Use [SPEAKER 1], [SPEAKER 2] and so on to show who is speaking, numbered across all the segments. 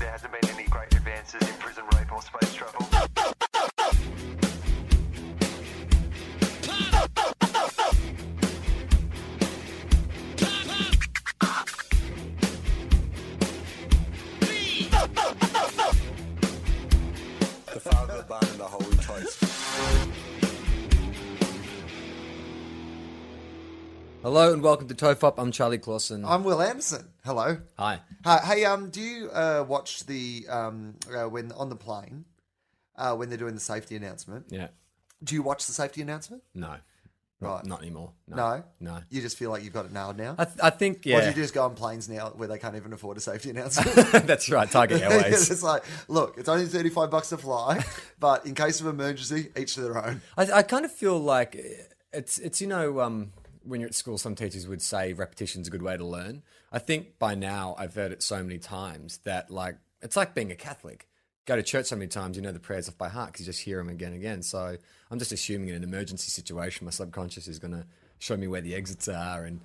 [SPEAKER 1] hasn't been any great advances in prison rape or space travel. The father, the barn, and the holy toast.
[SPEAKER 2] Hello and welcome to Tofop. I'm Charlie Clausen.
[SPEAKER 3] I'm Will Anderson. Hello.
[SPEAKER 2] Hi.
[SPEAKER 3] Hi. Hey, um, do you uh, watch the um uh, when on the plane uh, when they're doing the safety announcement?
[SPEAKER 2] Yeah.
[SPEAKER 3] Do you watch the safety announcement?
[SPEAKER 2] No.
[SPEAKER 3] Right.
[SPEAKER 2] Not anymore. No.
[SPEAKER 3] No.
[SPEAKER 2] No.
[SPEAKER 3] You just feel like you've got it nailed now.
[SPEAKER 2] I, th- I think
[SPEAKER 3] Or
[SPEAKER 2] yeah.
[SPEAKER 3] do you just go on planes now where they can't even afford a safety announcement?
[SPEAKER 2] That's right. Target Airways.
[SPEAKER 3] it's like, look, it's only thirty-five bucks to fly, but in case of emergency, each to their own.
[SPEAKER 2] I, I kind of feel like it's it's you know um, when you're at school, some teachers would say repetition's a good way to learn. I think by now I've heard it so many times that like it's like being a Catholic. Go to church so many times, you know the prayers off by heart because you just hear them again and again. So I'm just assuming in an emergency situation, my subconscious is going to show me where the exits are, and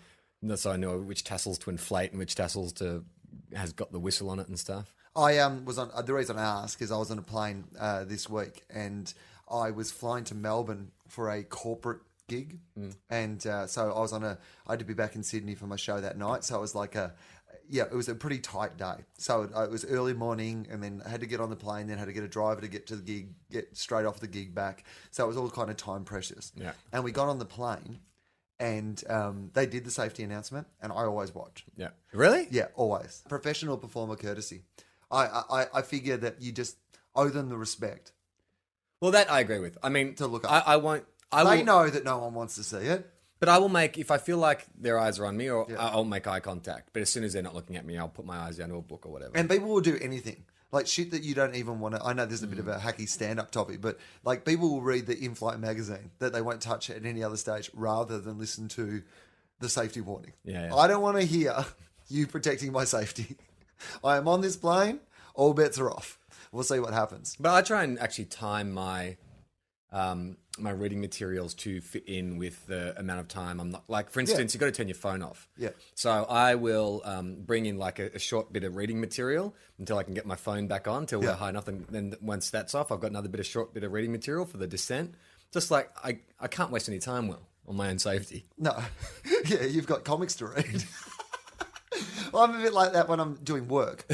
[SPEAKER 2] so I know which tassels to inflate and which tassels to has got the whistle on it and stuff.
[SPEAKER 3] I um was on uh, the reason I ask is I was on a plane uh, this week and I was flying to Melbourne for a corporate gig and uh, so I was on a I had to be back in Sydney for my show that night so it was like a yeah it was a pretty tight day so it, it was early morning and then I had to get on the plane then had to get a driver to get to the gig get straight off the gig back so it was all kind of time precious
[SPEAKER 2] Yeah.
[SPEAKER 3] and we got on the plane and um, they did the safety announcement and I always watch
[SPEAKER 2] Yeah, really?
[SPEAKER 3] yeah, always. Professional performer courtesy. I, I, I figure that you just owe them the respect.
[SPEAKER 2] Well, that I agree with. I mean,
[SPEAKER 3] To look up.
[SPEAKER 2] I, I won't. I
[SPEAKER 3] They
[SPEAKER 2] will,
[SPEAKER 3] know that no one wants to see it.
[SPEAKER 2] But I will make if I feel like their eyes are on me, or
[SPEAKER 3] Yeah.
[SPEAKER 2] I- I'll make eye contact. But as soon as they're not looking at me, I'll put my eyes down to a book or whatever.
[SPEAKER 3] And people will do anything. Like shit that you don't even want to. I know this is a bit of a hacky stand up topic, but like people will read the in flight magazine that they won't touch at any other stage rather than listen to the safety warning.
[SPEAKER 2] Yeah, yeah.
[SPEAKER 3] I don't want to hear you protecting my safety. I am on this plane. All bets are off. We'll see what happens.
[SPEAKER 2] but I try and actually time my um, my reading materials to fit in with the amount of time I'm not. Like for instance, you've got to turn your phone off.
[SPEAKER 3] Yeah.
[SPEAKER 2] So I will um, bring in like a, a short bit of reading material until I can get my phone back on till we're
[SPEAKER 3] Yeah.
[SPEAKER 2] high enough. And then once that's off, I've got another bit of short bit of reading material for the descent. Just like I, I can't waste any time. Well, on my own safety.
[SPEAKER 3] No. yeah, you've got comics to read. well, I'm a bit like that when I'm doing work.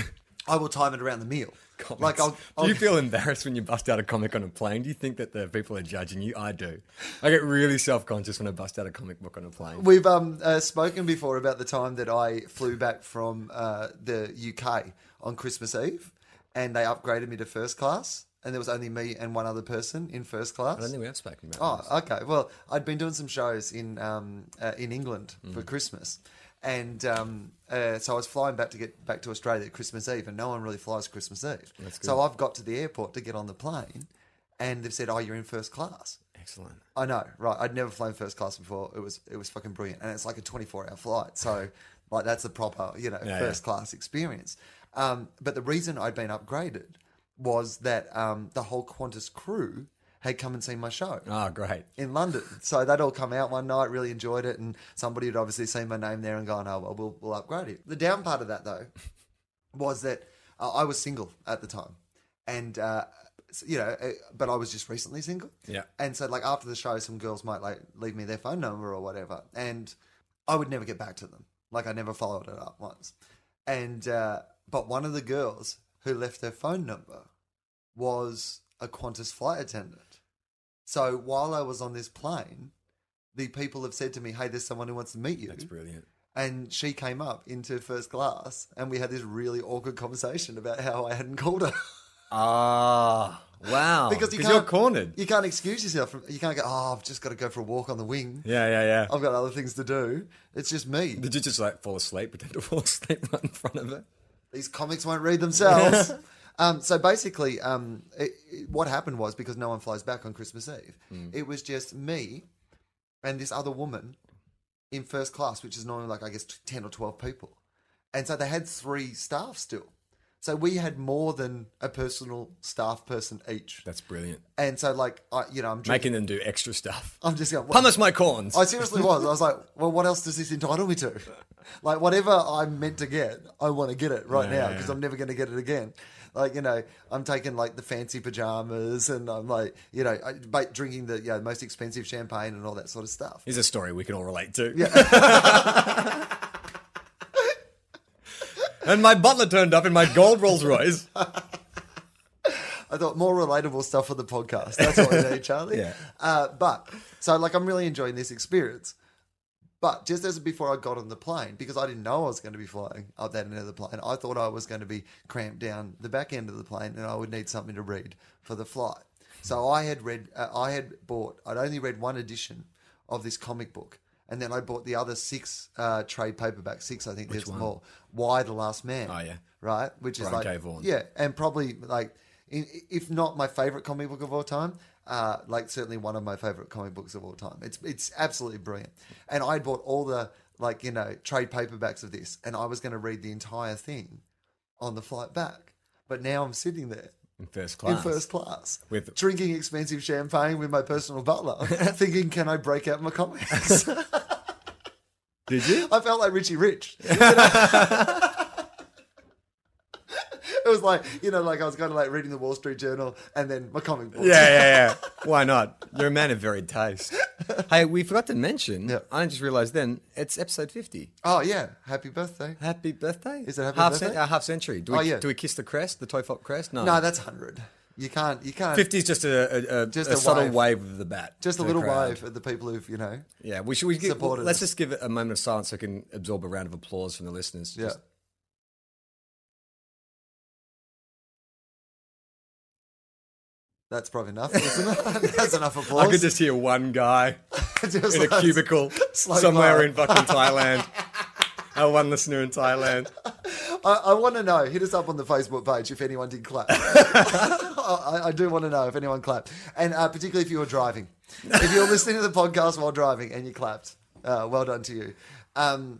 [SPEAKER 3] I will time it around the meal.
[SPEAKER 2] comics.
[SPEAKER 3] Like I'll, I'll
[SPEAKER 2] do you feel embarrassed when you bust out a comic on a plane? Do you think that the people are judging you? I do. I get really self conscious when I bust out a comic book on a plane.
[SPEAKER 3] We've um, uh, spoken before about the time that I flew back from uh, the UK on Christmas Eve, and they upgraded me to first class, and there was only me and one other person in first class.
[SPEAKER 2] I don't think we have spoken about.
[SPEAKER 3] Oh,
[SPEAKER 2] this.
[SPEAKER 3] okay. Well, I'd been doing some shows in um, uh, in England for
[SPEAKER 2] Mm.
[SPEAKER 3] Christmas, and um, uh, so I was flying back to get back to Australia at Christmas Eve, and no one really flies Christmas Eve. So I've got to the airport to get on the plane, and they've said, "Oh, you're in first class."
[SPEAKER 2] excellent.
[SPEAKER 3] I know, right? I'd never flown first class before. It was it was fucking brilliant, and it's like a twenty four hour flight, so like that's the proper you know
[SPEAKER 2] Yeah,
[SPEAKER 3] first class experience. Um, but the reason I'd been upgraded was that um, the whole Qantas crew had come and seen my show
[SPEAKER 2] Oh, great.
[SPEAKER 3] in London. So they'd all come out one night, really enjoyed it, and somebody had obviously seen my name there and gone, "Oh well, we'll, we'll upgrade it." The down part of that though was that uh, I was single at the time, and uh, s- you know, uh, but I was just recently single.
[SPEAKER 2] Yeah.
[SPEAKER 3] And so, like after the show, some girls might like leave me their phone number or whatever, and I would never get back to them. Like I never followed it up once. And uh, but one of the girls who left her phone number was a Qantas flight attendant. So while I was on this plane, the people have said to me, "Hey, there's someone who wants to meet you."
[SPEAKER 2] That's brilliant.
[SPEAKER 3] and she came up into first class, and we had this really awkward conversation about how I hadn't called her
[SPEAKER 2] Ah, wow.
[SPEAKER 3] because you
[SPEAKER 2] are
[SPEAKER 3] can't
[SPEAKER 2] cornered.
[SPEAKER 3] You can't excuse yourself. From, you can't go. Oh, I've just got to go for a walk on the wing.
[SPEAKER 2] yeah, yeah, yeah.
[SPEAKER 3] I've got other things to do. It's just me.
[SPEAKER 2] Did you just like fall asleep? Pretend to fall asleep right in front of it.
[SPEAKER 3] These comics won't read themselves. um, so basically, um, it, it- what happened was because no one flies back on Christmas Eve, it was just me and this other woman in first class, which is normally like I guess t- ten or twelve people, and so they had three staff still. So we had more than a personal staff person each.
[SPEAKER 2] That's brilliant.
[SPEAKER 3] And so, like, I, you know, I'm
[SPEAKER 2] Making
[SPEAKER 3] drinking.
[SPEAKER 2] them do extra stuff.
[SPEAKER 3] I'm just going.
[SPEAKER 2] Pumice my corns.
[SPEAKER 3] Oh. I seriously was. I was like, well, what else does this entitle me to? Like, whatever I'm meant to get, I want to get it right now now because I'm never going to get it again. Like, you know, I'm taking like the fancy pajamas and I'm like, you know, I, but drinking the you know, most expensive champagne and all that sort of stuff.
[SPEAKER 2] Is a story we can all relate to. and my butler turned up in my gold Rolls Royce.
[SPEAKER 3] I thought more relatable stuff for the podcast. That's all I need, Charlie.
[SPEAKER 2] Yeah.
[SPEAKER 3] Uh, but so like I'm really enjoying this experience. But just as before I got on the plane, because I didn't know I was going to be flying up that end of the plane, I thought I was going to be cramped down the back end of the plane, and I would need something to read for the flight. So I had read, uh, I had bought, I'd only read one edition of this comic book, and then I bought the other six uh, trade paperback, six I think there's more. Why the Last Man?
[SPEAKER 2] Oh, yeah.
[SPEAKER 3] right, which is
[SPEAKER 2] Brian
[SPEAKER 3] like
[SPEAKER 2] K. Vaughan.
[SPEAKER 3] yeah, and probably like in, if not my favorite comic book of all time, uh, like certainly one of my favorite comic books of all time. It's it's absolutely brilliant, and I bought all the like you know trade paperbacks of this, and I was going to read the entire thing on the flight back, but now I'm sitting there.
[SPEAKER 2] In first class.
[SPEAKER 3] In first class,
[SPEAKER 2] With-
[SPEAKER 3] drinking expensive champagne with my personal butler, thinking, "Can I break out my comics?"
[SPEAKER 2] Did you?
[SPEAKER 3] I felt like Richie Rich. You know? it was like you know, like I was kind of like reading the Wall Street Journal and then my comic book.
[SPEAKER 2] Yeah, yeah, yeah. Why not? You're a man of varied taste. Hey, we forgot to mention,
[SPEAKER 3] Yeah.
[SPEAKER 2] I just realized then, it's episode 50.
[SPEAKER 3] Oh yeah, happy birthday.
[SPEAKER 2] Happy birthday.
[SPEAKER 3] Is it happy
[SPEAKER 2] half
[SPEAKER 3] birthday?
[SPEAKER 2] Cent- uh, half century. Do we,
[SPEAKER 3] Oh, yeah.
[SPEAKER 2] do we kiss the crest, the Toy Fop crest? No.
[SPEAKER 3] No, that's hundred. You can't. You can't.
[SPEAKER 2] 50 is just a, a, a,
[SPEAKER 3] Just
[SPEAKER 2] a
[SPEAKER 3] a
[SPEAKER 2] subtle
[SPEAKER 3] wave.
[SPEAKER 2] wave. of the bat.
[SPEAKER 3] Just a
[SPEAKER 2] to the
[SPEAKER 3] little
[SPEAKER 2] crowd.
[SPEAKER 3] wave at the people who've you know.
[SPEAKER 2] Yeah, we should. We give,
[SPEAKER 3] Supported
[SPEAKER 2] let's
[SPEAKER 3] us.
[SPEAKER 2] just give it a moment of silence so I can absorb a round of applause from the listeners.
[SPEAKER 3] Yeah.
[SPEAKER 2] Just-
[SPEAKER 3] That's probably enough, isn't it? That's enough applause.
[SPEAKER 2] I could just hear one guy
[SPEAKER 3] Just
[SPEAKER 2] in a
[SPEAKER 3] like-
[SPEAKER 2] cubicle
[SPEAKER 3] slow
[SPEAKER 2] somewhere
[SPEAKER 3] clap.
[SPEAKER 2] in fucking Thailand. Our one listener in Thailand.
[SPEAKER 3] I, I want to know. Hit us up on the Facebook page if anyone did clap. I, I do want to know if anyone clapped, and uh, particularly if you were driving. If you're listening to the podcast while driving and you clapped, uh, well done to you. Um,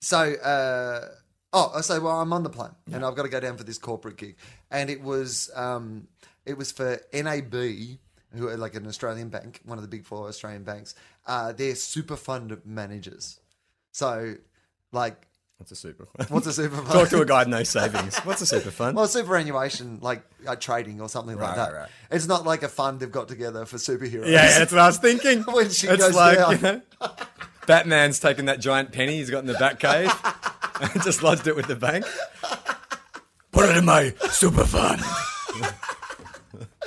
[SPEAKER 3] so, uh, oh, so well, I'm on the plane and I've got to go down for this corporate gig, and it was um, it was for NAB, who are like an Australian bank, one of the big four Australian banks. Uh, they're super fund managers, so like.
[SPEAKER 2] That's a super fun.
[SPEAKER 3] What's a super fund?
[SPEAKER 2] Talk to a guy with no savings. What's a super fun?
[SPEAKER 3] Well, superannuation, like uh, trading or something like
[SPEAKER 2] Right,
[SPEAKER 3] that.
[SPEAKER 2] right, right.
[SPEAKER 3] It's not like a fund they've got together for
[SPEAKER 2] yeah,
[SPEAKER 3] superheroes.
[SPEAKER 2] yeah, that's what I was thinking.
[SPEAKER 3] When she
[SPEAKER 2] it's
[SPEAKER 3] goes
[SPEAKER 2] like,
[SPEAKER 3] down.
[SPEAKER 2] you know, Batman's taken that giant penny he's got in the back cave and just lodged it with the bank. Put it in my super fund.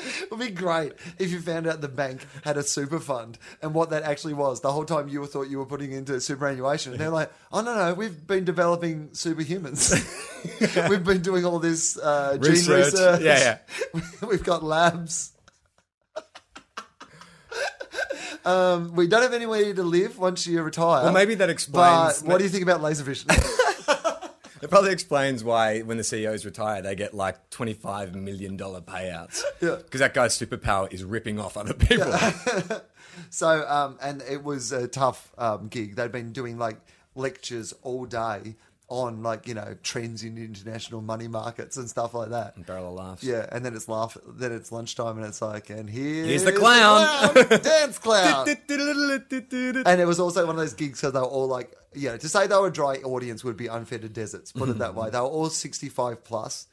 [SPEAKER 3] It would be great if you found out the bank had a super fund and what that actually was. The whole time you thought you were putting into superannuation. And they're like, oh, no, no, we've been developing superhumans. we've been doing all this uh, gene
[SPEAKER 2] Research.
[SPEAKER 3] research.
[SPEAKER 2] Yeah,
[SPEAKER 3] We've got labs. um, we don't have anywhere to live once you retire.
[SPEAKER 2] Well, maybe that
[SPEAKER 3] But
[SPEAKER 2] explains.
[SPEAKER 3] what do you think about laservision?
[SPEAKER 2] It probably explains why when the CEOs retire, they get like $25 million payouts.
[SPEAKER 3] Yeah.
[SPEAKER 2] Because that guy's superpower is ripping off other people.
[SPEAKER 3] So, um, and it was a tough um, gig. They'd been doing like lectures all day on like you know trends in international money markets and stuff like that.
[SPEAKER 2] Barrel of laughs.
[SPEAKER 3] Yeah, and then it's laugh. Then it's lunchtime, and it's like, and here's,
[SPEAKER 2] Here's the clown.
[SPEAKER 3] clown. dance
[SPEAKER 2] Uh,
[SPEAKER 3] clown. And it was also one of those gigs because they were all like, you know, to say they were a dry audience would be unfair to deserts. Put it that way. They were all 65 plus,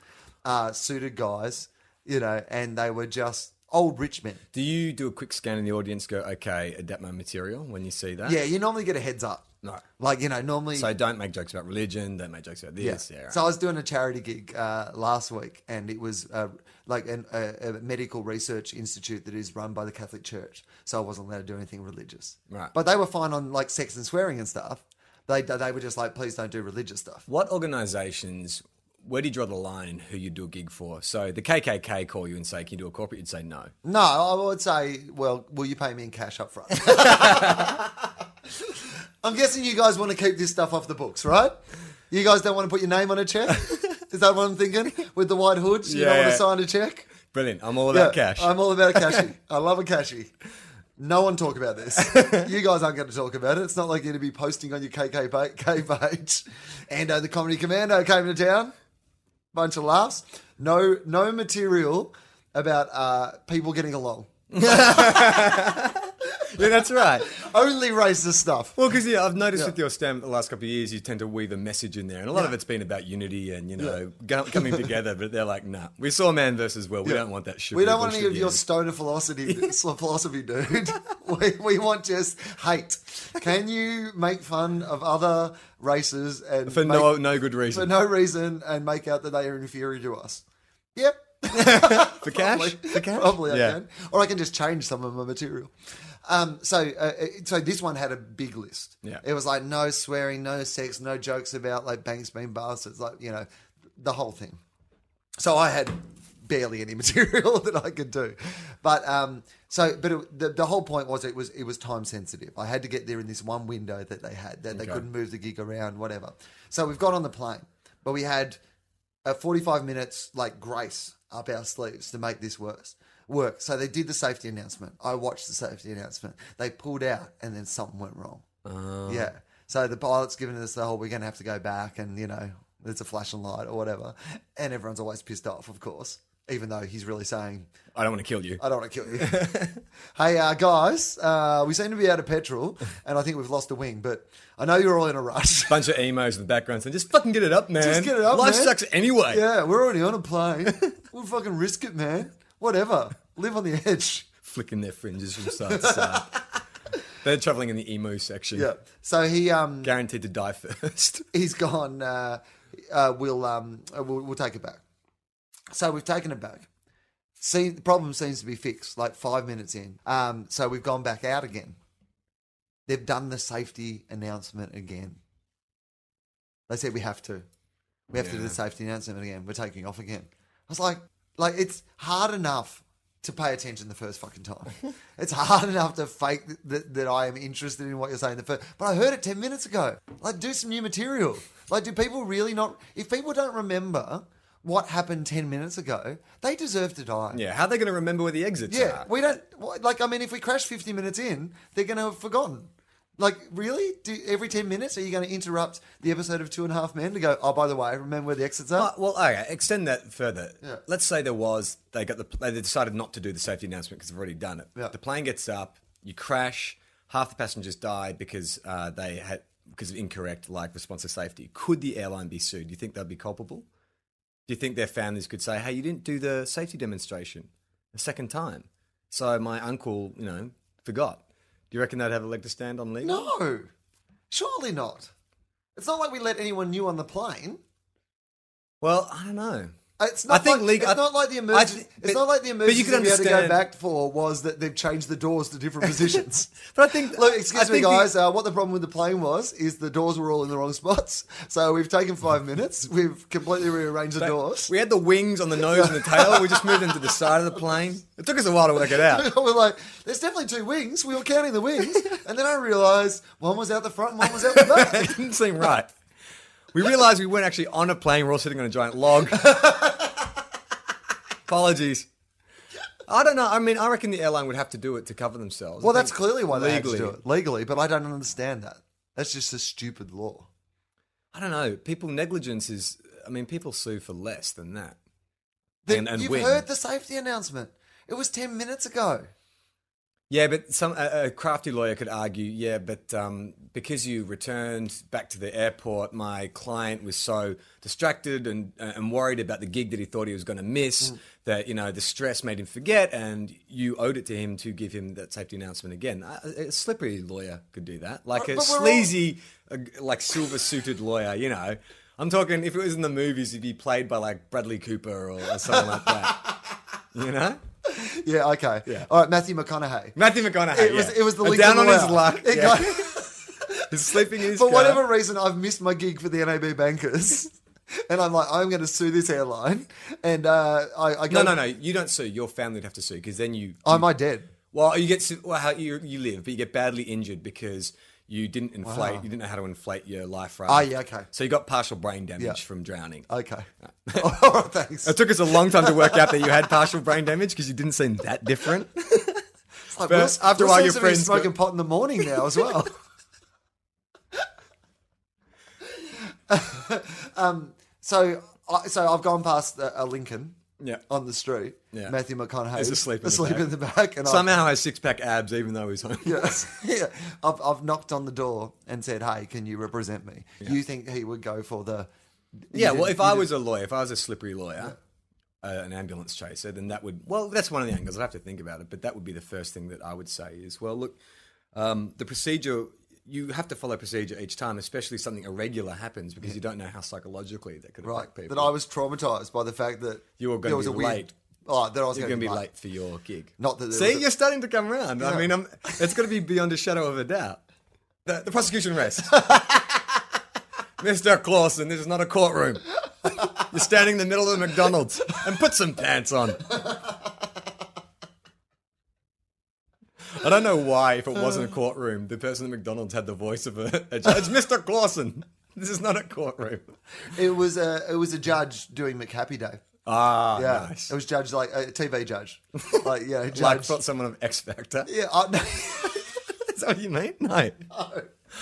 [SPEAKER 3] uh, suited guys, you know, and they were just old rich men.
[SPEAKER 2] Do you do a quick scan in the audience, go, okay, adapt my material when you see that?
[SPEAKER 3] Yeah, you normally get a heads up.
[SPEAKER 2] No.
[SPEAKER 3] Like, you know, normally.
[SPEAKER 2] So don't make jokes about religion, don't make jokes about this. Yeah. right.
[SPEAKER 3] So I was doing a charity gig uh, last week, and it was uh, like an, a, a medical research institute that is run by the Catholic Church. So I wasn't allowed to do anything religious.
[SPEAKER 2] Right.
[SPEAKER 3] But they were fine on like sex and swearing and stuff. They they were just like, please don't do religious stuff.
[SPEAKER 2] what organizations, where do you draw the line in who you do a gig for? So the KKK call you and say, can you do a corporate? You'd say no.
[SPEAKER 3] No, I would say, well, will you pay me in cash up front? I'm guessing you guys want to keep this stuff off the books, right? You guys don't want to put your name on a check? Is that what I'm thinking? With the white hoods, you don't want
[SPEAKER 2] Yeah.
[SPEAKER 3] to sign a check?
[SPEAKER 2] Brilliant. I'm all about
[SPEAKER 3] Yeah,
[SPEAKER 2] cash.
[SPEAKER 3] I'm all about a cashy. I love a cashy. No one talk about this. you guys aren't going to talk about it. It's not like you're going to be posting on your KK pa- K page. And uh, the Comedy Commando came to town. bunch of laughs. No, no material about uh, people getting along.
[SPEAKER 2] Yeah, that's right.
[SPEAKER 3] Only racist stuff.
[SPEAKER 2] Well, because yeah, I've noticed with your stamp the last couple of years, you tend to weave a message in there, and a lot of it's been about unity and you know go- coming together. But they're like, nah, we saw man versus world. We don't want that shit.
[SPEAKER 3] We don't want any of your stoner philosophy, philosophy dude. we, we want just hate. Can you make fun of other races and
[SPEAKER 2] for
[SPEAKER 3] make-
[SPEAKER 2] no no good
[SPEAKER 3] for
[SPEAKER 2] reason
[SPEAKER 3] no reason and make out that they are inferior to us? Yep.
[SPEAKER 2] for cash
[SPEAKER 3] Probably,
[SPEAKER 2] for cash.
[SPEAKER 3] probably I
[SPEAKER 2] yeah.
[SPEAKER 3] can, or I can just change some of my material. Um, so, uh, it- so this one had a big list.
[SPEAKER 2] Yeah.
[SPEAKER 3] it was like no swearing, no sex, no jokes about like banks being bastards, like you know, the whole thing. So I had barely any material that I could do, but um, so but it, the, the whole point was it was it was time sensitive. I had to get there in this one window that they had that they
[SPEAKER 2] Okay.
[SPEAKER 3] couldn't move the gig around, whatever. So we've got on the plane, but we had a 45 minutes like grace up our sleeves to make this worse work. So they did the safety announcement. I watched the safety announcement. They pulled out and then something went wrong. Yeah. So the pilot's giving us the whole we're gonna have to go back and you know, it's a flashing light or whatever. And everyone's always pissed off, of course. Even though he's really saying,
[SPEAKER 2] I don't want to kill you.
[SPEAKER 3] I don't want to kill you. hey, uh, guys, uh, we seem to be out of petrol and I think we've lost a wing, but I know you're all in a rush.
[SPEAKER 2] Bunch of emos in the background saying, just fucking get it up, man.
[SPEAKER 3] get it up,
[SPEAKER 2] Life
[SPEAKER 3] man."
[SPEAKER 2] sucks anyway.
[SPEAKER 3] Yeah, we're already on a plane. we'll fucking risk it, man. Whatever. Live on the edge.
[SPEAKER 2] Flicking their fringes from side to side. They're traveling in the emo section.
[SPEAKER 3] Yeah. So he um
[SPEAKER 2] Guaranteed to die first.
[SPEAKER 3] he's gone. Uh, uh, we'll um uh, we'll, we'll take it back. So we've taken it back. See, the problem seems to be fixed. Like five minutes in, um, so we've gone back out again. They've done the safety announcement again. They said we have to, we have to do the safety announcement again. We're taking off again. I was like, like it's hard enough to pay attention the first fucking time. it's hard enough to fake that, that I am interested in what you're saying the first. But I heard it ten minutes ago. Like, do some new material. Like, do people really not? If people don't remember what happened ten minutes ago, they deserve to die.
[SPEAKER 2] Yeah, how are they going to remember where the exits
[SPEAKER 3] Yeah,
[SPEAKER 2] are?
[SPEAKER 3] we don't wh- like. I mean, if we crash fifty minutes in, they're going to have forgotten. Like, really? Do, every ten minutes, are you going to interrupt the episode of Two and a Half Men to go? Oh, by the way, remember where the exits are?
[SPEAKER 2] Uh, well, okay, extend that further.
[SPEAKER 3] Yeah.
[SPEAKER 2] Let's say there was they got the they decided not to do the safety announcement because they've already done it.
[SPEAKER 3] Yeah.
[SPEAKER 2] The plane gets up, you crash, half the passengers die because uh, they had because of incorrect like response to safety. Could the airline be sued? Do you think they'd be culpable? Do you think their families could say, "Hey, you didn't do the safety demonstration a second time, so my uncle, you know, forgot"? Do you reckon they'd have a leg to stand on legal?
[SPEAKER 3] no, surely not. It's not like we let anyone new on the plane.
[SPEAKER 2] Well, I don't know.
[SPEAKER 3] It's
[SPEAKER 2] I
[SPEAKER 3] not
[SPEAKER 2] think
[SPEAKER 3] like,
[SPEAKER 2] legal-
[SPEAKER 3] it's not like the
[SPEAKER 2] I
[SPEAKER 3] emergency.
[SPEAKER 2] thi-
[SPEAKER 3] it's
[SPEAKER 2] but-
[SPEAKER 3] not like the
[SPEAKER 2] but
[SPEAKER 3] emergency
[SPEAKER 2] you
[SPEAKER 3] we
[SPEAKER 2] can
[SPEAKER 3] had to go
[SPEAKER 2] understand-
[SPEAKER 3] back for was that they've changed the doors to different positions.
[SPEAKER 2] But I think
[SPEAKER 3] Look,
[SPEAKER 2] I
[SPEAKER 3] excuse me,
[SPEAKER 2] think the-
[SPEAKER 3] guys. Uh, what the problem with the plane was is the doors were all in the wrong spots. So we've taken five minutes. We've completely rearranged the doors.
[SPEAKER 2] We had the wings on the nose and the tail. We just moved them to the side of the plane. It took us a while to work it out.
[SPEAKER 3] we're like, there's definitely two wings. We were counting the wings, and then I realised one was out the front, and one was out the
[SPEAKER 2] It
[SPEAKER 3] back.
[SPEAKER 2] didn't seem right. We realized we weren't actually on a plane. We're all sitting on a giant log. Apologies. I don't know. I mean, I reckon the airline would have to do it to cover themselves.
[SPEAKER 3] Well,
[SPEAKER 2] I
[SPEAKER 3] that's
[SPEAKER 2] think
[SPEAKER 3] clearly why they legally. had to do it legally, but I don't understand that. That's just a stupid law.
[SPEAKER 2] I don't know. People negligence is. I mean, people sue for less than that.
[SPEAKER 3] The-
[SPEAKER 2] and and
[SPEAKER 3] you've
[SPEAKER 2] win.
[SPEAKER 3] heard the safety announcement. It was ten minutes ago.
[SPEAKER 2] Yeah, but some a, a crafty lawyer could argue, yeah, but um, because you returned back to the airport, my client was so distracted and and worried about the gig that he thought he was going to miss
[SPEAKER 3] Mm.
[SPEAKER 2] that you know the stress made him forget, and you owed it to him to give him that safety announcement again. A, a slippery lawyer could do that, like a
[SPEAKER 3] But- but we're all-
[SPEAKER 2] sleazy, uh, like silver suited lawyer. You know, I'm talking if it was in the movies, he'd be played by like Bradley Cooper or, or something like that. You know.
[SPEAKER 3] Yeah. Okay.
[SPEAKER 2] Yeah.
[SPEAKER 3] All right, Matthew McConaughey.
[SPEAKER 2] Matthew McConaughey.
[SPEAKER 3] It was-
[SPEAKER 2] yeah.
[SPEAKER 3] it was the
[SPEAKER 2] A
[SPEAKER 3] Lincoln
[SPEAKER 2] down on his
[SPEAKER 3] lawyer.
[SPEAKER 2] luck.
[SPEAKER 3] It
[SPEAKER 2] yeah.
[SPEAKER 3] got-
[SPEAKER 2] He's sleeping in his
[SPEAKER 3] For
[SPEAKER 2] car.
[SPEAKER 3] whatever reason, I've missed my gig for the NAB bankers. And I'm like, I'm going to sue this airline. And uh, I, I go,
[SPEAKER 2] No, no, no. You don't sue. Your family would have to sue because then you.
[SPEAKER 3] Am I dead?
[SPEAKER 2] well, you get su- well, how you you live, but you get badly injured because you didn't inflate. You didn't know how to inflate your life raft.
[SPEAKER 3] Ah, yeah, okay.
[SPEAKER 2] So you got partial brain damage
[SPEAKER 3] Yeah.
[SPEAKER 2] from drowning.
[SPEAKER 3] Okay. All right, thanks.
[SPEAKER 2] It took us a long time to work out that you had partial brain damage because you didn't seem that different.
[SPEAKER 3] It's like,
[SPEAKER 2] but
[SPEAKER 3] Will-
[SPEAKER 2] after a
[SPEAKER 3] Will
[SPEAKER 2] while, your
[SPEAKER 3] seems to be
[SPEAKER 2] friends
[SPEAKER 3] smoking pot in the morning now as well. um, so I, so I've gone past a, a Lincoln
[SPEAKER 2] Yeah.
[SPEAKER 3] on the street.
[SPEAKER 2] Yeah.
[SPEAKER 3] Matthew McConaughey
[SPEAKER 2] He's asleep in the
[SPEAKER 3] asleep
[SPEAKER 2] back.
[SPEAKER 3] in the back, and I've,
[SPEAKER 2] Somehow has six pack abs, even though he's home.
[SPEAKER 3] yeah, yeah, I've, I've knocked on the door and said, "Hey, can you represent me?" You think he would go for the? you
[SPEAKER 2] Yeah, well,
[SPEAKER 3] did-
[SPEAKER 2] if
[SPEAKER 3] you
[SPEAKER 2] I
[SPEAKER 3] did-
[SPEAKER 2] was a lawyer, if I was a slippery lawyer, uh, an ambulance chaser, then that would, well, that's one of the angles. I'd have to think about it, but that would be the first thing that I would say is, well, look, um, the procedure, you have to follow procedure each time, especially something irregular happens because you don't know how psychologically that could
[SPEAKER 3] right,
[SPEAKER 2] affect people.
[SPEAKER 3] that I was traumatized by the fact that
[SPEAKER 2] You were gonna
[SPEAKER 3] there was
[SPEAKER 2] be
[SPEAKER 3] a weird-
[SPEAKER 2] late.
[SPEAKER 3] Oh, that I was
[SPEAKER 2] You're
[SPEAKER 3] going to
[SPEAKER 2] be late for your gig.
[SPEAKER 3] Not that there
[SPEAKER 2] See,
[SPEAKER 3] was a-
[SPEAKER 2] you're starting to come around. I
[SPEAKER 3] Yeah.
[SPEAKER 2] mean, I'm, it's got to be beyond a shadow of a doubt. The, the prosecution rests. Mr. Clausen, this is not a courtroom. You're standing in the middle of a McDonald's and put some pants on. I don't know why, if it wasn't a courtroom, the person at McDonald's had the voice of a, a judge. Mr. Clausen, this is not a courtroom.
[SPEAKER 3] It was a it was a judge doing McHappy Day.
[SPEAKER 2] Ah,
[SPEAKER 3] Yeah,
[SPEAKER 2] nice.
[SPEAKER 3] it was judge like a TV judge, like yeah, judge.
[SPEAKER 2] Like, thought someone of X Factor.
[SPEAKER 3] yeah, I, no,
[SPEAKER 2] Is that what you mean? No.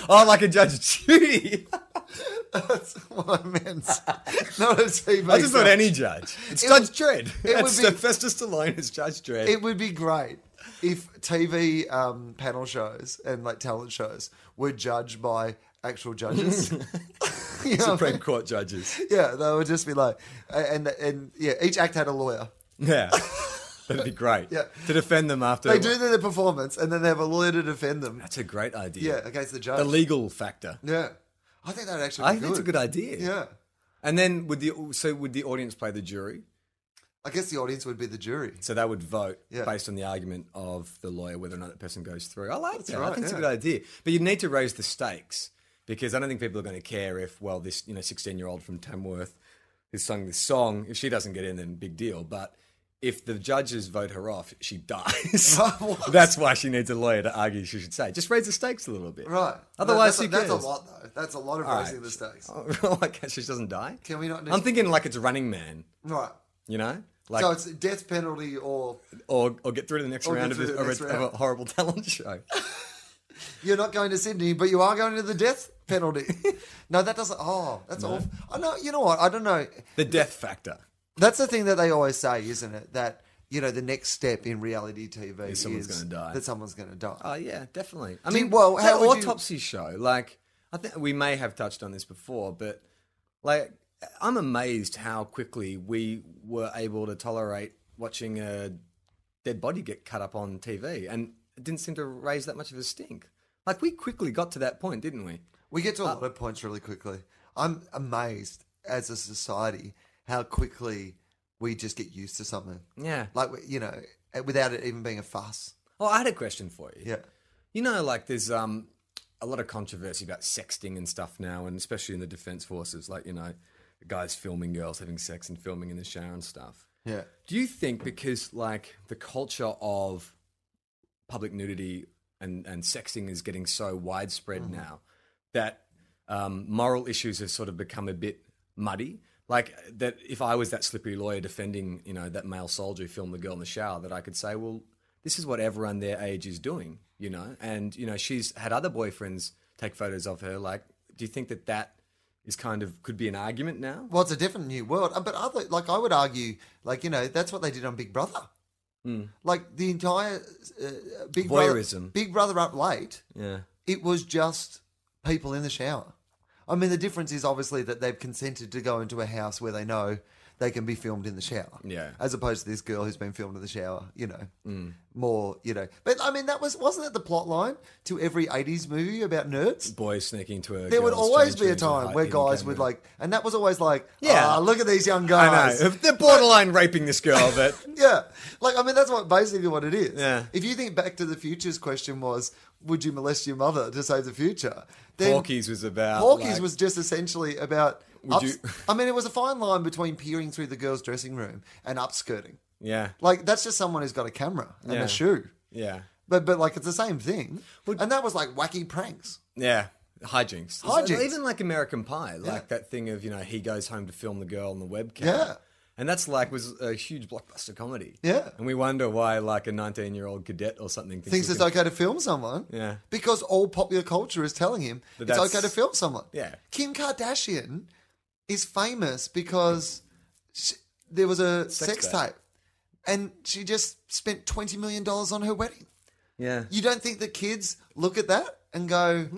[SPEAKER 2] Oh, like a Judge Judy.
[SPEAKER 3] that's what I meant. Not a TV.
[SPEAKER 2] I just thought
[SPEAKER 3] judge.
[SPEAKER 2] any judge. It's
[SPEAKER 3] It
[SPEAKER 2] Judge
[SPEAKER 3] would-
[SPEAKER 2] Dredd.
[SPEAKER 3] it would
[SPEAKER 2] It's
[SPEAKER 3] be-
[SPEAKER 2] Sylvester Stallone is Judge Dredd.
[SPEAKER 3] It would be great if TV um, panel shows and like talent shows were judged by actual judges. You know what I
[SPEAKER 2] Supreme
[SPEAKER 3] mean?
[SPEAKER 2] Court judges.
[SPEAKER 3] Yeah, they would just be like, and and yeah, each act had a lawyer.
[SPEAKER 2] Yeah. That'd be great.
[SPEAKER 3] Yeah.
[SPEAKER 2] To defend them after.
[SPEAKER 3] They do their performance, and then they have a lawyer to defend them.
[SPEAKER 2] That's a great idea.
[SPEAKER 3] Yeah, against the judge.
[SPEAKER 2] The legal factor.
[SPEAKER 3] yeah, I think that would actually. Be
[SPEAKER 2] I think it's a good idea.
[SPEAKER 3] Yeah,
[SPEAKER 2] And then would the so would the audience play the jury?
[SPEAKER 3] I guess the audience would be the jury.
[SPEAKER 2] So they would vote
[SPEAKER 3] Yeah.
[SPEAKER 2] based on the argument of the lawyer whether or not that person goes through. I like that. I
[SPEAKER 3] right,
[SPEAKER 2] think it's a
[SPEAKER 3] yeah.
[SPEAKER 2] good idea. But you need to raise the stakes because I don't think people are going to care if, well, this you know sixteen year old from Tamworth has sung this song. If she doesn't get in, then big deal. But if the judges vote her off, she dies.
[SPEAKER 3] What?
[SPEAKER 2] That's why she needs a lawyer to argue. She should say, just raise the stakes a little bit,
[SPEAKER 3] Right.
[SPEAKER 2] Otherwise,
[SPEAKER 3] that's, a,
[SPEAKER 2] who
[SPEAKER 3] that's a
[SPEAKER 2] cares?
[SPEAKER 3] lot though. That's a lot of
[SPEAKER 2] All
[SPEAKER 3] raising
[SPEAKER 2] right.
[SPEAKER 3] the stakes.
[SPEAKER 2] Oh, okay, she doesn't die.
[SPEAKER 3] Can we not do-
[SPEAKER 2] I'm thinking like it's Running Man.
[SPEAKER 3] Right.
[SPEAKER 2] You know, like
[SPEAKER 3] so it's death penalty or
[SPEAKER 2] or or get through to the next
[SPEAKER 3] Or get
[SPEAKER 2] round of,
[SPEAKER 3] through
[SPEAKER 2] this,
[SPEAKER 3] to the
[SPEAKER 2] of,
[SPEAKER 3] next
[SPEAKER 2] a, of a
[SPEAKER 3] round.
[SPEAKER 2] horrible talent show.
[SPEAKER 3] you're not going to Sydney, but you are going to the death penalty. no, that doesn't. Oh, that's awful. I know. You know what? I don't know.
[SPEAKER 2] The death factor.
[SPEAKER 3] That's the thing that they always say, isn't it? That you know the next step in reality TV
[SPEAKER 2] Is
[SPEAKER 3] is,
[SPEAKER 2] someone's gonna die.
[SPEAKER 3] That someone's going to die.
[SPEAKER 2] Oh yeah, definitely. I
[SPEAKER 3] Do you-
[SPEAKER 2] mean,
[SPEAKER 3] well,
[SPEAKER 2] well,
[SPEAKER 3] how would you-
[SPEAKER 2] autopsy show. Like, I think we may have touched on this before, but like, I'm amazed how quickly we were able to tolerate watching a dead body get cut up on TV, and it didn't seem to raise that much of a stink. Like, we quickly got to that point, didn't we?
[SPEAKER 3] we get to
[SPEAKER 2] uh,
[SPEAKER 3] a lot of points really quickly. I'm amazed as a society how quickly we just get used to something.
[SPEAKER 2] Yeah.
[SPEAKER 3] Like you know, without it even being a fuss.
[SPEAKER 2] Oh, I had a question for you.
[SPEAKER 3] Yeah.
[SPEAKER 2] You know, like there's um a lot of controversy about sexting and stuff now, and especially in the defense forces, like you know, guys filming girls having sex and filming in the shower and stuff.
[SPEAKER 3] Yeah.
[SPEAKER 2] Do you think because like the culture of public nudity and and sexting is getting so widespread now that um, moral issues have sort of become a bit muddy? Like that, if I was that slippery lawyer defending, you know, that male soldier who filmed the girl in the shower, that I could say, well, this is what everyone their age is doing, you know, and you know she's had other boyfriends take photos of her. Like, do you think that that is kind of could be an argument now?
[SPEAKER 3] Well, it's a different new world. Uh, But other, like I would argue, like you know, that's what they did on Big Brother. Like the entire uh, Big Brother,
[SPEAKER 2] Hmm. Voyeurism.
[SPEAKER 3] Big Brother up late.
[SPEAKER 2] Yeah.
[SPEAKER 3] It was just people in the shower. I mean, the difference is obviously that they've consented to go into a house where they know they can be filmed in the shower.
[SPEAKER 2] Yeah. Hmm.
[SPEAKER 3] As opposed to this girl who's been filmed in the shower, you know, more, you know. But I mean, that was wasn't that the plot line to every '80s movie about nerds?
[SPEAKER 2] boys sneaking to a.
[SPEAKER 3] There would
[SPEAKER 2] girl's
[SPEAKER 3] always
[SPEAKER 2] change
[SPEAKER 3] be a
[SPEAKER 2] room to
[SPEAKER 3] time
[SPEAKER 2] hide
[SPEAKER 3] where
[SPEAKER 2] hidden
[SPEAKER 3] guys
[SPEAKER 2] camera.
[SPEAKER 3] would like, and that was always like,
[SPEAKER 2] Yeah.
[SPEAKER 3] yeah, look at these young
[SPEAKER 2] I
[SPEAKER 3] guys.
[SPEAKER 2] know. They're borderline raping this girl, but
[SPEAKER 3] Yeah, like I mean, that's what basically what it is.
[SPEAKER 2] Yeah.
[SPEAKER 3] If you think Back to the Future's question was, would you molest your mother to save the future? Then
[SPEAKER 2] Porky's was about.
[SPEAKER 3] Porky's
[SPEAKER 2] uh, like-
[SPEAKER 3] was just essentially about.
[SPEAKER 2] Would
[SPEAKER 3] ups-
[SPEAKER 2] you-
[SPEAKER 3] I mean, it was a fine line between peering through the girls' dressing room and upskirting.
[SPEAKER 2] Yeah.
[SPEAKER 3] Like that's just someone who's got a camera and
[SPEAKER 2] Yeah.
[SPEAKER 3] a shoe.
[SPEAKER 2] Yeah.
[SPEAKER 3] But but like it's the same thing. and that was like wacky pranks.
[SPEAKER 2] Yeah. Hijinks.
[SPEAKER 3] Hijinks.
[SPEAKER 2] Even like American Pie, like
[SPEAKER 3] Yeah.
[SPEAKER 2] that thing of, you know, he goes home to film the girl on the webcam.
[SPEAKER 3] Yeah.
[SPEAKER 2] And that's like was a huge blockbuster comedy.
[SPEAKER 3] Yeah.
[SPEAKER 2] And we wonder why like a 19 year old cadet or something thinks,
[SPEAKER 3] thinks
[SPEAKER 2] he
[SPEAKER 3] it's
[SPEAKER 2] can-
[SPEAKER 3] okay to film someone.
[SPEAKER 2] Yeah.
[SPEAKER 3] Because all popular culture is telling him
[SPEAKER 2] That
[SPEAKER 3] it's
[SPEAKER 2] that's-
[SPEAKER 3] okay to film someone.
[SPEAKER 2] Yeah.
[SPEAKER 3] Kim Kardashian is famous because she, there was a sex,
[SPEAKER 2] tape.
[SPEAKER 3] tape, and she just spent twenty million dollars on her wedding.
[SPEAKER 2] Yeah.
[SPEAKER 3] You don't think that kids look at that and go,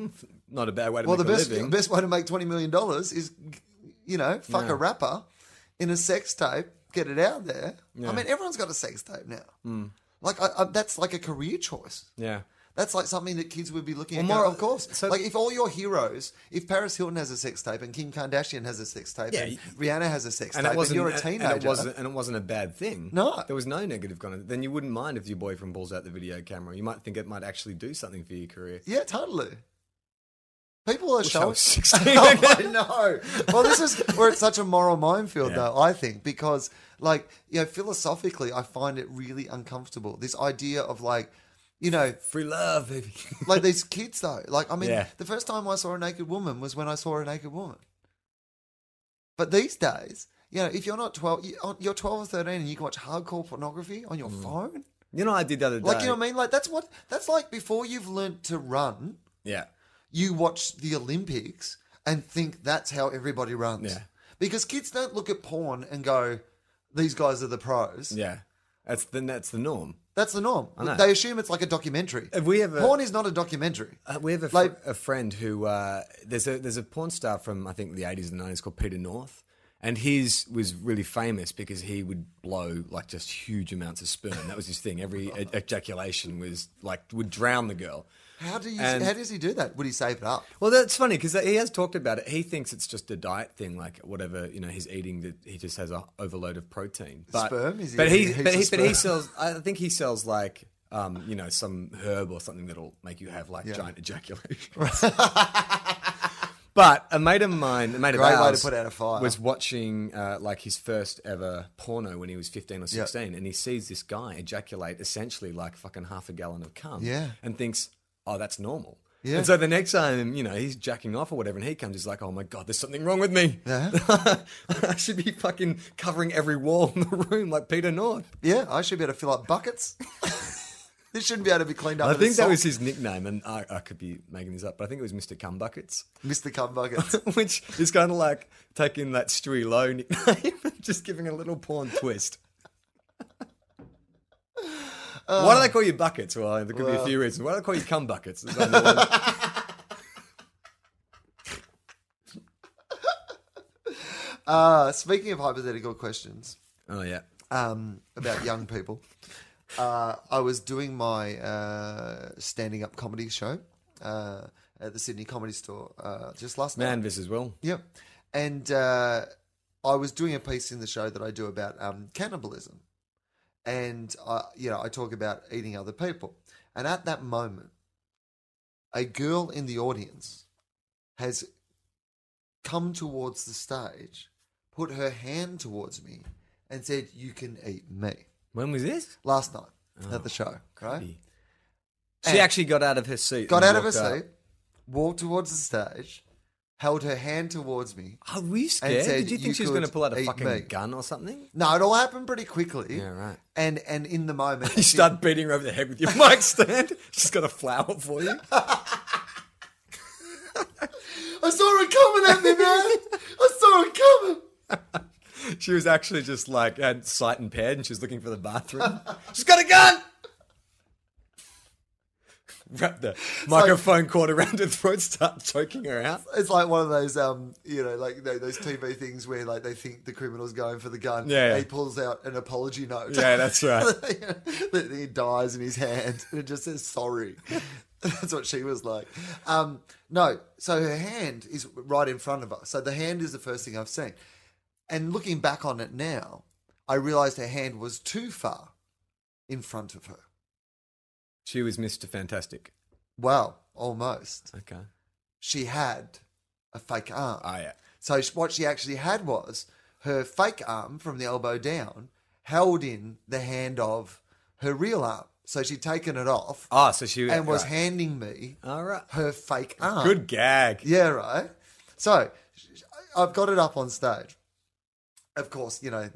[SPEAKER 2] Not a bad way to
[SPEAKER 3] "Well, the
[SPEAKER 2] make
[SPEAKER 3] best
[SPEAKER 2] a living.
[SPEAKER 3] best way to make twenty million dollars is, you know, fuck a rapper in a sex tape, get it out there." I mean, everyone's got a sex tape now.
[SPEAKER 2] Mm.
[SPEAKER 3] Like I, I, that's like a career choice.
[SPEAKER 2] yeah.
[SPEAKER 3] That's like something that kids would be looking at.
[SPEAKER 2] Well,
[SPEAKER 3] going, "Oh,
[SPEAKER 2] more-
[SPEAKER 3] of course.
[SPEAKER 2] so-
[SPEAKER 3] like if all your heroes, if Paris Hilton has a sex tape and Kim Kardashian has a sex tape
[SPEAKER 2] Yeah,
[SPEAKER 3] and
[SPEAKER 2] you-
[SPEAKER 3] Rihanna has a sex
[SPEAKER 2] And
[SPEAKER 3] tape
[SPEAKER 2] it wasn't.
[SPEAKER 3] and you're a
[SPEAKER 2] and-
[SPEAKER 3] teenager,
[SPEAKER 2] And it wasn't. And it wasn't a bad thing.
[SPEAKER 3] No.
[SPEAKER 2] There was no negative content. Then you wouldn't mind if your boyfriend pulls out the video camera. You might think it might actually do something for your career.
[SPEAKER 3] yeah, totally. People are
[SPEAKER 2] I
[SPEAKER 3] showing.
[SPEAKER 2] was sixteen.
[SPEAKER 3] oh, I know. Well, this is where it's such a moral minefield, though. I think because, like, you know, philosophically, I find it really uncomfortable. This idea of like, you know,
[SPEAKER 2] Free love, baby.
[SPEAKER 3] like these kids though. Like I mean,
[SPEAKER 2] Yeah.
[SPEAKER 3] the first time I saw a naked woman was when I saw a naked woman. But these days, you know, if you're not twelve, you- oh, you're twelve or thirteen, and you can watch hardcore pornography on
[SPEAKER 2] Mm.
[SPEAKER 3] your phone.
[SPEAKER 2] you know, what I did the other day.
[SPEAKER 3] Like you know what I mean? Like that's what that's like. Before you've learnt to run,
[SPEAKER 2] Yeah.
[SPEAKER 3] you watch the Olympics and think that's how everybody runs.
[SPEAKER 2] Yeah.
[SPEAKER 3] Because kids don't look at porn and go, "These guys are the pros."
[SPEAKER 2] Yeah. That's then. That's the norm.
[SPEAKER 3] That's the norm.
[SPEAKER 2] know.
[SPEAKER 3] They assume it's like a documentary.
[SPEAKER 2] Have we ever-
[SPEAKER 3] Porn is not a documentary.
[SPEAKER 2] Uh, we have a, fr-
[SPEAKER 3] Like-
[SPEAKER 2] a friend who uh, there's a there's a porn star from I think the 80s and 90s called Peter North, and his was really famous because he would blow like just huge amounts of sperm. That was his thing. Every e- ejaculation was like would drown the girl.
[SPEAKER 3] How do you?
[SPEAKER 2] And-
[SPEAKER 3] how does he do that? Would he save it up?
[SPEAKER 2] Well, that's funny because he has talked about it. He thinks it's just a diet thing, like whatever you know he's eating that he just has a overload of protein. But,
[SPEAKER 3] Sperm? Is he
[SPEAKER 2] but he,
[SPEAKER 3] eating heaps
[SPEAKER 2] but he,
[SPEAKER 3] of
[SPEAKER 2] but he
[SPEAKER 3] sperm?
[SPEAKER 2] sells. I think he sells like um, you know some herb or something that'll make you have like giant ejaculations. but a mate of mine, a mate of
[SPEAKER 3] Great way to
[SPEAKER 2] ours,
[SPEAKER 3] put out a fire.
[SPEAKER 2] was watching uh, like his first ever porno when he was fifteen or sixteen, and he sees this guy ejaculate essentially like fucking half a gallon of cum.
[SPEAKER 3] Yeah.
[SPEAKER 2] and thinks, oh, that's normal.
[SPEAKER 3] Yeah.
[SPEAKER 2] And so the next time, you know, he's jacking off or whatever, and he comes, he's like, oh my God, there's something wrong with me.
[SPEAKER 3] Yeah.
[SPEAKER 2] I should be fucking covering every wall in the room like Peter North.
[SPEAKER 3] Yeah, I should be able to fill up buckets. this shouldn't be able to be cleaned up.
[SPEAKER 2] I
[SPEAKER 3] with a
[SPEAKER 2] think that was
[SPEAKER 3] sock.
[SPEAKER 2] his nickname, and I, I could be making this up, but I think it was Mr. Cumbuckets,
[SPEAKER 3] Mr. Cum Buckets.
[SPEAKER 2] which is kind of like taking that Stewie Lowe nickname and just giving a little porn twist.
[SPEAKER 3] Oh.
[SPEAKER 2] Why do they call you buckets? Well, there could be a few reasons. Why do they call you cum buckets? It's like, well,
[SPEAKER 3] Uh, speaking of hypothetical questions
[SPEAKER 2] oh, yeah.
[SPEAKER 3] um, about young people, uh, I was doing my uh, standing up comedy show uh, at the Sydney Comedy Store uh, just last night.
[SPEAKER 2] Man versus Will.
[SPEAKER 3] Yep. And uh, I was doing a piece in the show that I do about um, cannibalism. And, I, you know, I talk about eating other people. And at that moment, a girl in the audience has come towards the stage, put her hand towards me, and said, You can eat me.
[SPEAKER 2] When was this?
[SPEAKER 3] Last night at the show, right?
[SPEAKER 2] She
[SPEAKER 3] And-
[SPEAKER 2] actually got out of her seat.
[SPEAKER 3] Got
[SPEAKER 2] and
[SPEAKER 3] out of her
[SPEAKER 2] walked
[SPEAKER 3] seat, walked towards the stage, held her hand towards me,
[SPEAKER 2] Oh, were you scared?
[SPEAKER 3] said,
[SPEAKER 2] Did you think
[SPEAKER 3] "You
[SPEAKER 2] she was going to
[SPEAKER 3] could
[SPEAKER 2] pull out a
[SPEAKER 3] eat
[SPEAKER 2] fucking
[SPEAKER 3] me."
[SPEAKER 2] gun or something?
[SPEAKER 3] No, it all happened pretty quickly.
[SPEAKER 2] Yeah, right.
[SPEAKER 3] And and in the moment,
[SPEAKER 2] You
[SPEAKER 3] she-
[SPEAKER 2] start beating her over the head with your mic stand. She's got a flower for you.
[SPEAKER 3] I saw it coming at me, man. I saw it coming.
[SPEAKER 2] She was actually just like had sight impaired, and she was looking for the bathroom. She's got a gun. Wrap the microphone cord around her throat, start choking her out.
[SPEAKER 3] It's like one of those, um, you know, like you know, those TV things where like they think the criminal's going for the gun.
[SPEAKER 2] Yeah, yeah.
[SPEAKER 3] he pulls out an apology note.
[SPEAKER 2] Yeah, that's right.
[SPEAKER 3] that he dies in his hand, and it just says sorry. That's what she was like. Um, no, so her hand is right in front of us. So the hand is the first thing I've seen, and looking back on it now, I realised her hand was too far in front of her.
[SPEAKER 2] She was Mr. Fantastic.
[SPEAKER 3] Well, almost.
[SPEAKER 2] Okay.
[SPEAKER 3] She had a fake arm.
[SPEAKER 2] Oh yeah.
[SPEAKER 3] So sh- what she actually had was her fake arm from the elbow down held in the hand of her real arm. So she'd taken it off
[SPEAKER 2] Ah, so she
[SPEAKER 3] and was
[SPEAKER 2] right.
[SPEAKER 3] handing me
[SPEAKER 2] All right.
[SPEAKER 3] her fake arm.
[SPEAKER 2] Good gag.
[SPEAKER 3] Yeah, right. So sh- sh- I've got it up on stage. Of course, you know,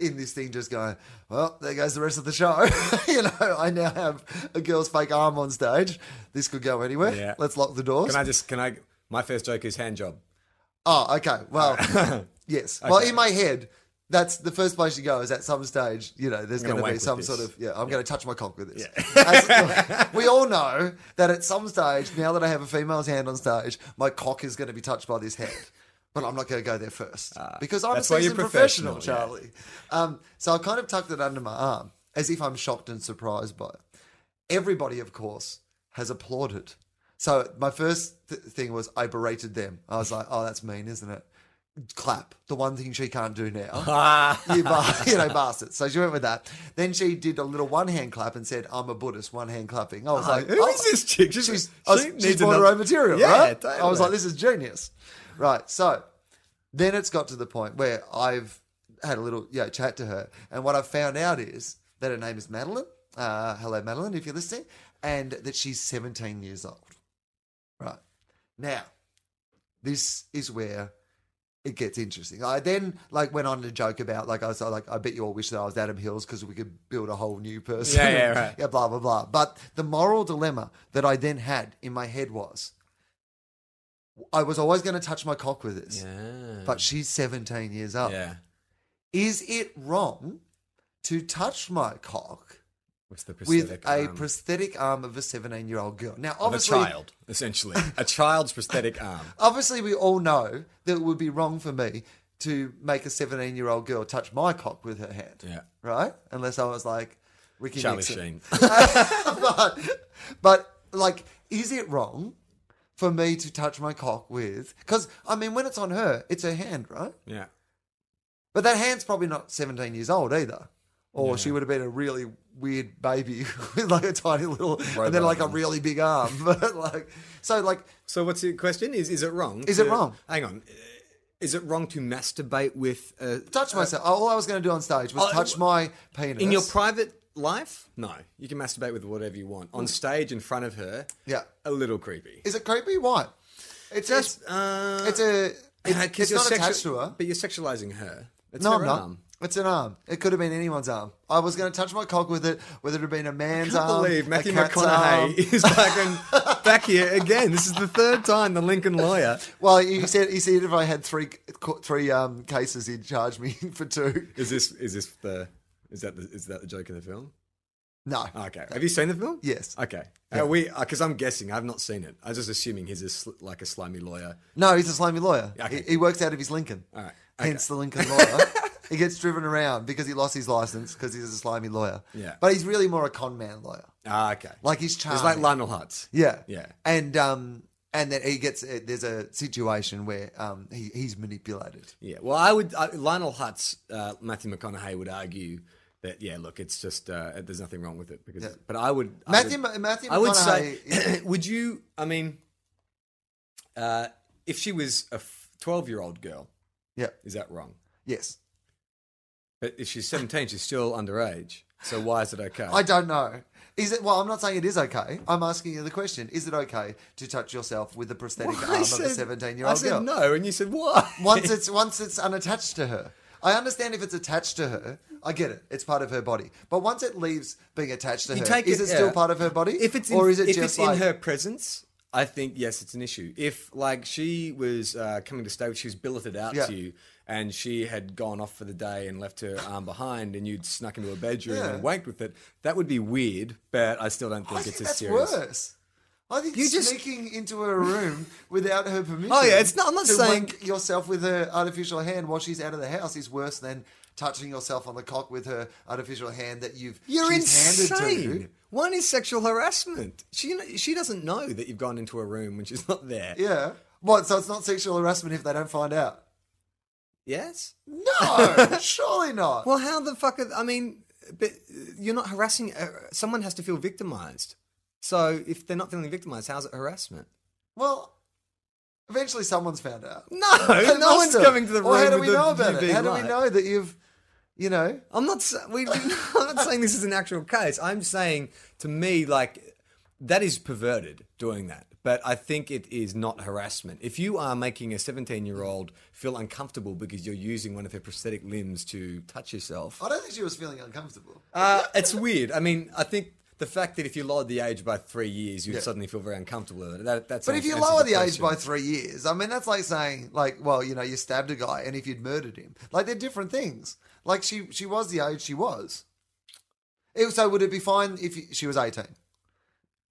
[SPEAKER 3] in this thing just going, well, there goes the rest of the show. you know, I now have a girl's fake arm on stage. This could go anywhere.
[SPEAKER 2] Yeah.
[SPEAKER 3] Let's lock the doors.
[SPEAKER 2] Can I just? Can I? My first joke is hand job.
[SPEAKER 3] Oh, okay. Well, yes. Well, in my head, That's the first place you go is at some stage, you know, there's
[SPEAKER 2] gonna
[SPEAKER 3] going to
[SPEAKER 2] wank
[SPEAKER 3] be
[SPEAKER 2] with
[SPEAKER 3] some
[SPEAKER 2] this.
[SPEAKER 3] sort of, yeah, I'm going to touch my cock with this. As- we all know that at some stage, now that I have a female's hand on stage, my cock is going to be touched by this hand. But I'm not going to go there first
[SPEAKER 2] Ah.
[SPEAKER 3] because I'm a
[SPEAKER 2] that's why you're
[SPEAKER 3] seasoned professional,
[SPEAKER 2] professional,
[SPEAKER 3] Charlie. Um, so I kind of tucked it under my arm as if I'm shocked and surprised by it everybody, of course, has applauded. So my first th- thing was I berated them. I was like, "Oh, that's mean, isn't it?" Clap. The one thing she can't do now,
[SPEAKER 2] Ah,
[SPEAKER 3] you, ba- you know, bastard. So she went with that. Then she did a little one hand clap and said, "I'm a Buddhist." One hand clapping. I was like,
[SPEAKER 2] Uh-huh. who
[SPEAKER 3] "Oh,
[SPEAKER 2] is this chick? She's,
[SPEAKER 3] She's,
[SPEAKER 2] she
[SPEAKER 3] I was-
[SPEAKER 2] needs
[SPEAKER 3] she's bought her
[SPEAKER 2] another-
[SPEAKER 3] own material,
[SPEAKER 2] Yeah,
[SPEAKER 3] right?"
[SPEAKER 2] totally.
[SPEAKER 3] I was like, "This is genius." Right. So then it's got to the point where I've had a little you know, chat to her, and what I've found out is that her name is Madeline. Uh, hello, Madeline, if you're listening, and that she's 17 years old. Right now, this is where it gets interesting. I then like went on to joke about like I was like I bet you all wish that I was Adam Hills because we could build a whole new person.
[SPEAKER 2] Yeah, yeah, right.
[SPEAKER 3] yeah, blah blah blah. But the moral dilemma that I then had in my head was, I was always going to touch my cock with this
[SPEAKER 2] yeah.
[SPEAKER 3] but she's 17 years old.
[SPEAKER 2] yeah.
[SPEAKER 3] Is it wrong to touch my cock
[SPEAKER 2] With the
[SPEAKER 3] with
[SPEAKER 2] prosthetic
[SPEAKER 3] a
[SPEAKER 2] arm.
[SPEAKER 3] prosthetic arm of a 17 year old girl? Now,
[SPEAKER 2] of a
[SPEAKER 3] obviously,
[SPEAKER 2] child, essentially, a child's prosthetic arm.
[SPEAKER 3] obviously, we all know that it would be wrong for me to make a 17 year old girl touch my cock with her hand,
[SPEAKER 2] Yeah,
[SPEAKER 3] right? Unless I was like Ricky
[SPEAKER 2] Charlie Sheen.
[SPEAKER 3] Nixon. but, but like, is it wrong for me to touch my cock with? Because I mean, when it's on her, it's her hand, right?
[SPEAKER 2] Yeah,
[SPEAKER 3] But that hand's probably not 17 years old either. Or she would have been a really weird baby with like a tiny little, and then like a
[SPEAKER 2] arm.
[SPEAKER 3] really big arm. But like, so like,
[SPEAKER 2] So what's your question? Is is it wrong?
[SPEAKER 3] Is it
[SPEAKER 2] to-
[SPEAKER 3] wrong?
[SPEAKER 2] Hang on. Is it wrong to masturbate with a
[SPEAKER 3] touch myself. All I was going to do on stage was
[SPEAKER 2] oh,
[SPEAKER 3] touch my penis.
[SPEAKER 2] Um, in your private life? No, you can masturbate with whatever you want on stage in front of her.
[SPEAKER 3] Mm. Yeah.
[SPEAKER 2] a little creepy.
[SPEAKER 3] Is it creepy? Why? It's just,
[SPEAKER 2] It's, uh,
[SPEAKER 3] it's a, it's,
[SPEAKER 2] 'cause
[SPEAKER 3] it's
[SPEAKER 2] you're
[SPEAKER 3] not
[SPEAKER 2] sexua-
[SPEAKER 3] attached to her.
[SPEAKER 2] but you're sexualizing her. It's
[SPEAKER 3] No,
[SPEAKER 2] her
[SPEAKER 3] I'm not.
[SPEAKER 2] arm.
[SPEAKER 3] It's an arm. It could have been anyone's arm. I was going to touch my cock with it, whether it had been a man's
[SPEAKER 2] I can't
[SPEAKER 3] arm.
[SPEAKER 2] believe
[SPEAKER 3] a
[SPEAKER 2] Matthew
[SPEAKER 3] cat's arm.
[SPEAKER 2] McConaughey is back and back here again. This is the third time the Lincoln lawyer.
[SPEAKER 3] Well, he said he said if I had three three um, cases, he'd charge me for two.
[SPEAKER 2] Is this is this the is that the, is that the joke in the film? Ah,
[SPEAKER 3] No,
[SPEAKER 2] Okay. Have you seen the film?
[SPEAKER 3] Yes.
[SPEAKER 2] Okay. Are we because I'm guessing I've not seen it. I was just assuming he's a sl- like a slimy lawyer.
[SPEAKER 3] no, he's a slimy lawyer.
[SPEAKER 2] Okay.
[SPEAKER 3] He, he works out of his Lincoln.
[SPEAKER 2] All right.
[SPEAKER 3] Hence the Lincoln lawyer. he gets driven around because he lost his license because he's a slimy lawyer.
[SPEAKER 2] Yeah.
[SPEAKER 3] but he's really more a con man lawyer.
[SPEAKER 2] Ah, okay.
[SPEAKER 3] Like he's charming.
[SPEAKER 2] it's like Lionel Hutz.
[SPEAKER 3] Yeah.
[SPEAKER 2] Yeah.
[SPEAKER 3] And um and then he gets uh, there's a situation where um he, he's manipulated.
[SPEAKER 2] Yeah. Well, I would I, Lionel Hutz, uh, Matthew McConaughey would argue that yeah, look, it's just uh, there's nothing wrong with it because. But I would I
[SPEAKER 3] Matthew
[SPEAKER 2] would-
[SPEAKER 3] Ma- Matthew
[SPEAKER 2] I would
[SPEAKER 3] McConaughey
[SPEAKER 2] say, would you? I mean, uh, if she was a twelve-year-old girl,
[SPEAKER 3] Yeah.
[SPEAKER 2] is that wrong?
[SPEAKER 3] Yes.
[SPEAKER 2] But if she's seventeen, she's still underage. So why is it okay?
[SPEAKER 3] I don't know. Is it? Well, I'm not saying it is okay. I'm asking you the question: Is it okay to touch yourself with the prosthetic
[SPEAKER 2] Well, I
[SPEAKER 3] arm of a
[SPEAKER 2] said-
[SPEAKER 3] 17 year
[SPEAKER 2] I
[SPEAKER 3] old
[SPEAKER 2] said
[SPEAKER 3] girl?
[SPEAKER 2] no, and you said why?
[SPEAKER 3] once it's once it's unattached to her. I understand if it's attached to her. I get it. It's part of her body. But once it leaves being attached to
[SPEAKER 2] You
[SPEAKER 3] her,
[SPEAKER 2] take
[SPEAKER 3] is
[SPEAKER 2] it-
[SPEAKER 3] it, still
[SPEAKER 2] yeah.
[SPEAKER 3] part of her body?
[SPEAKER 2] If it's in,
[SPEAKER 3] or is it
[SPEAKER 2] if it's
[SPEAKER 3] just like
[SPEAKER 2] in her presence, I think yes, it's an issue. If like she was uh, coming to stay, she was billeted out
[SPEAKER 3] Yeah.
[SPEAKER 2] to you, and she had gone off for the day and left her arm behind, and you'd snuck into her bedroom
[SPEAKER 3] Yeah.
[SPEAKER 2] and wanked with it, that would be weird. But I still don't
[SPEAKER 3] I
[SPEAKER 2] think
[SPEAKER 3] think
[SPEAKER 2] it's as
[SPEAKER 3] that's
[SPEAKER 2] serious.
[SPEAKER 3] worse. I think
[SPEAKER 2] You just-
[SPEAKER 3] sneaking into her room without her permission.
[SPEAKER 2] Oh, yeah, it's not- I'm not
[SPEAKER 3] to
[SPEAKER 2] saying-
[SPEAKER 3] wank yourself with her artificial hand while she's out of the house is worse than touching yourself on the cock with her artificial hand that you've
[SPEAKER 2] You're
[SPEAKER 3] she's handed to you.
[SPEAKER 2] insane. One is sexual harassment. She she doesn't know that you've gone into her room when she's not there.
[SPEAKER 3] Yeah. What? So it's not sexual harassment if they don't find out.
[SPEAKER 2] Yes.
[SPEAKER 3] No, surely not.
[SPEAKER 2] Well, how the fuck? Are, I mean, but you're not harassing. Uh, someone has to feel victimized. So if they're not feeling victimized, how's it harassment?
[SPEAKER 3] Well, eventually someone's found out.
[SPEAKER 2] No,
[SPEAKER 3] They
[SPEAKER 2] no
[SPEAKER 3] must
[SPEAKER 2] one's
[SPEAKER 3] have.
[SPEAKER 2] coming to the room.
[SPEAKER 3] Or how do
[SPEAKER 2] with
[SPEAKER 3] we
[SPEAKER 2] the-
[SPEAKER 3] know
[SPEAKER 2] you
[SPEAKER 3] about it?
[SPEAKER 2] being
[SPEAKER 3] How do we
[SPEAKER 2] right.
[SPEAKER 3] know that you've, you know?
[SPEAKER 2] I'm not. sa- We, we- I'm not saying this is an actual case. I'm saying to me, like that is perverted doing that. But I think it is not harassment. If you are making a 17 year old feel uncomfortable because you're using one of her prosthetic limbs to touch yourself,
[SPEAKER 3] I don't think she was feeling uncomfortable.
[SPEAKER 2] uh, it's weird. I mean, I think the fact that if you lowered the age by three years, you'd
[SPEAKER 3] Yeah.
[SPEAKER 2] suddenly feel very uncomfortable with it. That, that's
[SPEAKER 3] But if you lower the age by three years, I mean that's like saying like, well, you know, you stabbed a guy and if you'd murdered him, like they're different things. Like she she was the age she was. It, so would it be fine if you, she was eighteen?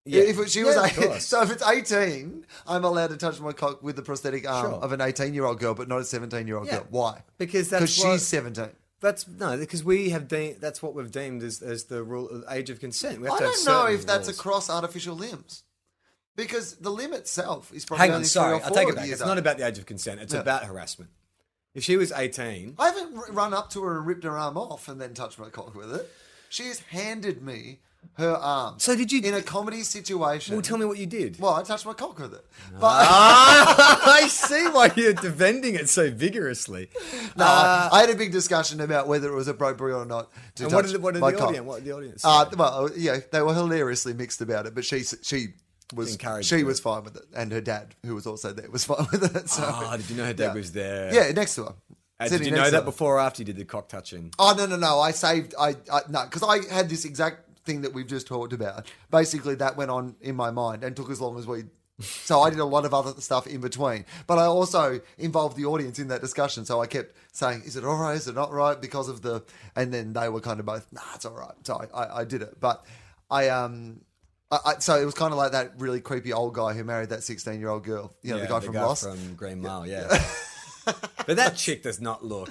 [SPEAKER 3] If it- she was
[SPEAKER 2] Yeah, of
[SPEAKER 3] 18,
[SPEAKER 2] course.
[SPEAKER 3] so if it's eighteen, I'm allowed to touch my cock with the prosthetic arm
[SPEAKER 2] Sure.
[SPEAKER 3] of an eighteen-year-old girl, but not a seventeen-year-old
[SPEAKER 2] Yeah.
[SPEAKER 3] girl. Why?
[SPEAKER 2] Because that's
[SPEAKER 3] Because she's
[SPEAKER 2] what-
[SPEAKER 3] seventeen.
[SPEAKER 2] That's no, because we have de- that's what we've deemed as, as the rule of age of consent. We have
[SPEAKER 3] I
[SPEAKER 2] to have
[SPEAKER 3] don't know
[SPEAKER 2] certain
[SPEAKER 3] if that's
[SPEAKER 2] rules.
[SPEAKER 3] across artificial limbs, because the limb itself is probably
[SPEAKER 2] Hang on,
[SPEAKER 3] only
[SPEAKER 2] sorry,
[SPEAKER 3] three or
[SPEAKER 2] I
[SPEAKER 3] four
[SPEAKER 2] take it back.
[SPEAKER 3] years
[SPEAKER 2] It's not
[SPEAKER 3] old.
[SPEAKER 2] about the age of consent. It's
[SPEAKER 3] Yeah.
[SPEAKER 2] about harassment. If she was eighteen,
[SPEAKER 3] I haven't r- run up to her and ripped her arm off and then touched my cock with it. She has handed me her arm.
[SPEAKER 2] So did you-
[SPEAKER 3] in a comedy situation?
[SPEAKER 2] well, tell me Ah. what you did.
[SPEAKER 3] Well, I touched my cock with it, but
[SPEAKER 2] I see why you're defending it so vigorously.
[SPEAKER 3] no, I- I had a big discussion about whether it was appropriate or not to
[SPEAKER 2] And
[SPEAKER 3] touch
[SPEAKER 2] what did, the- what did the
[SPEAKER 3] my cock.
[SPEAKER 2] audience? What did the audience?
[SPEAKER 3] Uh,
[SPEAKER 2] say?
[SPEAKER 3] well, yeah, they were hilariously mixed about it, but she she was
[SPEAKER 2] Encouraged
[SPEAKER 3] she
[SPEAKER 2] it.
[SPEAKER 3] was fine with it, and her dad, who was also there, was fine with it. So.
[SPEAKER 2] Ah, did you know her dad
[SPEAKER 3] yeah.
[SPEAKER 2] was there?
[SPEAKER 3] Yeah, next to her.
[SPEAKER 2] Uh, did
[SPEAKER 3] Sitting
[SPEAKER 2] you know
[SPEAKER 3] next to
[SPEAKER 2] that
[SPEAKER 3] her.
[SPEAKER 2] before or after you did the cock touching?
[SPEAKER 3] Oh no no no! I saved I, I no because I had this exact thing that we've just talked about. Basically, that went on in my mind and took as long as we. So I did a lot of other stuff in between, but I also involved the audience in that discussion. So I kept saying, "Is it all right? Is it not right?" Because of the, and then they were kind of both, "Nah, it's all right." So I, I, I did it, but I um, I, I, so it was kind of like that really creepy old guy wy who married that sixteen-year-old girl. You know, the guy from Lost.
[SPEAKER 2] from Green Mile, yeah. but that chick does not look.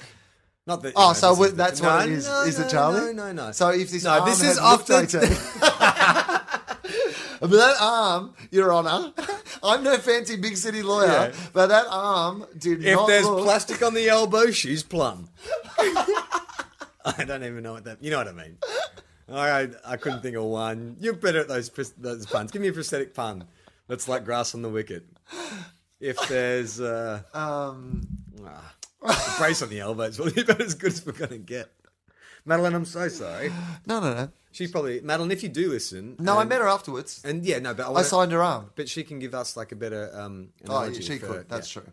[SPEAKER 2] Not that. you
[SPEAKER 3] Oh,
[SPEAKER 2] know,
[SPEAKER 3] so
[SPEAKER 2] this
[SPEAKER 3] wi-
[SPEAKER 2] is-
[SPEAKER 3] that's
[SPEAKER 2] no,
[SPEAKER 3] what it is.
[SPEAKER 2] no,
[SPEAKER 3] is
[SPEAKER 2] no,
[SPEAKER 3] it Charlie?
[SPEAKER 2] No, no, no.
[SPEAKER 3] So if this
[SPEAKER 2] no,
[SPEAKER 3] arm
[SPEAKER 2] this is
[SPEAKER 3] had looked
[SPEAKER 2] after.
[SPEAKER 3] 18 But that arm, Your Honour, I'm no fancy big city lawyer,
[SPEAKER 2] Yeah.
[SPEAKER 3] but that arm did
[SPEAKER 2] if
[SPEAKER 3] not
[SPEAKER 2] there's
[SPEAKER 3] look.
[SPEAKER 2] plastic on the elbow, she's plum. I don't even know what that. You know what I mean? All right, I couldn't think of one. You're better at those pres- those puns. Give me a prosthetic pun. That's like grass on the wicket. If there's uh,
[SPEAKER 3] um,
[SPEAKER 2] ah, a brace on the elbow, it's probably about as good as we're gonna get. Madeline, I'm so sorry.
[SPEAKER 3] no, no, no.
[SPEAKER 2] She's probably Madeline. If you do listen,
[SPEAKER 3] No, I
[SPEAKER 2] and-
[SPEAKER 3] met her afterwards.
[SPEAKER 2] Um, And yeah, no, but I,
[SPEAKER 3] I
[SPEAKER 2] wanna,
[SPEAKER 3] signed her arm.
[SPEAKER 2] But she can give us like a better um.
[SPEAKER 3] Oh,
[SPEAKER 2] analogy
[SPEAKER 3] yeah, she
[SPEAKER 2] for-
[SPEAKER 3] could. That's
[SPEAKER 2] yeah.
[SPEAKER 3] true.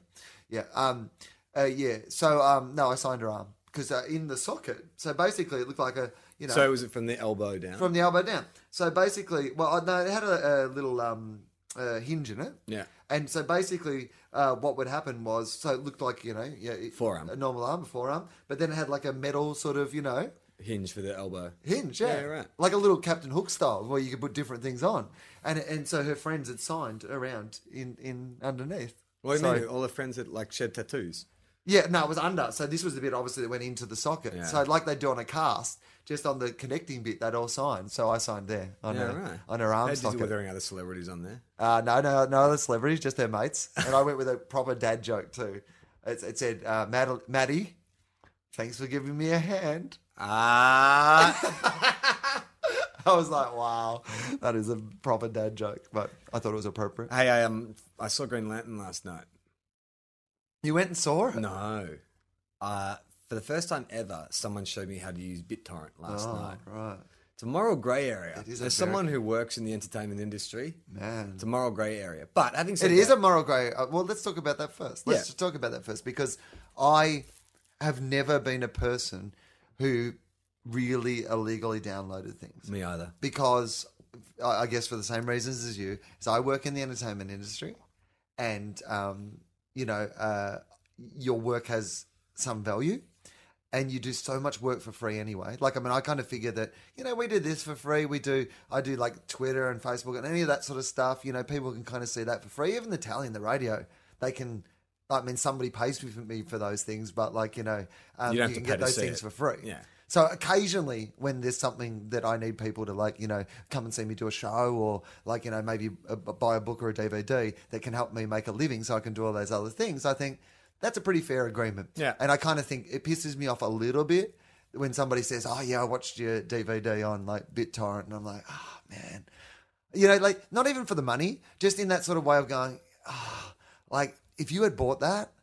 [SPEAKER 3] Yeah. Um, uh, yeah. So, um, no, I signed her arm because uh, in the socket. So basically, it looked like a, you know,
[SPEAKER 2] So was it from the elbow down?
[SPEAKER 3] from the elbow down. So basically, well, I- no, it had a, a little um, uh, hinge in it.
[SPEAKER 2] Yeah.
[SPEAKER 3] And so basically, uh, what would happen was, so it looked like you know, yeah, it-
[SPEAKER 2] Forearm.
[SPEAKER 3] a normal arm, a forearm, but then it had like a metal sort of you know
[SPEAKER 2] hinge for the elbow.
[SPEAKER 3] hinge, yeah,
[SPEAKER 2] Yeah, right.
[SPEAKER 3] like a little Captain Hook style where you could put different things on. And and so her friends had signed around in in underneath.
[SPEAKER 2] Well, you
[SPEAKER 3] So-
[SPEAKER 2] mean all the friends that like shed tattoos.
[SPEAKER 3] yeah, no, it was under. So this was the bit obviously that went into the socket.
[SPEAKER 2] Yeah.
[SPEAKER 3] So like they do on a cast, just on the connecting bit, they'd all sign. So I signed there on
[SPEAKER 2] Yeah,
[SPEAKER 3] her
[SPEAKER 2] right.
[SPEAKER 3] on her arm
[SPEAKER 2] How did you-
[SPEAKER 3] socket.
[SPEAKER 2] Were there any other celebrities on there?
[SPEAKER 3] Uh, no, no, no other celebrities, just their mates. And I went with a proper dad joke too. It, it said, uh, Mad- Maddie, thanks for giving me a hand.
[SPEAKER 2] Ah,
[SPEAKER 3] I was like, wow, that is a proper dad joke, but I thought it was appropriate.
[SPEAKER 2] hey, I um, I saw Green Lantern last night.
[SPEAKER 3] You went and saw her?
[SPEAKER 2] No, uh, for the first time ever, someone showed me how to use BitTorrent last
[SPEAKER 3] Oh,
[SPEAKER 2] night.
[SPEAKER 3] right.
[SPEAKER 2] It's a moral grey area.
[SPEAKER 3] It is a
[SPEAKER 2] As
[SPEAKER 3] very-
[SPEAKER 2] someone who works in the entertainment industry,
[SPEAKER 3] Man.
[SPEAKER 2] it's a moral grey area. But having said
[SPEAKER 3] It is
[SPEAKER 2] that,
[SPEAKER 3] a moral grey. Uh, well, let's talk about that first. Let's
[SPEAKER 2] Yeah.
[SPEAKER 3] just talk about that first because I have never been a person who really illegally downloaded things.
[SPEAKER 2] me either.
[SPEAKER 3] because I I guess for the same reasons as you, is I work in the entertainment industry, and um, you know, uh, your work has some value, and you do so much work for free anyway. Like, I mean, I kind of figure that you know we do this for free. We do I do like Twitter and Facebook and any of that sort of stuff. You know, people can kind of see that for free. Even the tally and the radio, they can. I mean, somebody pays me for me for those things, but like you know, um,
[SPEAKER 2] You
[SPEAKER 3] you,
[SPEAKER 2] don't have
[SPEAKER 3] can
[SPEAKER 2] to pay
[SPEAKER 3] get
[SPEAKER 2] to
[SPEAKER 3] those
[SPEAKER 2] see
[SPEAKER 3] things
[SPEAKER 2] it.
[SPEAKER 3] for free.
[SPEAKER 2] Yeah.
[SPEAKER 3] So occasionally, when there's something that I need people to like, you know, come and see me do a show, or like, you know, maybe uh buy a book or a DVD that can help me make a living, so I can do all those other things. I think that's a pretty fair agreement.
[SPEAKER 2] Yeah.
[SPEAKER 3] And I kind of think it pisses me off a little bit when somebody says, "Oh yeah, I watched your DVD on like BitTorrent," and I'm like, "Oh man," you know, like not even for the money, just in that sort of way of going, "Ah, like if you had bought that,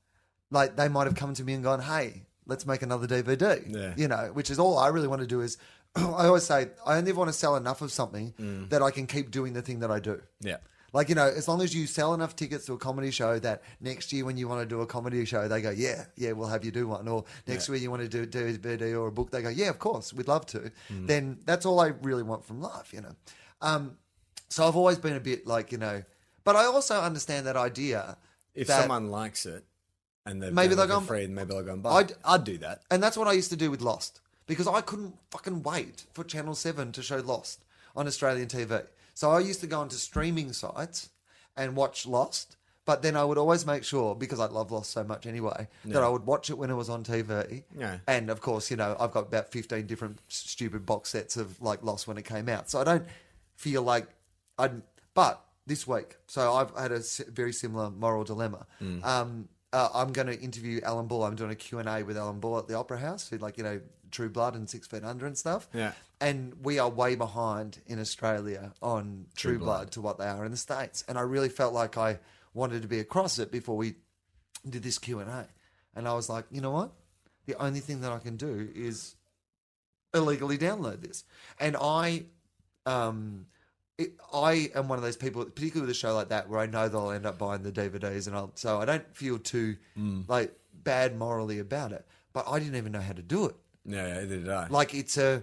[SPEAKER 3] like they might have come to me and gone, "Hey." Let's make another DVD
[SPEAKER 2] Yeah.
[SPEAKER 3] you know, which is all I really want to do is I always say I only want to sell enough of something that I can keep doing the thing that I do.
[SPEAKER 2] Yeah.
[SPEAKER 3] Like, you know, as long as you sell enough tickets to a comedy show that next year when you want to do a comedy show, they go, yeah, yeah, we'll have you do one. Or next year you want to do
[SPEAKER 2] Hmm.
[SPEAKER 3] do a DVD or a book, they go, yeah, of course, we'd love to. Then that's all I really want from life, you know. Um, so I've always been a bit like you know, but I also understand that idea.
[SPEAKER 2] If
[SPEAKER 3] that-
[SPEAKER 2] someone likes it and they've maybe
[SPEAKER 3] Maybe
[SPEAKER 2] they'll
[SPEAKER 3] they'll
[SPEAKER 2] go
[SPEAKER 3] go-
[SPEAKER 2] free, and maybe they'll go and buy.
[SPEAKER 3] I'd-
[SPEAKER 2] it. I'd do that.
[SPEAKER 3] And that's what I used to do with Lost because I couldn't fucking wait for Channel 7 to show Lost on Australian TV. So I used to go onto streaming sites and watch Lost, but then I would always make sure, because I love Lost so much anyway, that I would watch it when it was on TV.
[SPEAKER 2] Yeah.
[SPEAKER 3] And of course, you know, I've got about 15 different s- stupid box sets of like Lost when it came out. So I don't feel like I'd. But this week, so I've had a s- very similar moral dilemma. Um, uh, I'm going to interview Alan Bull. I'm doing a Q&A with Alan Bull at the Opera House, who like, you know, True Blood and Six Feet Under and stuff.
[SPEAKER 2] Yeah.
[SPEAKER 3] And we are way behind in Australia on True, Blood. to what they are in the States. And I really felt like I wanted to be across it before we did this Q&A. And I was like, you know what? The only thing that I can do is illegally download this. And I, um, it, I am one of those people, particularly with a show like that, where I know that I'll end up buying the DVDs, and I'll, so I don't feel too
[SPEAKER 2] Mm.
[SPEAKER 3] like bad morally about it. But I didn't even know how to do it.
[SPEAKER 2] Yeah, yeah, either did I.
[SPEAKER 3] Like it's a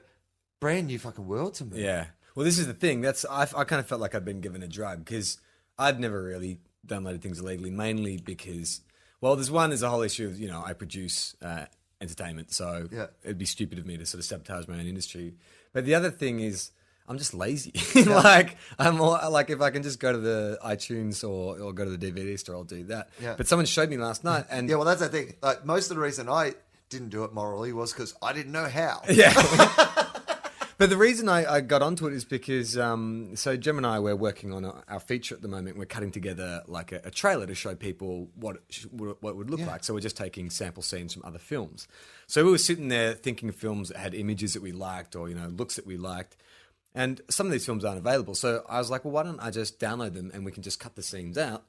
[SPEAKER 3] brand new fucking world to me.
[SPEAKER 2] Yeah. Well, this is the thing. That's I, I kind of felt like I'd been given a drug because I'd never really downloaded things illegally, mainly because, well, there's one, there's a whole issue of, you know, I produce uh, entertainment, so
[SPEAKER 3] Yeah.
[SPEAKER 2] it'd be stupid of me to sort of sabotage my own industry. But the other thing is, I'm just lazy. like I'm all, like if I can just go to the iTunes or, or go to the DVD store, I'll do that.
[SPEAKER 3] Yeah.
[SPEAKER 2] But someone showed me last night, and
[SPEAKER 3] Yeah, well, that's the thing. Like most of the reason I didn't do it morally was because I didn't know how.
[SPEAKER 2] Yeah. but the reason I, I got onto it is because um, so Jim and I we're working on our our feature at the moment. We're cutting together like a, a trailer to show people what it sh- what it what it would look like. So we're just taking sample scenes from other films. So we were sitting there thinking of films that had images that we liked or you know looks that we liked. And some of these films aren't available. So I was like, well, why don't I just download them and we can just cut the scenes out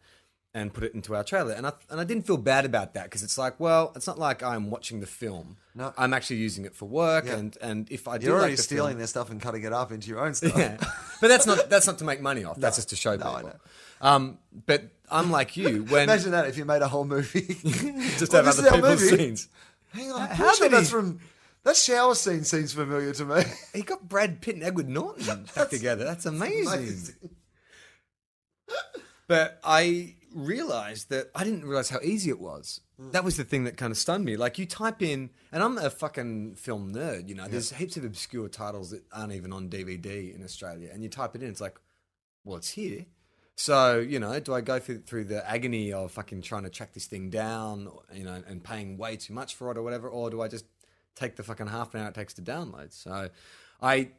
[SPEAKER 2] and put it into our trailer? And I, and I didn't feel bad about that because it's like, well, it's not like I'm watching the film.
[SPEAKER 3] No.
[SPEAKER 2] I'm actually using it for work.
[SPEAKER 3] Yeah.
[SPEAKER 2] And, and if I do
[SPEAKER 3] You're
[SPEAKER 2] like
[SPEAKER 3] already
[SPEAKER 2] the
[SPEAKER 3] stealing
[SPEAKER 2] film-
[SPEAKER 3] their stuff and cutting it up into your own stuff.
[SPEAKER 2] yeah. But that's not that's not to make money off. that's just to show
[SPEAKER 3] No, I
[SPEAKER 2] people. Um, but I'm like you when
[SPEAKER 3] Imagine that if you made a whole movie.
[SPEAKER 2] just have
[SPEAKER 3] Well, this
[SPEAKER 2] other
[SPEAKER 3] is our
[SPEAKER 2] people's
[SPEAKER 3] movie.
[SPEAKER 2] scenes.
[SPEAKER 3] Hang on, I'm
[SPEAKER 2] How
[SPEAKER 3] pretty sure
[SPEAKER 2] did he-
[SPEAKER 3] that's from that shower scene seems familiar to me.
[SPEAKER 2] He got Brad Pitt and Edward Norton back together. That's amazing. But I realized that I didn't realize how easy it was. That was the thing that kind of stunned me. Like you type in, and I'm a fucking film nerd. You know, there's heaps of obscure titles that aren't even on DVD in Australia, and you type it in, it's like, well, it's here. So you know, do I go through, through the agony of fucking trying to track this thing down, you know, and paying way too much for it or whatever, or do I just take the fucking half an hour it takes to download? So I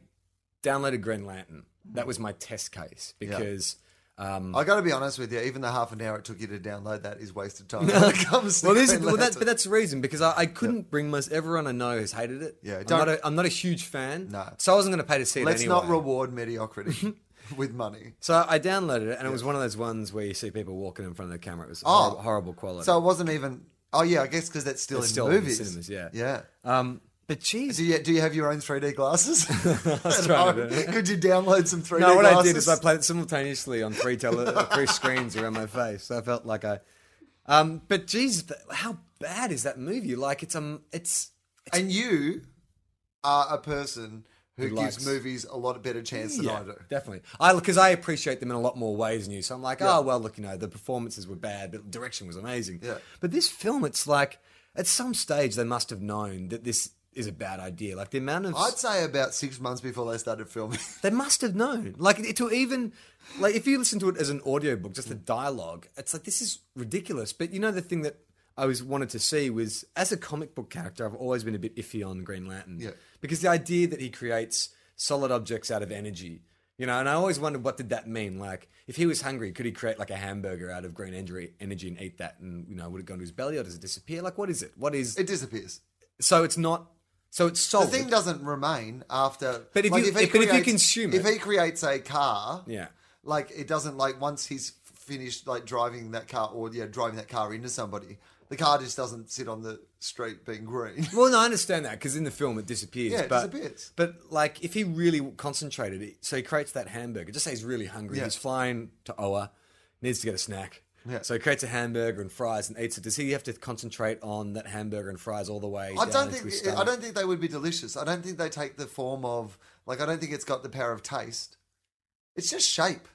[SPEAKER 2] downloaded Green Lantern. That was my test case because. Um,
[SPEAKER 3] I got to be honest with you. Even the half an hour it took you to download that is wasted time. When it comes to
[SPEAKER 2] well, this,
[SPEAKER 3] Green
[SPEAKER 2] well that,
[SPEAKER 3] Lantern.
[SPEAKER 2] but that's the reason because I, I couldn't bring most everyone I know has hated it.
[SPEAKER 3] Yeah,
[SPEAKER 2] I'm
[SPEAKER 3] don't-
[SPEAKER 2] not, a, I'm not a huge fan.
[SPEAKER 3] No.
[SPEAKER 2] so I wasn't going to pay to see it
[SPEAKER 3] let's
[SPEAKER 2] anyway.
[SPEAKER 3] not reward mediocrity with money.
[SPEAKER 2] so I downloaded it, and it was one of those ones where you see people walking in front of the camera. It was horrible, horrible quality.
[SPEAKER 3] Oh. So it wasn't even. Oh yeah, I guess because that's still
[SPEAKER 2] It's
[SPEAKER 3] in
[SPEAKER 2] still in
[SPEAKER 3] movies.
[SPEAKER 2] cinemas, yeah.
[SPEAKER 3] yeah.
[SPEAKER 2] um, but geez,
[SPEAKER 3] Do you, do you have your own 3D glasses? At
[SPEAKER 2] trying to
[SPEAKER 3] home?
[SPEAKER 2] do it.
[SPEAKER 3] Could you download some 3D
[SPEAKER 2] no, what
[SPEAKER 3] glasses?
[SPEAKER 2] I did is I played it simultaneously on three tele- three screens around my face. So I felt like I. Um, but geez, th- how bad is that movie? Like it's um, it's
[SPEAKER 3] And you are a person who,
[SPEAKER 2] Who
[SPEAKER 3] gives
[SPEAKER 2] likes-
[SPEAKER 3] movies a lot better chance than I do.
[SPEAKER 2] Definitely. I because I appreciate them in a lot more ways than you. So I'm like, oh well, look, you know, the performances were bad, but the direction was amazing.
[SPEAKER 3] Yeah.
[SPEAKER 2] But this film, it's like at some stage they must have known that this is a bad idea. Like the amount of
[SPEAKER 3] I'd say about six months before they started filming.
[SPEAKER 2] they must have known. Like it- to even like if you listen to it as an audiobook, just the
[SPEAKER 3] Mm.
[SPEAKER 2] dialogue, it's like this is ridiculous. But you know the thing that I always wanted to see was as a comic book character, I've always been a bit iffy on Green Lantern.
[SPEAKER 3] Yeah.
[SPEAKER 2] Because the idea that he creates solid objects out of energy, you know, and I always wondered what did that mean? Like if he was hungry, could he create like a hamburger out of green energy energy and eat that and you know, would it go into his belly or does it disappear? Like what is it? What is
[SPEAKER 3] It disappears.
[SPEAKER 2] so it's not so it's
[SPEAKER 3] The
[SPEAKER 2] solid.
[SPEAKER 3] thing doesn't remain after.
[SPEAKER 2] But if you-
[SPEAKER 3] he
[SPEAKER 2] if- but if you consume
[SPEAKER 3] if
[SPEAKER 2] it-
[SPEAKER 3] he creates a car,
[SPEAKER 2] Yeah.
[SPEAKER 3] like it doesn't like once he's finished like driving that car or yeah driving that car into somebody, the car just doesn't sit on the street being green.
[SPEAKER 2] Well, no, I understand that because in the film it disappears.
[SPEAKER 3] Yeah, it
[SPEAKER 2] but,
[SPEAKER 3] disappears.
[SPEAKER 2] But like, if he really concentrated, it, so he creates that hamburger. Just say he's really hungry.
[SPEAKER 3] Yeah.
[SPEAKER 2] He's flying to Oa, needs to get a snack.
[SPEAKER 3] Yeah.
[SPEAKER 2] So he creates a hamburger and fries and eats it. Does he have to concentrate on that hamburger and fries all the way?
[SPEAKER 3] I
[SPEAKER 2] down
[SPEAKER 3] don't
[SPEAKER 2] into
[SPEAKER 3] think
[SPEAKER 2] his
[SPEAKER 3] I
[SPEAKER 2] stomach?
[SPEAKER 3] don't think they would be delicious. I don't think they take the form of like I don't think it's got the power of taste. It's just shape.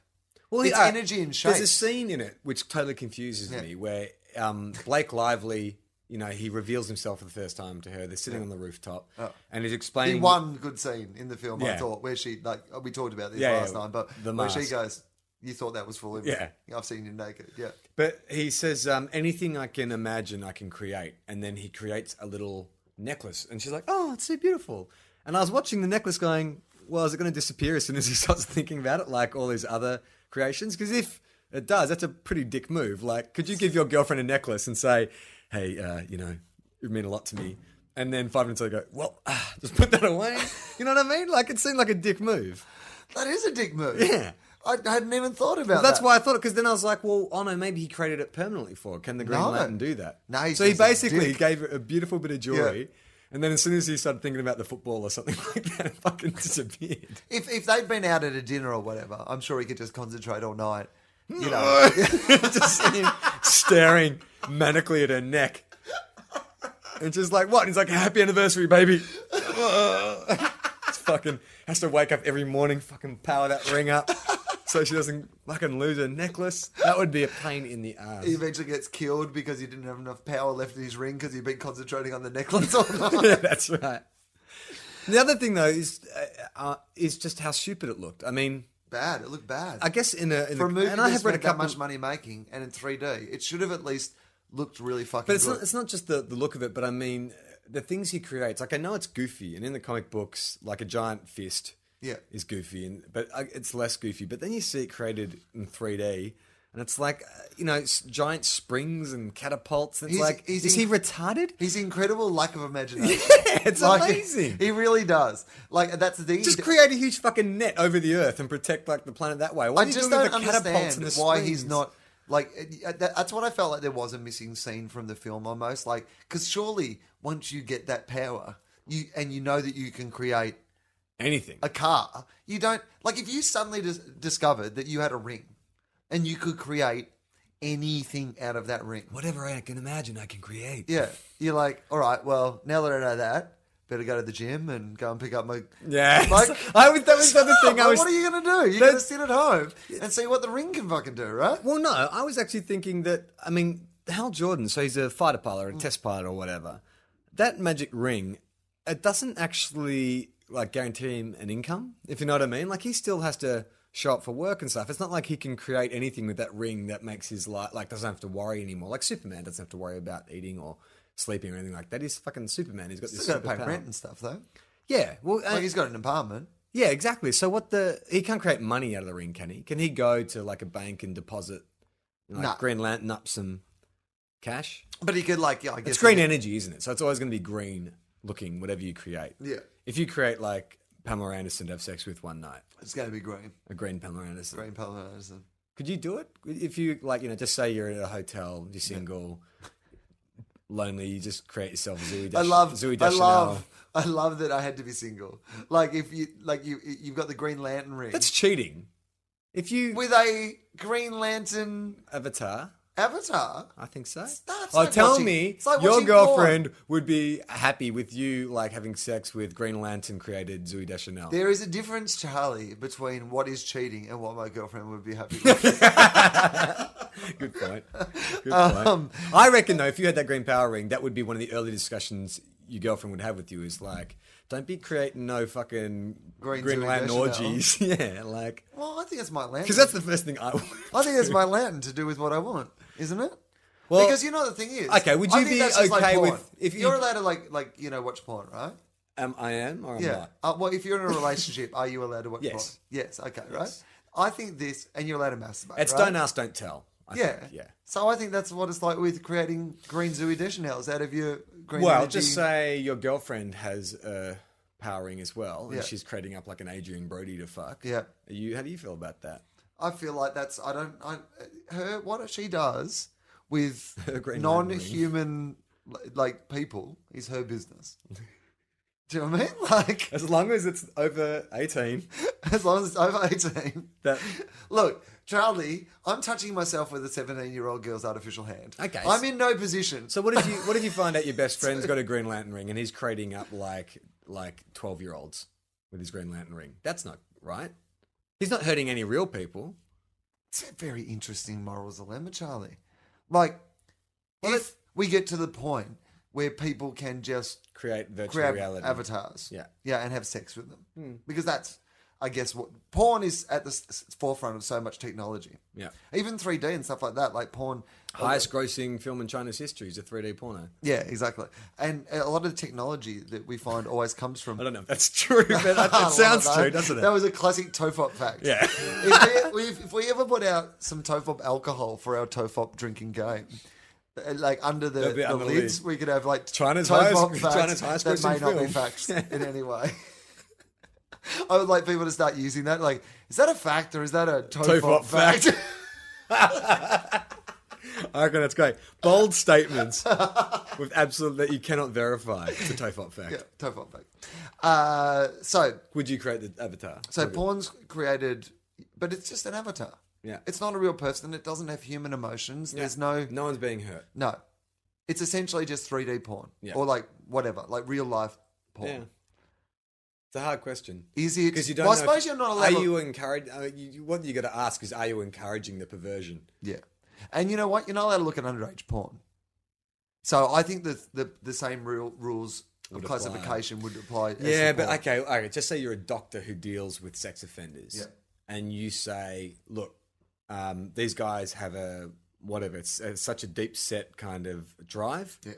[SPEAKER 2] Well,
[SPEAKER 3] It's
[SPEAKER 2] yeah,
[SPEAKER 3] energy and
[SPEAKER 2] There's
[SPEAKER 3] shape.
[SPEAKER 2] a scene in it which totally confuses
[SPEAKER 3] Yeah.
[SPEAKER 2] me where um, Blake Lively, you know, he reveals himself for the first time to her. They're sitting on the rooftop
[SPEAKER 3] Oh.
[SPEAKER 2] and he's
[SPEAKER 3] The
[SPEAKER 2] explaining.
[SPEAKER 3] one good scene in the film, I
[SPEAKER 2] Yeah.
[SPEAKER 3] thought, where she like we talked about this
[SPEAKER 2] Yeah,
[SPEAKER 3] last
[SPEAKER 2] yeah,
[SPEAKER 3] time, but
[SPEAKER 2] the
[SPEAKER 3] where she
[SPEAKER 2] mask.
[SPEAKER 3] goes, "You thought that was for him?
[SPEAKER 2] Yeah.
[SPEAKER 3] I've seen you naked. Yeah,
[SPEAKER 2] But he says, um, anything I can imagine, I can create. And then he creates a little necklace. And she's like, oh, it's so beautiful. And I was watching the necklace going, well, is it going to disappear as soon as he starts thinking about it, like all his other creations? Because if it does, that's a pretty dick move. Like, could you give your girlfriend a necklace and say, hey, uh, you know, it would mean a lot to me? And then five minutes later, go, well, ah, just put that away. You know what I mean? Like, it seemed like a dick move.
[SPEAKER 3] that is a dick move.
[SPEAKER 2] Yeah.
[SPEAKER 3] I hadn't even thought about
[SPEAKER 2] That's
[SPEAKER 3] that.
[SPEAKER 2] why I thought it because then I was like, well, oh no, maybe he created it permanently for. her. Can the Green
[SPEAKER 3] No.
[SPEAKER 2] Lantern do that?
[SPEAKER 3] No, he's
[SPEAKER 2] so he
[SPEAKER 3] just a
[SPEAKER 2] basically
[SPEAKER 3] dick.
[SPEAKER 2] gave her a beautiful bit of jewelry,
[SPEAKER 3] Yeah.
[SPEAKER 2] and then as soon as he started thinking about the football or something like that, it fucking disappeared.
[SPEAKER 3] If if they'd been out at a dinner or whatever, I'm sure he could just concentrate all night. You know,
[SPEAKER 2] just sitting staring manically at her neck, and just like what? And he's like, "Happy anniversary, baby." it's fucking has to wake up every morning, fucking power that ring up. So she doesn't fucking lose her necklace. That would be a pain in the ass.
[SPEAKER 3] he eventually gets killed because he didn't have enough power left in his ring because he'd been concentrating on the necklace all night.
[SPEAKER 2] yeah, that's right. The other thing though is uh, uh, is just how stupid it looked. I mean,
[SPEAKER 3] bad. It looked bad.
[SPEAKER 2] I guess in a in
[SPEAKER 3] For
[SPEAKER 2] a,
[SPEAKER 3] a movie
[SPEAKER 2] and I have read a
[SPEAKER 3] that
[SPEAKER 2] couple,
[SPEAKER 3] much money making and in 3D, it should have at least looked really fucking
[SPEAKER 2] but it's
[SPEAKER 3] good.
[SPEAKER 2] not it's not just the the look of it, but I mean uh, the things he creates. Like I know it's goofy, and in the comic books, like a giant fist,
[SPEAKER 3] Yeah.
[SPEAKER 2] is goofy, and but uh, it's less goofy. But then you see it created in three D. And it's like, uh, you know, s- giant springs and catapults. And it's
[SPEAKER 3] He's-
[SPEAKER 2] like,
[SPEAKER 3] he's
[SPEAKER 2] is
[SPEAKER 3] in-
[SPEAKER 2] he retarded?
[SPEAKER 3] His incredible lack of imagination.
[SPEAKER 2] it's
[SPEAKER 3] Like,
[SPEAKER 2] amazing.
[SPEAKER 3] He really does. Like that's the thing.
[SPEAKER 2] Just create a huge fucking net over the Earth and protect like the planet that way. What
[SPEAKER 3] I
[SPEAKER 2] are you
[SPEAKER 3] just
[SPEAKER 2] doing
[SPEAKER 3] don't
[SPEAKER 2] with the catapults and
[SPEAKER 3] understand
[SPEAKER 2] the
[SPEAKER 3] why he's
[SPEAKER 2] springs?
[SPEAKER 3] not like it- uh, that- that's what I felt like there was a missing scene from the film almost like because surely once you get that power you and you know that you can create
[SPEAKER 2] anything.
[SPEAKER 3] a car you don't like if you suddenly dis- discovered that you had a ring and you could create anything out of that ring
[SPEAKER 2] Whatever I can imagine, I can create.
[SPEAKER 3] yeah you're like all right well now that I know that better go to the gym and go and pick up my
[SPEAKER 2] Yeah,
[SPEAKER 3] Like-
[SPEAKER 2] I was, that was the other thing. I
[SPEAKER 3] Like,
[SPEAKER 2] was
[SPEAKER 3] what are you going to do? You're
[SPEAKER 2] That-
[SPEAKER 3] going to sit at home and see what the ring can fucking do, right?
[SPEAKER 2] Well, no, I was actually thinking that. I mean, Hal Jordan, so he's a fighter pilot, or
[SPEAKER 3] Mm.
[SPEAKER 2] a test pilot, or whatever. That magic ring, it doesn't actually like guarantee him an income, if you know what I mean. Like he still has to show up for work and stuff. It's not like he can create anything with that ring that makes his life like doesn't have to worry anymore. Like Superman doesn't have to worry about eating or sleeping or anything like that. He's fucking Superman. He's got
[SPEAKER 3] He's
[SPEAKER 2] this
[SPEAKER 3] got to pay
[SPEAKER 2] superpower.
[SPEAKER 3] rent and stuff, though.
[SPEAKER 2] Yeah, well, uh,
[SPEAKER 3] Like, he's got an apartment.
[SPEAKER 2] yeah, exactly. So what the he can't create money out of the ring, can he? Can he go to like a bank and deposit you know, like
[SPEAKER 3] No.
[SPEAKER 2] Green Lantern up some cash?
[SPEAKER 3] But he could, like, yeah, I guess.
[SPEAKER 2] It's green
[SPEAKER 3] he
[SPEAKER 2] energy, isn't it? So it's always going to be green looking, whatever you create.
[SPEAKER 3] Yeah.
[SPEAKER 2] If you create like Pamela Anderson to have sex with one night,
[SPEAKER 3] could- It's going to be green.
[SPEAKER 2] a green Pamela Anderson,
[SPEAKER 3] Green Pamela Anderson.
[SPEAKER 2] could you do it? If you like, you know, just say you're at a hotel, you're single, lonely, you just create yourself a Zooey.
[SPEAKER 3] I
[SPEAKER 2] Dash-
[SPEAKER 3] love,
[SPEAKER 2] Zooey
[SPEAKER 3] I
[SPEAKER 2] Deschanel.
[SPEAKER 3] love, I love that I had to be single. Like, if you, like, you, you've got the Green Lantern ring
[SPEAKER 2] That's cheating. If you
[SPEAKER 3] with a Green Lantern
[SPEAKER 2] avatar.
[SPEAKER 3] avatar.
[SPEAKER 2] I think so.
[SPEAKER 3] that's
[SPEAKER 2] oh,
[SPEAKER 3] like
[SPEAKER 2] tell
[SPEAKER 3] watching-
[SPEAKER 2] me,
[SPEAKER 3] it's like
[SPEAKER 2] your
[SPEAKER 3] watching porn.
[SPEAKER 2] girlfriend would be happy with you like having sex with Green Lantern created Zooey Deschanel.
[SPEAKER 3] There is a difference, Charlie, between what is cheating and what my girlfriend would be happy with.
[SPEAKER 2] Good point. Good point.
[SPEAKER 3] Um,
[SPEAKER 2] I reckon though, if you had that green power ring, that would be one of the early discussions your girlfriend would have with you. Is like, don't be creating no fucking green,
[SPEAKER 3] Green
[SPEAKER 2] green
[SPEAKER 3] Zooey
[SPEAKER 2] Lantern
[SPEAKER 3] Deschanel.
[SPEAKER 2] orgies. yeah, like
[SPEAKER 3] well, I think it's my lantern.
[SPEAKER 2] because that's the first thing I would.
[SPEAKER 3] I think it's my lantern to do with what I want, isn't it?
[SPEAKER 2] Well-
[SPEAKER 3] because you know the thing is.
[SPEAKER 2] Okay, would
[SPEAKER 3] I
[SPEAKER 2] you
[SPEAKER 3] think
[SPEAKER 2] be
[SPEAKER 3] that's just
[SPEAKER 2] okay
[SPEAKER 3] porn.
[SPEAKER 2] with- if you-
[SPEAKER 3] you're allowed to like like you know watch porn, right?
[SPEAKER 2] Am I am or am
[SPEAKER 3] Yeah.
[SPEAKER 2] not?
[SPEAKER 3] Uh, well, if you're in a relationship, are you allowed to watch
[SPEAKER 2] Yes.
[SPEAKER 3] porn? Yes. Okay. Right. I think this, and you're allowed to masturbate.
[SPEAKER 2] It's
[SPEAKER 3] right?
[SPEAKER 2] don't ask, don't tell. I
[SPEAKER 3] Yeah.
[SPEAKER 2] think, yeah.
[SPEAKER 3] So I think that's what it's like with creating green zooey deschanels out of your green.
[SPEAKER 2] Well,
[SPEAKER 3] energy.
[SPEAKER 2] just uh, say your girlfriend has a power ring as well, and
[SPEAKER 3] Yeah.
[SPEAKER 2] she's creating up like an Adrian Brody to fuck.
[SPEAKER 3] Yeah.
[SPEAKER 2] Are you, how do you feel about that?
[SPEAKER 3] I feel like that's I don't I her what she does with
[SPEAKER 2] Her green lantern ring.
[SPEAKER 3] non-human li- like people is her business. Do you know what I mean? Like
[SPEAKER 2] As long as it's over eighteen,
[SPEAKER 3] as long as it's over eighteen.
[SPEAKER 2] that
[SPEAKER 3] Look, Charlie, I'm touching myself with a 17 year old girl's artificial hand.
[SPEAKER 2] Okay.
[SPEAKER 3] I'm in no position.
[SPEAKER 2] So what if you what if you find out your best friend's got a Green Lantern ring and he's creating up like like twelve year olds with his Green Lantern ring? That's not right. He's not hurting any real people.
[SPEAKER 3] It's a very interesting moral dilemma, Charlie. Like, if we get to the point where people can just
[SPEAKER 2] Create virtual
[SPEAKER 3] grab
[SPEAKER 2] reality.
[SPEAKER 3] avatars,
[SPEAKER 2] Yeah.
[SPEAKER 3] yeah, and have sex with them, because that's, I guess, what porn is at the s- s- forefront of so much technology.
[SPEAKER 2] Yeah.
[SPEAKER 3] Even 3D and stuff like that, like porn.
[SPEAKER 2] Highest grossing film in China's history is a 3D porno.
[SPEAKER 3] Yeah, exactly. And a lot of the technology that we find always comes from.
[SPEAKER 2] I don't know if that's true, but that,
[SPEAKER 3] I
[SPEAKER 2] that
[SPEAKER 3] love
[SPEAKER 2] sounds
[SPEAKER 3] that.
[SPEAKER 2] true, doesn't it?
[SPEAKER 3] That was a classic tofop fact.
[SPEAKER 2] Yeah.
[SPEAKER 3] if, we, if, if we ever put out some tofop alcohol for our tofop drinking game, uh, like under the,
[SPEAKER 2] That'd be
[SPEAKER 3] the
[SPEAKER 2] under the
[SPEAKER 3] lids, we could have like
[SPEAKER 2] China's
[SPEAKER 3] tofop
[SPEAKER 2] highest-
[SPEAKER 3] facts
[SPEAKER 2] China's highest
[SPEAKER 3] that may
[SPEAKER 2] grossing
[SPEAKER 3] not be
[SPEAKER 2] film.
[SPEAKER 3] facts in any way. I would like people to start using that. Like, is that a fact or is that a tofop,
[SPEAKER 2] Tofop
[SPEAKER 3] fact?
[SPEAKER 2] fact. I reckon that's great. Bold statements with absolute that you cannot verify. It's a tofop fact.
[SPEAKER 3] yeah, tofop fact. Uh, so
[SPEAKER 2] Would you create the avatar?
[SPEAKER 3] So porn's created, but it's just an avatar.
[SPEAKER 2] Yeah.
[SPEAKER 3] It's not a real person. It doesn't have human emotions. There's no,
[SPEAKER 2] no one's being hurt.
[SPEAKER 3] no. It's essentially just 3D porn
[SPEAKER 2] Yeah.
[SPEAKER 3] or like whatever, like real life porn.
[SPEAKER 2] Yeah. It's a hard question.
[SPEAKER 3] Is it?
[SPEAKER 2] Because you don't.
[SPEAKER 3] well, I
[SPEAKER 2] know if-
[SPEAKER 3] suppose you're not allowed.
[SPEAKER 2] Are you encouraged? Uh, you, you- what you got to ask is, are you encouraging the perversion?
[SPEAKER 3] Yeah. And you know what? You're not allowed to look at underage porn. So I think the the, the same real rules
[SPEAKER 2] Would
[SPEAKER 3] of
[SPEAKER 2] apply.
[SPEAKER 3] classification would apply. as to
[SPEAKER 2] Yeah, but
[SPEAKER 3] porn.
[SPEAKER 2] okay, okay. Just say you're a doctor who deals with sex offenders,
[SPEAKER 3] Yeah.
[SPEAKER 2] and you say, "Look, um, these guys have a whatever. It's, it's such a deep set kind of drive
[SPEAKER 3] Yeah.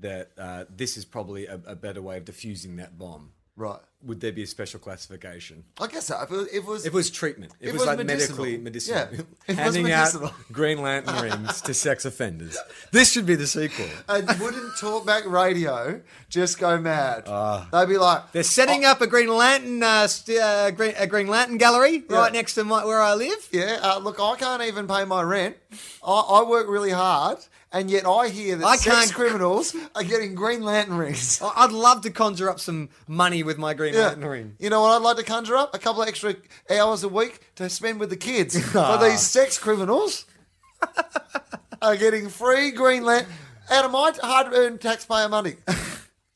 [SPEAKER 2] that uh, this is probably a, a better way of diffusing that bomb."
[SPEAKER 3] Right.
[SPEAKER 2] Would there be a special classification?
[SPEAKER 3] I guess so. If it, if it was
[SPEAKER 2] If it was treatment, if
[SPEAKER 3] It
[SPEAKER 2] it was,
[SPEAKER 3] was
[SPEAKER 2] like
[SPEAKER 3] medicinal.
[SPEAKER 2] medically medicinal,
[SPEAKER 3] Yeah. It was
[SPEAKER 2] handing
[SPEAKER 3] medicinal.
[SPEAKER 2] out Green Lantern rings to sex offenders. This should be the sequel.
[SPEAKER 3] and wouldn't talkback radio just go mad? They'd be like,
[SPEAKER 2] Ah. They're setting
[SPEAKER 3] Oh.
[SPEAKER 2] up a Green Lantern, uh, st- uh, Green, a Green Lantern gallery right next to my, where I live.
[SPEAKER 3] Yeah, uh, look, I can't even pay my rent. I, I work really hard, and yet I hear that
[SPEAKER 2] I
[SPEAKER 3] sex
[SPEAKER 2] can't-
[SPEAKER 3] criminals are getting Green Lantern rings.
[SPEAKER 2] I- I'd love to conjure up some money with my Green
[SPEAKER 3] Yeah.
[SPEAKER 2] Lantern ring.
[SPEAKER 3] You know what I'd like to conjure up? A couple of extra hours a week to spend with the kids. For these sex criminals are getting free Green Lantern out of my hard earned taxpayer money.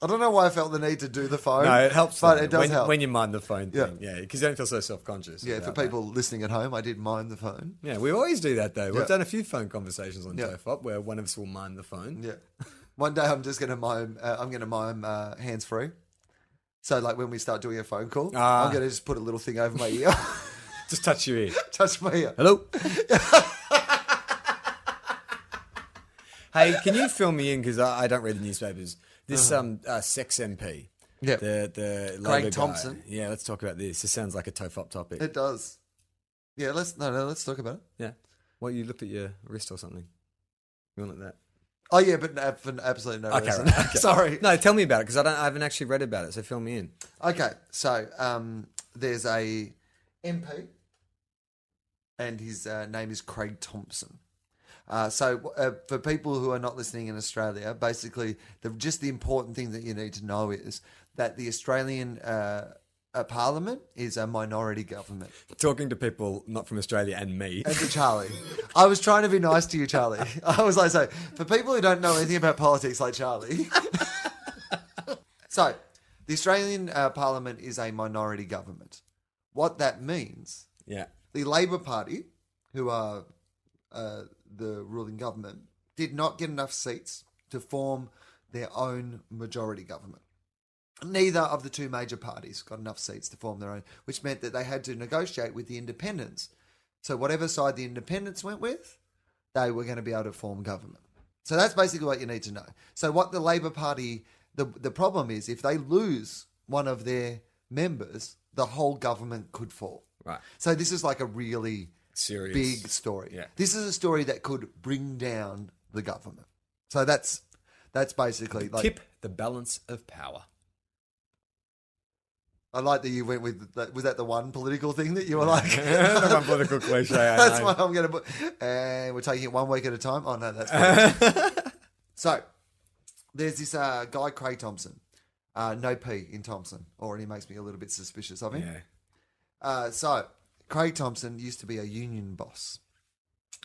[SPEAKER 3] I don't know why I felt the need to do the phone.
[SPEAKER 2] No, it helps.
[SPEAKER 3] But
[SPEAKER 2] though,
[SPEAKER 3] it does
[SPEAKER 2] when,
[SPEAKER 3] help.
[SPEAKER 2] when you mind the phone
[SPEAKER 3] Yeah.
[SPEAKER 2] thing. Yeah, because you don't feel so self conscious.
[SPEAKER 3] yeah, for people listening at home, I did mind the phone.
[SPEAKER 2] Yeah, we always do that though. We've
[SPEAKER 3] Yeah.
[SPEAKER 2] done a few phone conversations on
[SPEAKER 3] Yeah.
[SPEAKER 2] TOEFOP where one of us will mind the phone.
[SPEAKER 3] Yeah. One day I'm just going to mime. Uh, I'm going to mime uh, hands free. So like when we start doing a phone call,
[SPEAKER 2] Ah.
[SPEAKER 3] I'm going to just put a little thing over my ear,
[SPEAKER 2] Just touch your ear.
[SPEAKER 3] touch my ear.
[SPEAKER 2] Hello. hey, can you fill me in because I, I don't read the newspapers? This um uh, sex MP,
[SPEAKER 3] Uh-huh. Yeah.
[SPEAKER 2] the the
[SPEAKER 3] Craig
[SPEAKER 2] Labour guy.
[SPEAKER 3] Thompson.
[SPEAKER 2] Yeah, let's talk about this. This sounds like a tofop topic.
[SPEAKER 3] It does. Yeah. Let's no no. Let's talk about it.
[SPEAKER 2] yeah. Well, you looked at your wrist or something. You want like
[SPEAKER 3] Oh yeah, but no, for absolutely no
[SPEAKER 2] that? Okay,
[SPEAKER 3] reason.
[SPEAKER 2] right, okay.
[SPEAKER 3] Sorry.
[SPEAKER 2] No, tell me about it because I don't. I haven't actually read about it. So fill me in.
[SPEAKER 3] Okay. So um, there's a MP, and his uh, name is Craig Thompson. Uh, so, uh, for people who are not listening in Australia, basically, the, just the important thing that you need to know is that the Australian uh, uh, Parliament is a minority government.
[SPEAKER 2] Talking to people not from Australia and me.
[SPEAKER 3] And to Charlie, I was trying to be nice to you, Charlie. I was like, so for people who don't know anything about politics, like Charlie. so, the Australian uh, Parliament is a minority government. What that means
[SPEAKER 2] yeah.
[SPEAKER 3] the Labor Party, who are uh, the ruling government, did not get enough seats to form their own majority government. Neither of the two major parties got enough seats to form their own, which meant that they had to negotiate with the independents. So, whatever side the independents went with, they were going to be able to form government. So that's basically what you need to know. So what the Labor Party, the the problem is, if they lose one of their members, the whole government could fall.
[SPEAKER 2] Right.
[SPEAKER 3] So this is like a really
[SPEAKER 2] Serious.
[SPEAKER 3] big story.
[SPEAKER 2] Yeah.
[SPEAKER 3] This is a story that could bring down the government. So that's that's basically like
[SPEAKER 2] Tip the balance of power.
[SPEAKER 3] I like that you went with that, was that the one political thing that you were like
[SPEAKER 2] That's one political cliche. I
[SPEAKER 3] That's
[SPEAKER 2] know.
[SPEAKER 3] what I'm going to put. And we're taking it one week at a time. Oh, no, that's fine. So there's this uh, guy, Craig Thompson. Uh, no P in Thompson. Already makes me a little bit suspicious of him.
[SPEAKER 2] Yeah.
[SPEAKER 3] Uh, so Craig Thompson used to be a union boss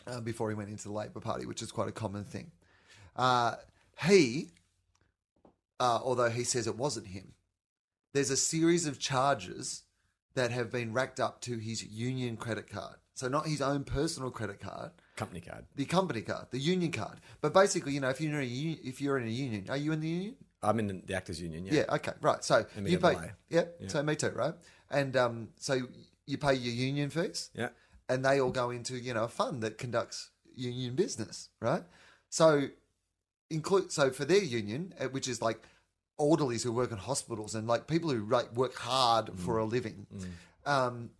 [SPEAKER 3] uh, before he went into the Labor Party, which is quite a common thing. Uh, he, uh, although he says it wasn't him, there's a series of charges that have been racked up to his union credit card. So not his own personal credit card,
[SPEAKER 2] Company card.
[SPEAKER 3] the company card, the union card. But basically, you know, if you're in a union, if you're in a union, are you in the union?
[SPEAKER 2] I'm in the actors union. Yeah.
[SPEAKER 3] Yeah. Okay. Right. So
[SPEAKER 2] And
[SPEAKER 3] you
[SPEAKER 2] the
[SPEAKER 3] pay.
[SPEAKER 2] MLA.
[SPEAKER 3] Yeah, So me too. Right. And um, so you pay your union fees
[SPEAKER 2] Yeah.
[SPEAKER 3] and they all go into you know a fund that conducts union business, right? So include so for their union, uh, which is like orderlies who work in hospitals and like people who like work hard for a living. Um,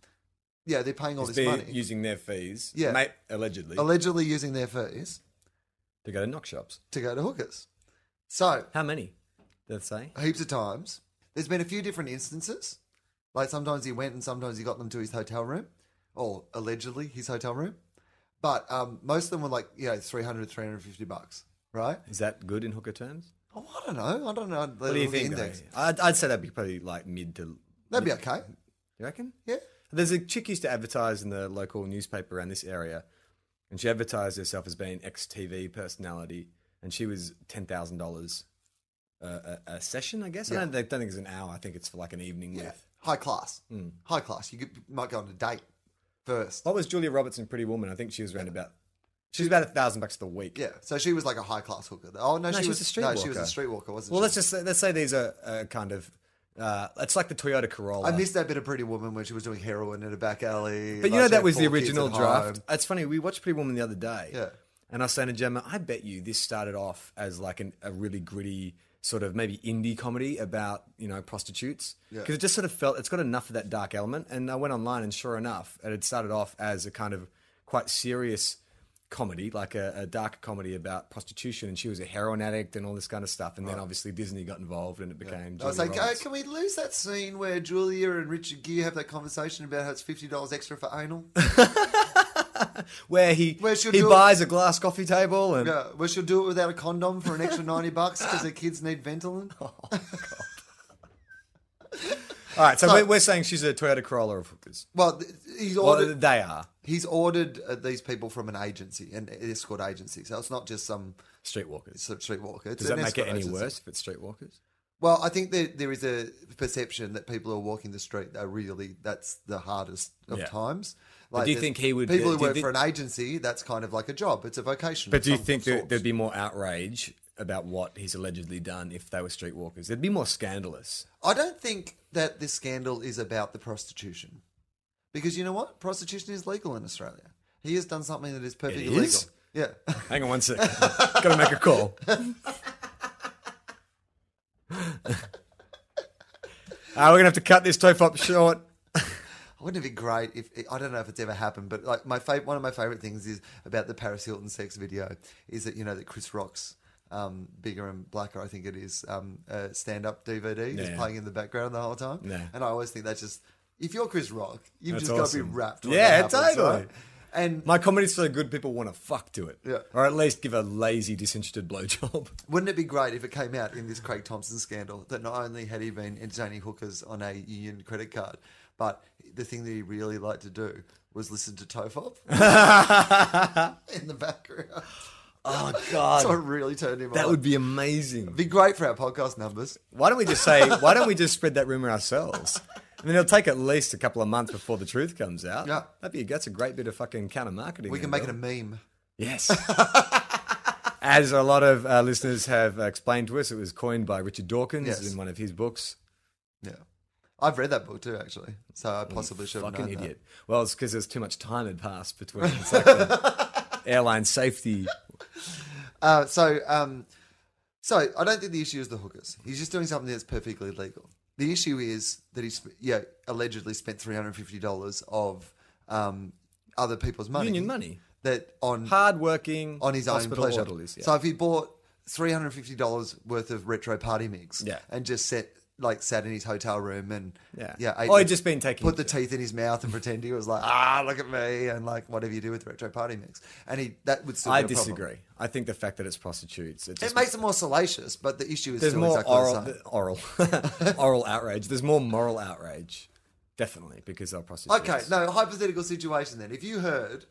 [SPEAKER 3] yeah, they're paying all
[SPEAKER 2] It's
[SPEAKER 3] this
[SPEAKER 2] they're
[SPEAKER 3] money,
[SPEAKER 2] using their fees.
[SPEAKER 3] Yeah.
[SPEAKER 2] Mate, allegedly.
[SPEAKER 3] allegedly using their fees
[SPEAKER 2] to go to knock shops.
[SPEAKER 3] to go to hookers. So
[SPEAKER 2] How many? Did they say?
[SPEAKER 3] heaps of times. There's been a few different instances. Like sometimes he went and sometimes he got them to his hotel room, or allegedly his hotel room. But um, most of them were like, you know, 300, 350 bucks, right?
[SPEAKER 2] Is that good in hooker terms?
[SPEAKER 3] Oh, I don't know. I don't know.
[SPEAKER 2] What do you think? though? I'd, I'd say that'd be probably like mid to.
[SPEAKER 3] That'd be okay.
[SPEAKER 2] You reckon?
[SPEAKER 3] Yeah.
[SPEAKER 2] There's a chick used to advertise in the local newspaper around this area, and she advertised herself as being ex TV personality, and she was ten thousand dollars a a session, I guess. I,
[SPEAKER 3] Yeah.
[SPEAKER 2] don't, I don't think it's an hour. I think it's for like an evening
[SPEAKER 3] Yeah.
[SPEAKER 2] with.
[SPEAKER 3] High class.
[SPEAKER 2] Hmm.
[SPEAKER 3] High class. You could, might go on a date first.
[SPEAKER 2] What was Julia Roberts in Pretty Woman? I think she was around about. She was about a thousand bucks a week.
[SPEAKER 3] Yeah. So she was like a high class hooker. Oh, no, she, was, a street No, she was a
[SPEAKER 2] walker.
[SPEAKER 3] street walker, wasn't
[SPEAKER 2] Well,
[SPEAKER 3] she?
[SPEAKER 2] let's just say, let's say these are uh, kind of. Uh, it's like the Toyota Corolla.
[SPEAKER 3] I missed that bit of Pretty Woman when she was doing heroin in a back alley.
[SPEAKER 2] But you
[SPEAKER 3] like
[SPEAKER 2] know
[SPEAKER 3] she
[SPEAKER 2] that
[SPEAKER 3] had
[SPEAKER 2] was the
[SPEAKER 3] four kids
[SPEAKER 2] original
[SPEAKER 3] at
[SPEAKER 2] draft.
[SPEAKER 3] home.
[SPEAKER 2] It's funny. We watched Pretty Woman the other day.
[SPEAKER 3] Yeah.
[SPEAKER 2] And I was saying to Gemma, I bet you this started off as like an, a really gritty sort of maybe indie comedy about you know prostitutes
[SPEAKER 3] Yeah.
[SPEAKER 2] because it just sort of felt it's got enough of that dark element. And I went online and sure enough, it had started off as a kind of quite serious comedy, like a, a dark comedy about prostitution, and she was a heroin addict and all this kind of stuff. And then obviously Disney got involved and it became.
[SPEAKER 3] I was
[SPEAKER 2] Julia
[SPEAKER 3] like,
[SPEAKER 2] Roberts.
[SPEAKER 3] uh, can we lose that scene where Julia and Richard Gere have that conversation about how it's fifty dollars extra for anal?
[SPEAKER 2] where he
[SPEAKER 3] Where she'll
[SPEAKER 2] he
[SPEAKER 3] do-
[SPEAKER 2] buys a glass coffee table and
[SPEAKER 3] yeah, we should do it without a condom for an extra ninety bucks because their kids need Ventolin.
[SPEAKER 2] All right, so,
[SPEAKER 3] So-
[SPEAKER 2] we're, we're saying she's a Toyota Corolla of hookers.
[SPEAKER 3] Well, th- he's
[SPEAKER 2] Well,
[SPEAKER 3] ordered
[SPEAKER 2] they are
[SPEAKER 3] he's ordered uh, these people from an agency, an escort agency. So it's not just some
[SPEAKER 2] streetwalkers.
[SPEAKER 3] sort of streetwalker. It's
[SPEAKER 2] Does that
[SPEAKER 3] an
[SPEAKER 2] make it
[SPEAKER 3] escort
[SPEAKER 2] any
[SPEAKER 3] agency.
[SPEAKER 2] worse if it's streetwalkers?
[SPEAKER 3] Well, I think there there is a perception that people who are walking the street are really that's the hardest of
[SPEAKER 2] Yeah.
[SPEAKER 3] times.
[SPEAKER 2] do you
[SPEAKER 3] there's
[SPEAKER 2] think he would-
[SPEAKER 3] People who
[SPEAKER 2] do you
[SPEAKER 3] work
[SPEAKER 2] thi-
[SPEAKER 3] for an agency, that's kind of like a job. It's a vocation.
[SPEAKER 2] But
[SPEAKER 3] of
[SPEAKER 2] do you
[SPEAKER 3] some
[SPEAKER 2] think there,
[SPEAKER 3] sort.
[SPEAKER 2] there'd be more outrage about what he's allegedly done if they were streetwalkers? It'd be more scandalous.
[SPEAKER 3] I don't think that this scandal is about the prostitution. Because you know what? Prostitution is legal in Australia. He has done something that is perfectly
[SPEAKER 2] is?
[SPEAKER 3] legal. Yeah.
[SPEAKER 2] Hang on one second. Got to make a call. uh, we're going to have to cut this tofop short.
[SPEAKER 3] Wouldn't it be great if I don't know if it's ever happened, but like my fav- one of my favorite things is about the Paris Hilton sex video is that you know that Chris Rock's um, bigger and blacker, I think it is, um, uh, stand up DVD is
[SPEAKER 2] Yeah.
[SPEAKER 3] playing in the background the whole time,
[SPEAKER 2] Yeah.
[SPEAKER 3] and I always think that's just if you're Chris Rock, you've
[SPEAKER 2] That's
[SPEAKER 3] just got to be
[SPEAKER 2] awesome.
[SPEAKER 3] wrapped. when
[SPEAKER 2] Yeah,
[SPEAKER 3] that happens,
[SPEAKER 2] totally.
[SPEAKER 3] right? And
[SPEAKER 2] My comedy's so good, people want to fuck to it.
[SPEAKER 3] Yeah.
[SPEAKER 2] Or at least give a lazy, disinterested blowjob.
[SPEAKER 3] Wouldn't it be great if it came out in this Craig Thompson scandal that not only had he been entertaining hookers on a union credit card, but the thing that he really liked to do was listen to Tofop in the background.
[SPEAKER 2] Oh, God.
[SPEAKER 3] So it really turned him
[SPEAKER 2] that
[SPEAKER 3] on.
[SPEAKER 2] would be amazing.
[SPEAKER 3] be great for our podcast numbers.
[SPEAKER 2] Why don't we just say, why don't we just spread that rumor ourselves? I mean, it'll take at least a couple of months before the truth comes out.
[SPEAKER 3] Yeah.
[SPEAKER 2] That'd be, that's a great bit of fucking counter marketing.
[SPEAKER 3] We can make it a meme.
[SPEAKER 2] Yes. As a lot of uh, listeners have uh, explained to us, it was coined by Richard Dawkins
[SPEAKER 3] Yes.
[SPEAKER 2] in one of his books.
[SPEAKER 3] Yeah. I've read that book too, actually. So I possibly should have
[SPEAKER 2] Fucking
[SPEAKER 3] known that.
[SPEAKER 2] idiot. Well, it's because there's too much time had passed between. It's like the airline safety.
[SPEAKER 3] Uh, so, um, so I don't think the issue is the hookers. He's just doing something that's perfectly legal. The issue is that he's yeah allegedly spent three hundred fifty dollars of um, other people's money,
[SPEAKER 2] Union money.
[SPEAKER 3] that on
[SPEAKER 2] Hardworking.
[SPEAKER 3] on his own
[SPEAKER 2] hospital
[SPEAKER 3] pleasure.
[SPEAKER 2] orderlies, yeah.
[SPEAKER 3] So if he bought three hundred fifty dollars worth of retro party mix,
[SPEAKER 2] Yeah.
[SPEAKER 3] and just set like sat in his hotel room and
[SPEAKER 2] Yeah.
[SPEAKER 3] yeah ate
[SPEAKER 2] Or he'd
[SPEAKER 3] the-
[SPEAKER 2] just been taking-
[SPEAKER 3] put the teeth in his mouth and pretend he was like ah look at me and like whatever you do with retro party mix, and he that would still
[SPEAKER 2] I
[SPEAKER 3] be a problem.
[SPEAKER 2] disagree. I think the fact that it's prostitutes, it
[SPEAKER 3] It
[SPEAKER 2] just
[SPEAKER 3] makes it more salacious, but the issue is
[SPEAKER 2] There's
[SPEAKER 3] still
[SPEAKER 2] more
[SPEAKER 3] exactly
[SPEAKER 2] oral,
[SPEAKER 3] the same.
[SPEAKER 2] th- oral, oral outrage. There's more moral outrage, definitely, because they're prostitutes.
[SPEAKER 3] Okay, no hypothetical situation then. If you heard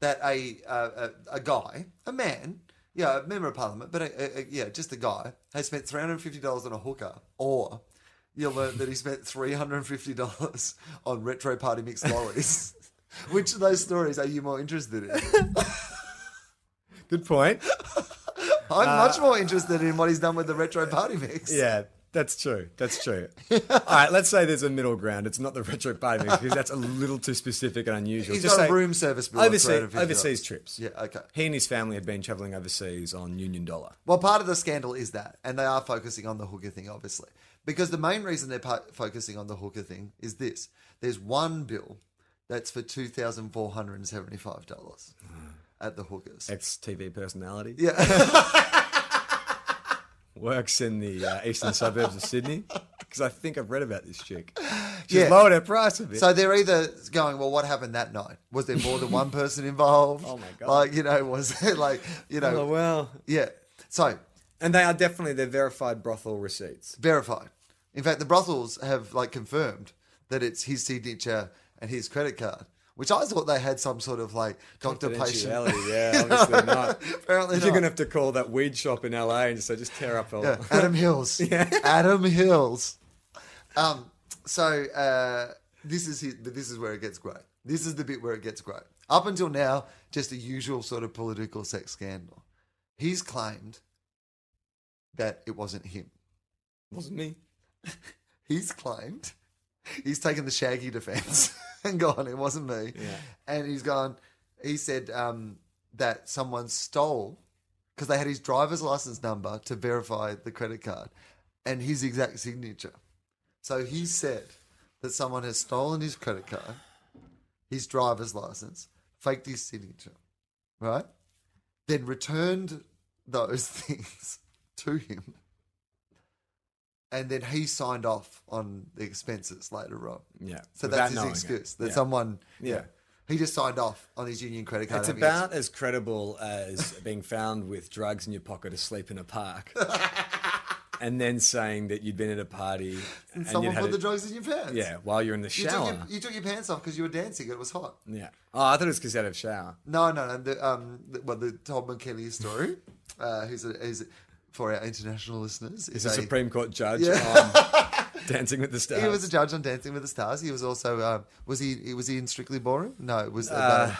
[SPEAKER 3] that a uh, a, a guy, a man, yeah, a member of parliament, but a, a, a- yeah, just a guy, has spent three hundred and fifty dollars on a hooker, or you'll learn that he spent $350 on retro party mix lollies. Which of those stories are you more interested in?
[SPEAKER 2] Good point.
[SPEAKER 3] I'm much more interested in what he's done with the retro party mix.
[SPEAKER 2] Uh, Yeah, that's true. That's true. All right, let's say there's a middle ground. It's not the retro party mix because that's a little too specific and unusual.
[SPEAKER 3] He's
[SPEAKER 2] Just
[SPEAKER 3] got a
[SPEAKER 2] say
[SPEAKER 3] room service bill. of
[SPEAKER 2] overseas,
[SPEAKER 3] $350.
[SPEAKER 2] overseas trips.
[SPEAKER 3] Yeah, okay.
[SPEAKER 2] He and his family had been traveling overseas on Union Dollar.
[SPEAKER 3] Well, part of the scandal is that, and they are focusing on the hooker thing, obviously, because the main reason they're po- focusing on the hooker thing is this: there's one bill that's for two thousand four hundred and seventy-five dollars at the hookers.
[SPEAKER 2] Ex TV personality.
[SPEAKER 3] Yeah,
[SPEAKER 2] Works in the uh, eastern suburbs of Sydney. Because I think I've read about this chick. She's
[SPEAKER 3] Yeah.
[SPEAKER 2] lowered her price a bit.
[SPEAKER 3] so they're either going, well, what happened that night? Was there more than one person involved?
[SPEAKER 2] Oh, my God.
[SPEAKER 3] Like you know, was it like you know,
[SPEAKER 2] oh, well.
[SPEAKER 3] yeah. So
[SPEAKER 2] And they are definitely their verified brothel receipts.
[SPEAKER 3] verified. In fact, the brothels have like confirmed that it's his signature and his credit card, which I thought they had some sort of like doctor patient.
[SPEAKER 2] Confidentiality, Yeah, obviously not.
[SPEAKER 3] Apparently
[SPEAKER 2] You're going to
[SPEAKER 3] not.
[SPEAKER 2] have to call that weed shop in LA and just say, just tear up all.
[SPEAKER 3] Yeah, Adam Hills. Adam Hills. Um, so uh, this is his, but this is where it gets great. This is the bit where it gets great. Up until now, just the usual sort of political sex scandal. He's claimed that it wasn't him.
[SPEAKER 2] Wasn't me.
[SPEAKER 3] he's claimed he's taken the shaggy defense and gone it wasn't me
[SPEAKER 2] Yeah.
[SPEAKER 3] and he's gone he said um, that someone stole because they had his driver's license number to verify the credit card and his exact signature so he said that someone has stolen his credit card his driver's license faked his signature right then returned those things to him and then he signed off on the expenses later on.
[SPEAKER 2] Yeah.
[SPEAKER 3] So
[SPEAKER 2] Without
[SPEAKER 3] that's his
[SPEAKER 2] knowing it.
[SPEAKER 3] excuse that
[SPEAKER 2] Yeah.
[SPEAKER 3] someone. Yeah.
[SPEAKER 2] Yeah.
[SPEAKER 3] He just signed off on his union credit card.
[SPEAKER 2] It's
[SPEAKER 3] having his-
[SPEAKER 2] about as credible as being found with drugs in your pocket asleep in a park. and then saying that you'd been at a party and, you'd
[SPEAKER 3] someone
[SPEAKER 2] had
[SPEAKER 3] put the
[SPEAKER 2] a-
[SPEAKER 3] drugs in your pants.
[SPEAKER 2] Yeah, while you're in the
[SPEAKER 3] You took,
[SPEAKER 2] shower.
[SPEAKER 3] your, you took your pants off because you were dancing. It was hot.
[SPEAKER 2] yeah. Oh, I thought it was because you had a shower.
[SPEAKER 3] No, no, no. The, um, the, well, the Todd McKelly story, uh, who's, a, who's a, for our international listeners, is
[SPEAKER 2] He's a uh,
[SPEAKER 3] a-
[SPEAKER 2] Supreme Court judge on Dancing with the Stars.
[SPEAKER 3] He was a judge on Dancing with the Stars. He was also um, was he, he was he in Strictly Ballroom? No, it was
[SPEAKER 2] Uh,
[SPEAKER 3] uh,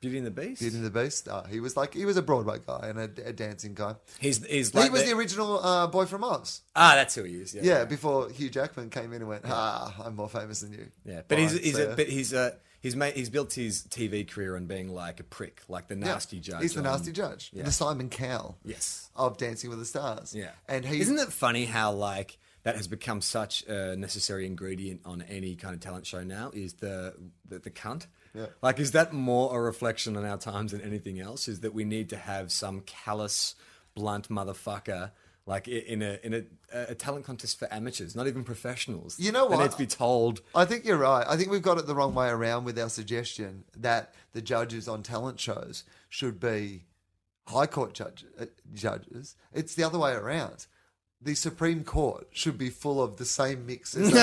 [SPEAKER 2] Beauty and the Beast.
[SPEAKER 3] Beauty and the Beast. Uh, he was like he was a Broadway guy and a, a dancing guy.
[SPEAKER 2] he's he's like
[SPEAKER 3] he was
[SPEAKER 2] the-
[SPEAKER 3] the original uh, boy from Oz.
[SPEAKER 2] ah, that's who he is.
[SPEAKER 3] Yeah, before Hugh Jackman came in and went, "Ah, I'm more famous than you."
[SPEAKER 2] Yeah, but he's
[SPEAKER 3] Fine,
[SPEAKER 2] he's
[SPEAKER 3] so-
[SPEAKER 2] a, but he's a he's made he's built his TV career on being like a prick, like the
[SPEAKER 3] Yeah,
[SPEAKER 2] nasty judge.
[SPEAKER 3] He's the
[SPEAKER 2] on-
[SPEAKER 3] nasty judge,
[SPEAKER 2] yeah.
[SPEAKER 3] the Simon Cowell,
[SPEAKER 2] Yes.
[SPEAKER 3] of Dancing with the Stars.
[SPEAKER 2] Yeah,
[SPEAKER 3] and he
[SPEAKER 2] isn't it funny how like that has become such a necessary ingredient on any kind of talent show now is the the, the cunt.
[SPEAKER 3] Yeah.
[SPEAKER 2] Like, is that more a reflection on our times than anything else? Is that we need to have some callous, blunt motherfucker like i- in a in a, a talent contest for amateurs, not even professionals.
[SPEAKER 3] You know
[SPEAKER 2] They
[SPEAKER 3] what?
[SPEAKER 2] need to be told
[SPEAKER 3] I think you're right. I think we've got it the wrong way around with our suggestion that the judges on talent shows should be high court judge, uh, judges. It's the other way around. The Supreme Court should be full of the same mix as they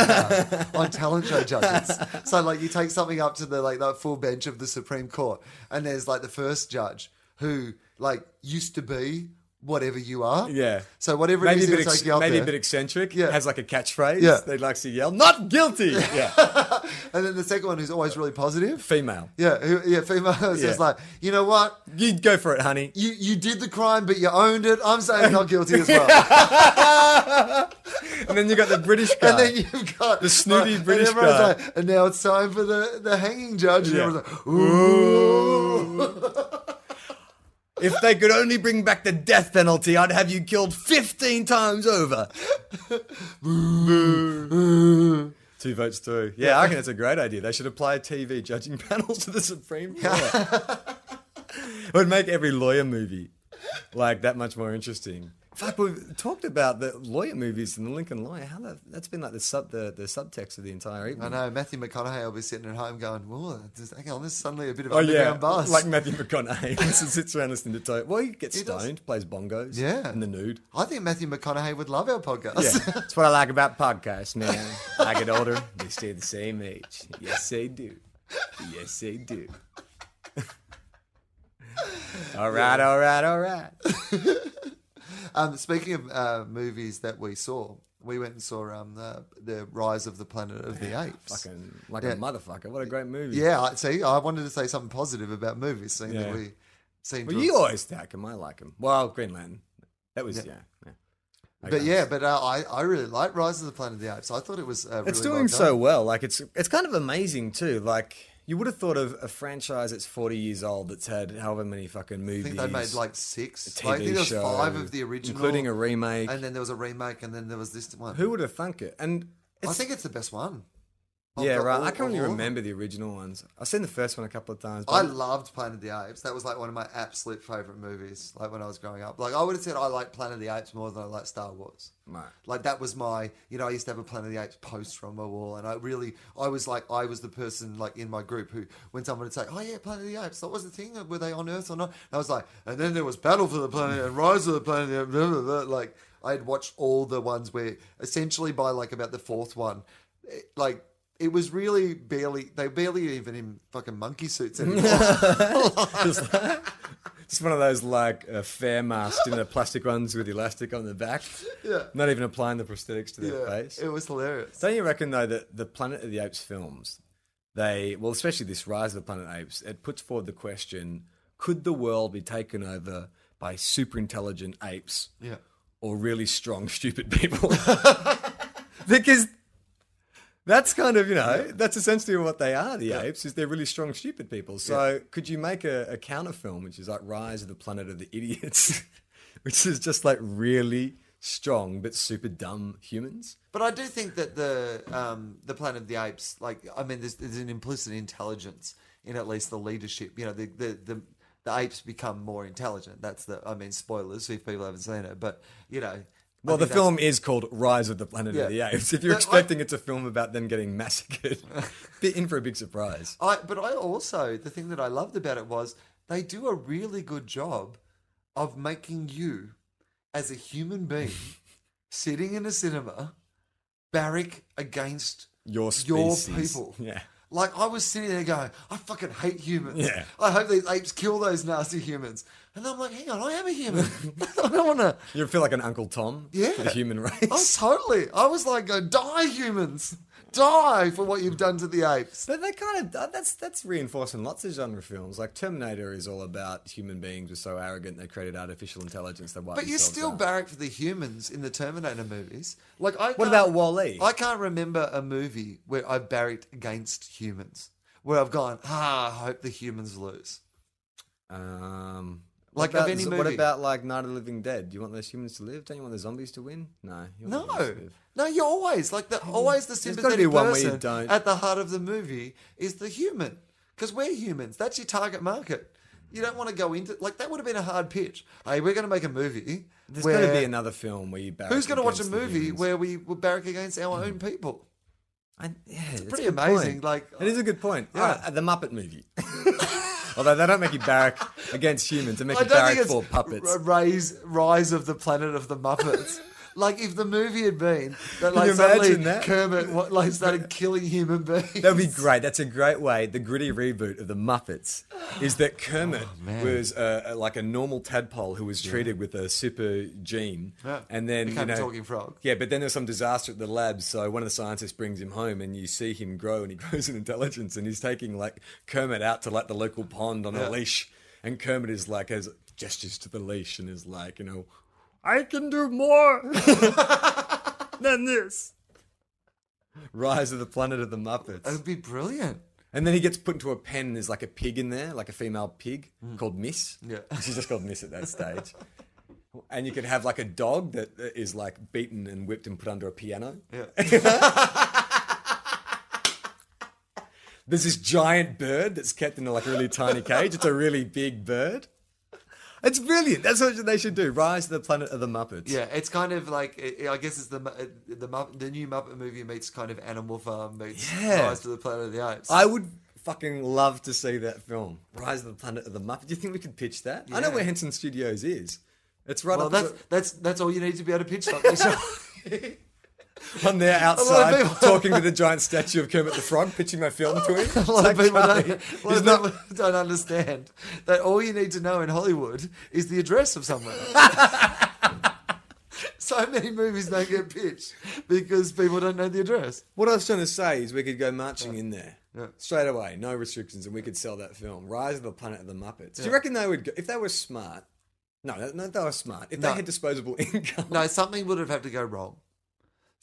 [SPEAKER 3] are on talent show judges. So, like, you take something up to the like that full bench of the Supreme Court, and there's like the first judge who like used to be whatever you are.
[SPEAKER 2] Yeah.
[SPEAKER 3] So whatever
[SPEAKER 2] maybe a
[SPEAKER 3] it is, he
[SPEAKER 2] bit,
[SPEAKER 3] was
[SPEAKER 2] ex-
[SPEAKER 3] like, you up
[SPEAKER 2] maybe a
[SPEAKER 3] there.
[SPEAKER 2] bit eccentric.
[SPEAKER 3] Yeah.
[SPEAKER 2] has like a catchphrase.
[SPEAKER 3] Yeah.
[SPEAKER 2] they like to yell, "Not guilty." Yeah,
[SPEAKER 3] and then the second one who's always really positive.
[SPEAKER 2] female.
[SPEAKER 3] Yeah, who- yeah, female is just
[SPEAKER 2] Yeah.
[SPEAKER 3] like, you know what?
[SPEAKER 2] You go for it, honey.
[SPEAKER 3] You you did the crime, but you owned it. I'm saying not guilty as well.
[SPEAKER 2] And then you got the British guy.
[SPEAKER 3] and then you've got
[SPEAKER 2] The snooty
[SPEAKER 3] and
[SPEAKER 2] British
[SPEAKER 3] everyone's
[SPEAKER 2] guy.
[SPEAKER 3] Like, and now it's time for the, the hanging judge. And
[SPEAKER 2] Yeah.
[SPEAKER 3] everyone's like, ooh.
[SPEAKER 2] if they could only bring back the death penalty, I'd have you killed fifteen times over. Two votes through. Yeah, I think that's a great idea. They should apply TV judging panels to the Supreme Court. it would make every lawyer movie like that much more interesting. Fuck, we've talked about the lawyer movies and the Lincoln Lawyer. How that, that's been like the sub the, the subtext of the entire
[SPEAKER 3] I
[SPEAKER 2] evening.
[SPEAKER 3] know Matthew McConaughey will be sitting at home going, "Whoa, just, hang on, this is suddenly a bit of
[SPEAKER 2] Oh yeah,
[SPEAKER 3] underground buzz."
[SPEAKER 2] like Matthew McConaughey he sits around listening to Tony. Well, he gets
[SPEAKER 3] He does.
[SPEAKER 2] stoned, plays bongos,
[SPEAKER 3] Yeah.
[SPEAKER 2] in the nude.
[SPEAKER 3] I think Matthew McConaughey would love our podcast.
[SPEAKER 2] Yeah, that's what I like about podcasts, man. I get older, they stay the same age. Yes, they do. Yes, they do. all right, all right, all right.
[SPEAKER 3] Um, speaking of uh, movies that we saw, We went and saw um, the, the Rise of the Planet of the Apes.
[SPEAKER 2] Fucking like
[SPEAKER 3] Yeah.
[SPEAKER 2] a motherfucker. What a great movie.
[SPEAKER 3] Yeah, I- see, I wanted to say something positive about movies, seeing
[SPEAKER 2] Yeah.
[SPEAKER 3] that we seem
[SPEAKER 2] Well,
[SPEAKER 3] to.
[SPEAKER 2] you always like him. I like him. Well, Green Lantern. That was, yeah. yeah.
[SPEAKER 3] but yeah, but uh, I, I really like Rise of the Planet of the Apes. I thought it was uh,
[SPEAKER 2] It's
[SPEAKER 3] really well
[SPEAKER 2] doing so
[SPEAKER 3] done.
[SPEAKER 2] well. Like, it's it's kind of amazing, too. Like, you would have thought of a franchise that's 40 years old that's had however many fucking
[SPEAKER 3] I
[SPEAKER 2] movies.
[SPEAKER 3] think they made like six.
[SPEAKER 2] TV
[SPEAKER 3] like, I think there was
[SPEAKER 2] show,
[SPEAKER 3] five of the original,
[SPEAKER 2] Including a remake.
[SPEAKER 3] and then there was a remake, and then there was this one.
[SPEAKER 2] Who would have thunk it? And
[SPEAKER 3] I
[SPEAKER 2] it's,
[SPEAKER 3] think it's the best one. Of
[SPEAKER 2] yeah,
[SPEAKER 3] the-
[SPEAKER 2] right.
[SPEAKER 3] all-
[SPEAKER 2] I can't
[SPEAKER 3] of
[SPEAKER 2] really
[SPEAKER 3] all of them.
[SPEAKER 2] remember the original ones. I've seen the first one a couple of times. But
[SPEAKER 3] I loved Planet of the Apes. That was like one of my absolute favorite movies. Like when I was growing up, like I would have said I like Planet of the Apes more than I like Star Wars.
[SPEAKER 2] Right.
[SPEAKER 3] Like that was my, you know, I used to have a Planet of the Apes poster on my wall, and I really, I was like, I was the person like in my group who, when someone would say, "Oh yeah, Planet of the Apes," that was the thing. Were they on Earth or not? And I was like, and then there was Battle for the Planet and Rise of the Planet. of the Apes, blah, blah, blah. Like I had watched all the ones where, essentially, by like about the fourth one, it, like. It was really barely, they barely even in fucking monkey suits anymore.
[SPEAKER 2] just, just one of those like uh, fair masks, you know, the plastic ones with elastic on the back.
[SPEAKER 3] Yeah.
[SPEAKER 2] Not even applying the prosthetics to their face.
[SPEAKER 3] It was hilarious.
[SPEAKER 2] Don't you reckon though that the Planet of the Apes films, they well, especially this Rise of the Planet of the Apes, it puts forward the question: Could the world be taken over by super intelligent apes
[SPEAKER 3] Yeah.
[SPEAKER 2] or really strong stupid people? because that's kind of you know that's essentially what they are. The apes is they're really strong stupid people. So could you make a, a counter film which is like Rise of the Planet of the Idiots, which is just like really strong but super dumb humans?
[SPEAKER 3] But I do think that the um, the Planet of the Apes, like I mean, there's, there's an implicit intelligence in at least the leadership. You know, the the, the the apes become more intelligent. That's the I mean, spoilers if people haven't seen it. But you know, I
[SPEAKER 2] Well, the
[SPEAKER 3] think that's-
[SPEAKER 2] film is called Rise of the Planet of the
[SPEAKER 3] Yeah.
[SPEAKER 2] Apes. If you're
[SPEAKER 3] No, I-
[SPEAKER 2] expecting it's a film about them getting massacred, be in for a big surprise.
[SPEAKER 3] I, but I also the thing that I loved about it was they do a really good job of making you, as a human being, sitting in a cinema, barrack against
[SPEAKER 2] Your
[SPEAKER 3] your
[SPEAKER 2] species.
[SPEAKER 3] people.
[SPEAKER 2] Yeah.
[SPEAKER 3] Like I was sitting there going, I fucking hate humans.
[SPEAKER 2] Yeah.
[SPEAKER 3] I hope these apes kill those nasty humans. And I'm like, hang on, I am a human. I don't want to.
[SPEAKER 2] You feel like an Uncle Tom
[SPEAKER 3] Yeah. Oh,
[SPEAKER 2] for the human
[SPEAKER 3] I
[SPEAKER 2] race.
[SPEAKER 3] totally. I was like, go die, humans. Die for what you've done to the apes.
[SPEAKER 2] But that kind of uh, that's that's reinforcing lots of genre films. Like Terminator is all about human beings were so arrogant they created artificial intelligence that wiped
[SPEAKER 3] But you
[SPEAKER 2] themselves
[SPEAKER 3] still
[SPEAKER 2] out.
[SPEAKER 3] barrack for the humans in the Terminator movies. Like I.
[SPEAKER 2] What
[SPEAKER 3] can't-
[SPEAKER 2] about Wall-E?
[SPEAKER 3] I can't remember a movie where I barracked against humans. Where I've gone, ah, I hope the humans lose.
[SPEAKER 2] um
[SPEAKER 3] Like,
[SPEAKER 2] what about,
[SPEAKER 3] of any
[SPEAKER 2] what
[SPEAKER 3] movie.
[SPEAKER 2] about like Night of the Living Dead? Do you want those humans to live? Don't you want the zombies to win? No. you want the
[SPEAKER 3] No,
[SPEAKER 2] humans to live.
[SPEAKER 3] no, you're always like the always the
[SPEAKER 2] gotta be
[SPEAKER 3] sympathetic
[SPEAKER 2] one where you
[SPEAKER 3] person
[SPEAKER 2] don't-
[SPEAKER 3] at the heart of the movie is the human because we're humans. That's your target market. You don't want to go into like that would have been a hard pitch. Hey, we're going to make a movie.
[SPEAKER 2] There's
[SPEAKER 3] where,
[SPEAKER 2] going to be another film where you barrack
[SPEAKER 3] who's going to watch a
[SPEAKER 2] against the
[SPEAKER 3] movie
[SPEAKER 2] humans. Mm.
[SPEAKER 3] where we will barrack against our own people?
[SPEAKER 2] I, yeah, it's
[SPEAKER 3] pretty amazing, like-
[SPEAKER 2] it is a good point.
[SPEAKER 3] Yeah.
[SPEAKER 2] All right, the Muppet movie. Although they don't make you barrack against humans, they make
[SPEAKER 3] I
[SPEAKER 2] you
[SPEAKER 3] don't
[SPEAKER 2] barrack
[SPEAKER 3] think it's
[SPEAKER 2] for puppets.
[SPEAKER 3] R- rise, rise of the planet of the Muppets. like if the movie had been that,
[SPEAKER 2] you
[SPEAKER 3] like suddenly
[SPEAKER 2] imagine that?
[SPEAKER 3] Kermit wa- like started killing human beings.
[SPEAKER 2] that would be great. That's a great way. The gritty reboot of the Muppets is that Kermit
[SPEAKER 3] Oh,
[SPEAKER 2] was uh, like a normal tadpole who was treated with a super gene,
[SPEAKER 3] Yeah.
[SPEAKER 2] and then
[SPEAKER 3] Became
[SPEAKER 2] you
[SPEAKER 3] a
[SPEAKER 2] know,
[SPEAKER 3] talking frog.
[SPEAKER 2] Yeah, but then there's some disaster at the lab, so one of the scientists brings him home, and you see him grow, and he grows in intelligence, and he's taking like Kermit out to like the local pond on a
[SPEAKER 3] Yeah.
[SPEAKER 2] leash, and Kermit is like has gestures to the leash and is like, you know, I can do more than this. Rise of the Planet of the Muppets.
[SPEAKER 3] It would be brilliant.
[SPEAKER 2] And then he gets put into a pen. And there's like a pig in there, like a female pig called Miss.
[SPEAKER 3] Mm. Yeah.
[SPEAKER 2] she's just called Miss at that stage. And you could have like a dog that is like beaten and whipped and put under a piano.
[SPEAKER 3] Yeah.
[SPEAKER 2] There's this giant bird that's kept in like a really tiny cage. It's a really big bird. It's brilliant. That's what they should do. Rise to the Planet of the Muppets.
[SPEAKER 3] Yeah, it's kind of like i I guess it's the Mu- the Mupp- the new Muppet movie meets kind of Animal Farm meets
[SPEAKER 2] Yeah.
[SPEAKER 3] Rise to the Planet of the Apes.
[SPEAKER 2] I would fucking love to see that film, Rise of the Planet of the Muppets. Do you think we could pitch that? I know
[SPEAKER 3] Yeah.
[SPEAKER 2] where Henson Studios is. It's right
[SPEAKER 3] well,
[SPEAKER 2] up
[SPEAKER 3] that's
[SPEAKER 2] the-
[SPEAKER 3] that's that's all you need to be able to pitch something. So-
[SPEAKER 2] I'm there
[SPEAKER 3] lot of
[SPEAKER 2] outside
[SPEAKER 3] people-
[SPEAKER 2] talking to the giant statue of Kermit the Frog, pitching my film to him. It's
[SPEAKER 3] a lot
[SPEAKER 2] like,
[SPEAKER 3] of people, don't,
[SPEAKER 2] Charlie,
[SPEAKER 3] a lot
[SPEAKER 2] he's
[SPEAKER 3] of
[SPEAKER 2] not-
[SPEAKER 3] people don't understand that all you need to know in Hollywood is the address of somewhere. so many movies don't get pitched because people don't know the address.
[SPEAKER 2] What I was trying to say is we could go marching in there straight away, no restrictions, and we could sell that film, Rise of the Planet of the Muppets. Do you reckon they would, go, if they were smart? No, no, no, they were smart. If
[SPEAKER 3] No.
[SPEAKER 2] they had disposable income,
[SPEAKER 3] No, something would have had to go wrong.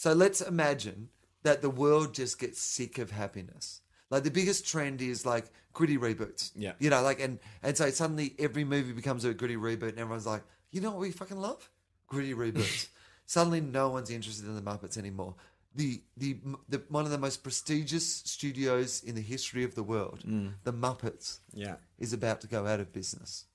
[SPEAKER 3] So let's imagine that the world just gets sick of happiness. Like the biggest trend is like gritty reboots.
[SPEAKER 2] Yeah.
[SPEAKER 3] You know, like and and so suddenly every movie becomes a gritty reboot and everyone's like, you know what we fucking love? Gritty reboots. suddenly no one's interested in the Muppets anymore. The, the the one of the most prestigious studios in the history of the world, the Muppets,
[SPEAKER 2] yeah,
[SPEAKER 3] is about to go out of business.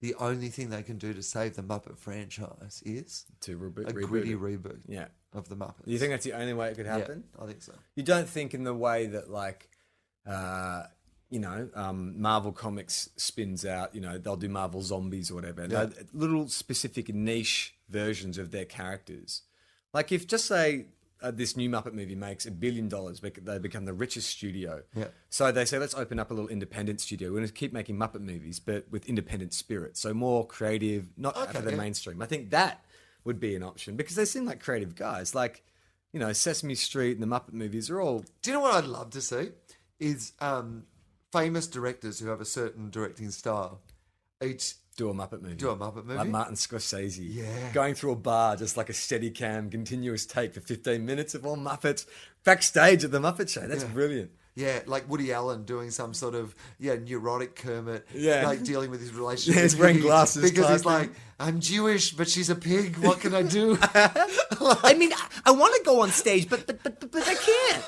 [SPEAKER 3] The only thing they can do to save the Muppet franchise is
[SPEAKER 2] to rebo-
[SPEAKER 3] a
[SPEAKER 2] reboot.
[SPEAKER 3] gritty
[SPEAKER 2] it.
[SPEAKER 3] reboot
[SPEAKER 2] yeah,
[SPEAKER 3] of the Muppets.
[SPEAKER 2] do you think that's the only way it could
[SPEAKER 3] Yeah,
[SPEAKER 2] happen?
[SPEAKER 3] I think so.
[SPEAKER 2] You don't think in the way that like uh you know, um, Marvel Comics spins out, you know, they'll do Marvel Zombies or whatever.
[SPEAKER 3] Yeah.
[SPEAKER 2] They're Little specific niche versions of their characters. Like if just say uh, this new Muppet movie makes a billion dollars, bec- they become the richest studio.
[SPEAKER 3] Yeah.
[SPEAKER 2] So they say, let's open up a little independent studio. We're going to keep making Muppet movies, but with independent spirit. So more creative, not out
[SPEAKER 3] Okay,
[SPEAKER 2] for the
[SPEAKER 3] yeah.
[SPEAKER 2] mainstream. I think that would be an option because they seem like creative guys. Like, you know, Sesame Street and the Muppet movies are all
[SPEAKER 3] Do you know what I'd love to see? Is um, famous directors who have a certain directing style. Each
[SPEAKER 2] do a Muppet movie.
[SPEAKER 3] Do a Muppet movie?
[SPEAKER 2] Like Martin Scorsese.
[SPEAKER 3] Yeah.
[SPEAKER 2] Going through a bar, just like a steady cam, continuous take for 15 minutes of all Muppets backstage at the Muppet Show. That's brilliant.
[SPEAKER 3] yeah, like Woody Allen doing some sort of yeah neurotic Kermit,
[SPEAKER 2] Yeah.
[SPEAKER 3] like dealing with his relationship.
[SPEAKER 2] Yeah, he's
[SPEAKER 3] with
[SPEAKER 2] wearing
[SPEAKER 3] Woody
[SPEAKER 2] glasses
[SPEAKER 3] because he's
[SPEAKER 2] type
[SPEAKER 3] like,
[SPEAKER 2] thing.
[SPEAKER 3] I'm Jewish, but she's a pig. What can I do?
[SPEAKER 2] I mean, I, I want to go on stage, but, but, but, but I can't.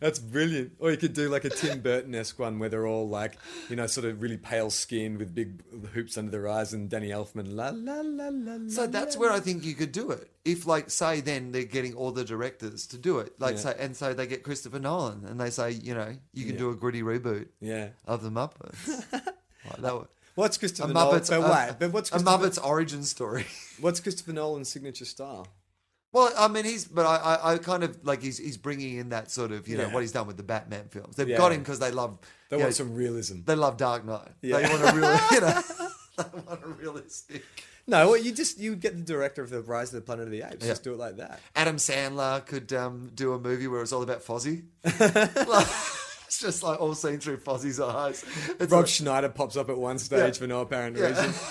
[SPEAKER 2] That's brilliant. Or you could do like a Tim Burton esque one where they're all like, you know, sort of really pale skinned with big hoops under their eyes and Danny Elfman, la, la, la, la, la.
[SPEAKER 3] So that's where I think you could do it. If, like, say, then they're getting all the directors to do it, like, say, and so they get Christopher Nolan, and they say, you know, you can do a gritty reboot
[SPEAKER 2] Yeah.
[SPEAKER 3] of the Muppets. like that would,
[SPEAKER 2] What's
[SPEAKER 3] a
[SPEAKER 2] Christopher Nolan?
[SPEAKER 3] Muppets,
[SPEAKER 2] But
[SPEAKER 3] a-
[SPEAKER 2] wait, but what's
[SPEAKER 3] a
[SPEAKER 2] Christopher,
[SPEAKER 3] Muppets origin story?
[SPEAKER 2] what's Christopher Nolan's signature style?
[SPEAKER 3] well, I mean, he's, but I, I, I kind of like he's he's bringing in that sort of, you know,
[SPEAKER 2] Yeah.
[SPEAKER 3] what he's done with the Batman films. They've
[SPEAKER 2] Yeah.
[SPEAKER 3] got him because they love,
[SPEAKER 2] They
[SPEAKER 3] you
[SPEAKER 2] want
[SPEAKER 3] know,
[SPEAKER 2] some realism.
[SPEAKER 3] they love Dark Knight. They
[SPEAKER 2] Yeah.
[SPEAKER 3] want a real, you know, they want a realistic.
[SPEAKER 2] No, well, you just you get the director of the Rise of the Planet of the Apes.
[SPEAKER 3] Yeah.
[SPEAKER 2] Just do it like that.
[SPEAKER 3] Adam Sandler could um, do a movie where it's all about Fozzie. Like, it's just like all seen through Fozzie's eyes. It's
[SPEAKER 2] Rob
[SPEAKER 3] like-
[SPEAKER 2] Schneider pops up at one stage
[SPEAKER 3] Yeah.
[SPEAKER 2] for no apparent
[SPEAKER 3] Yeah.
[SPEAKER 2] reason.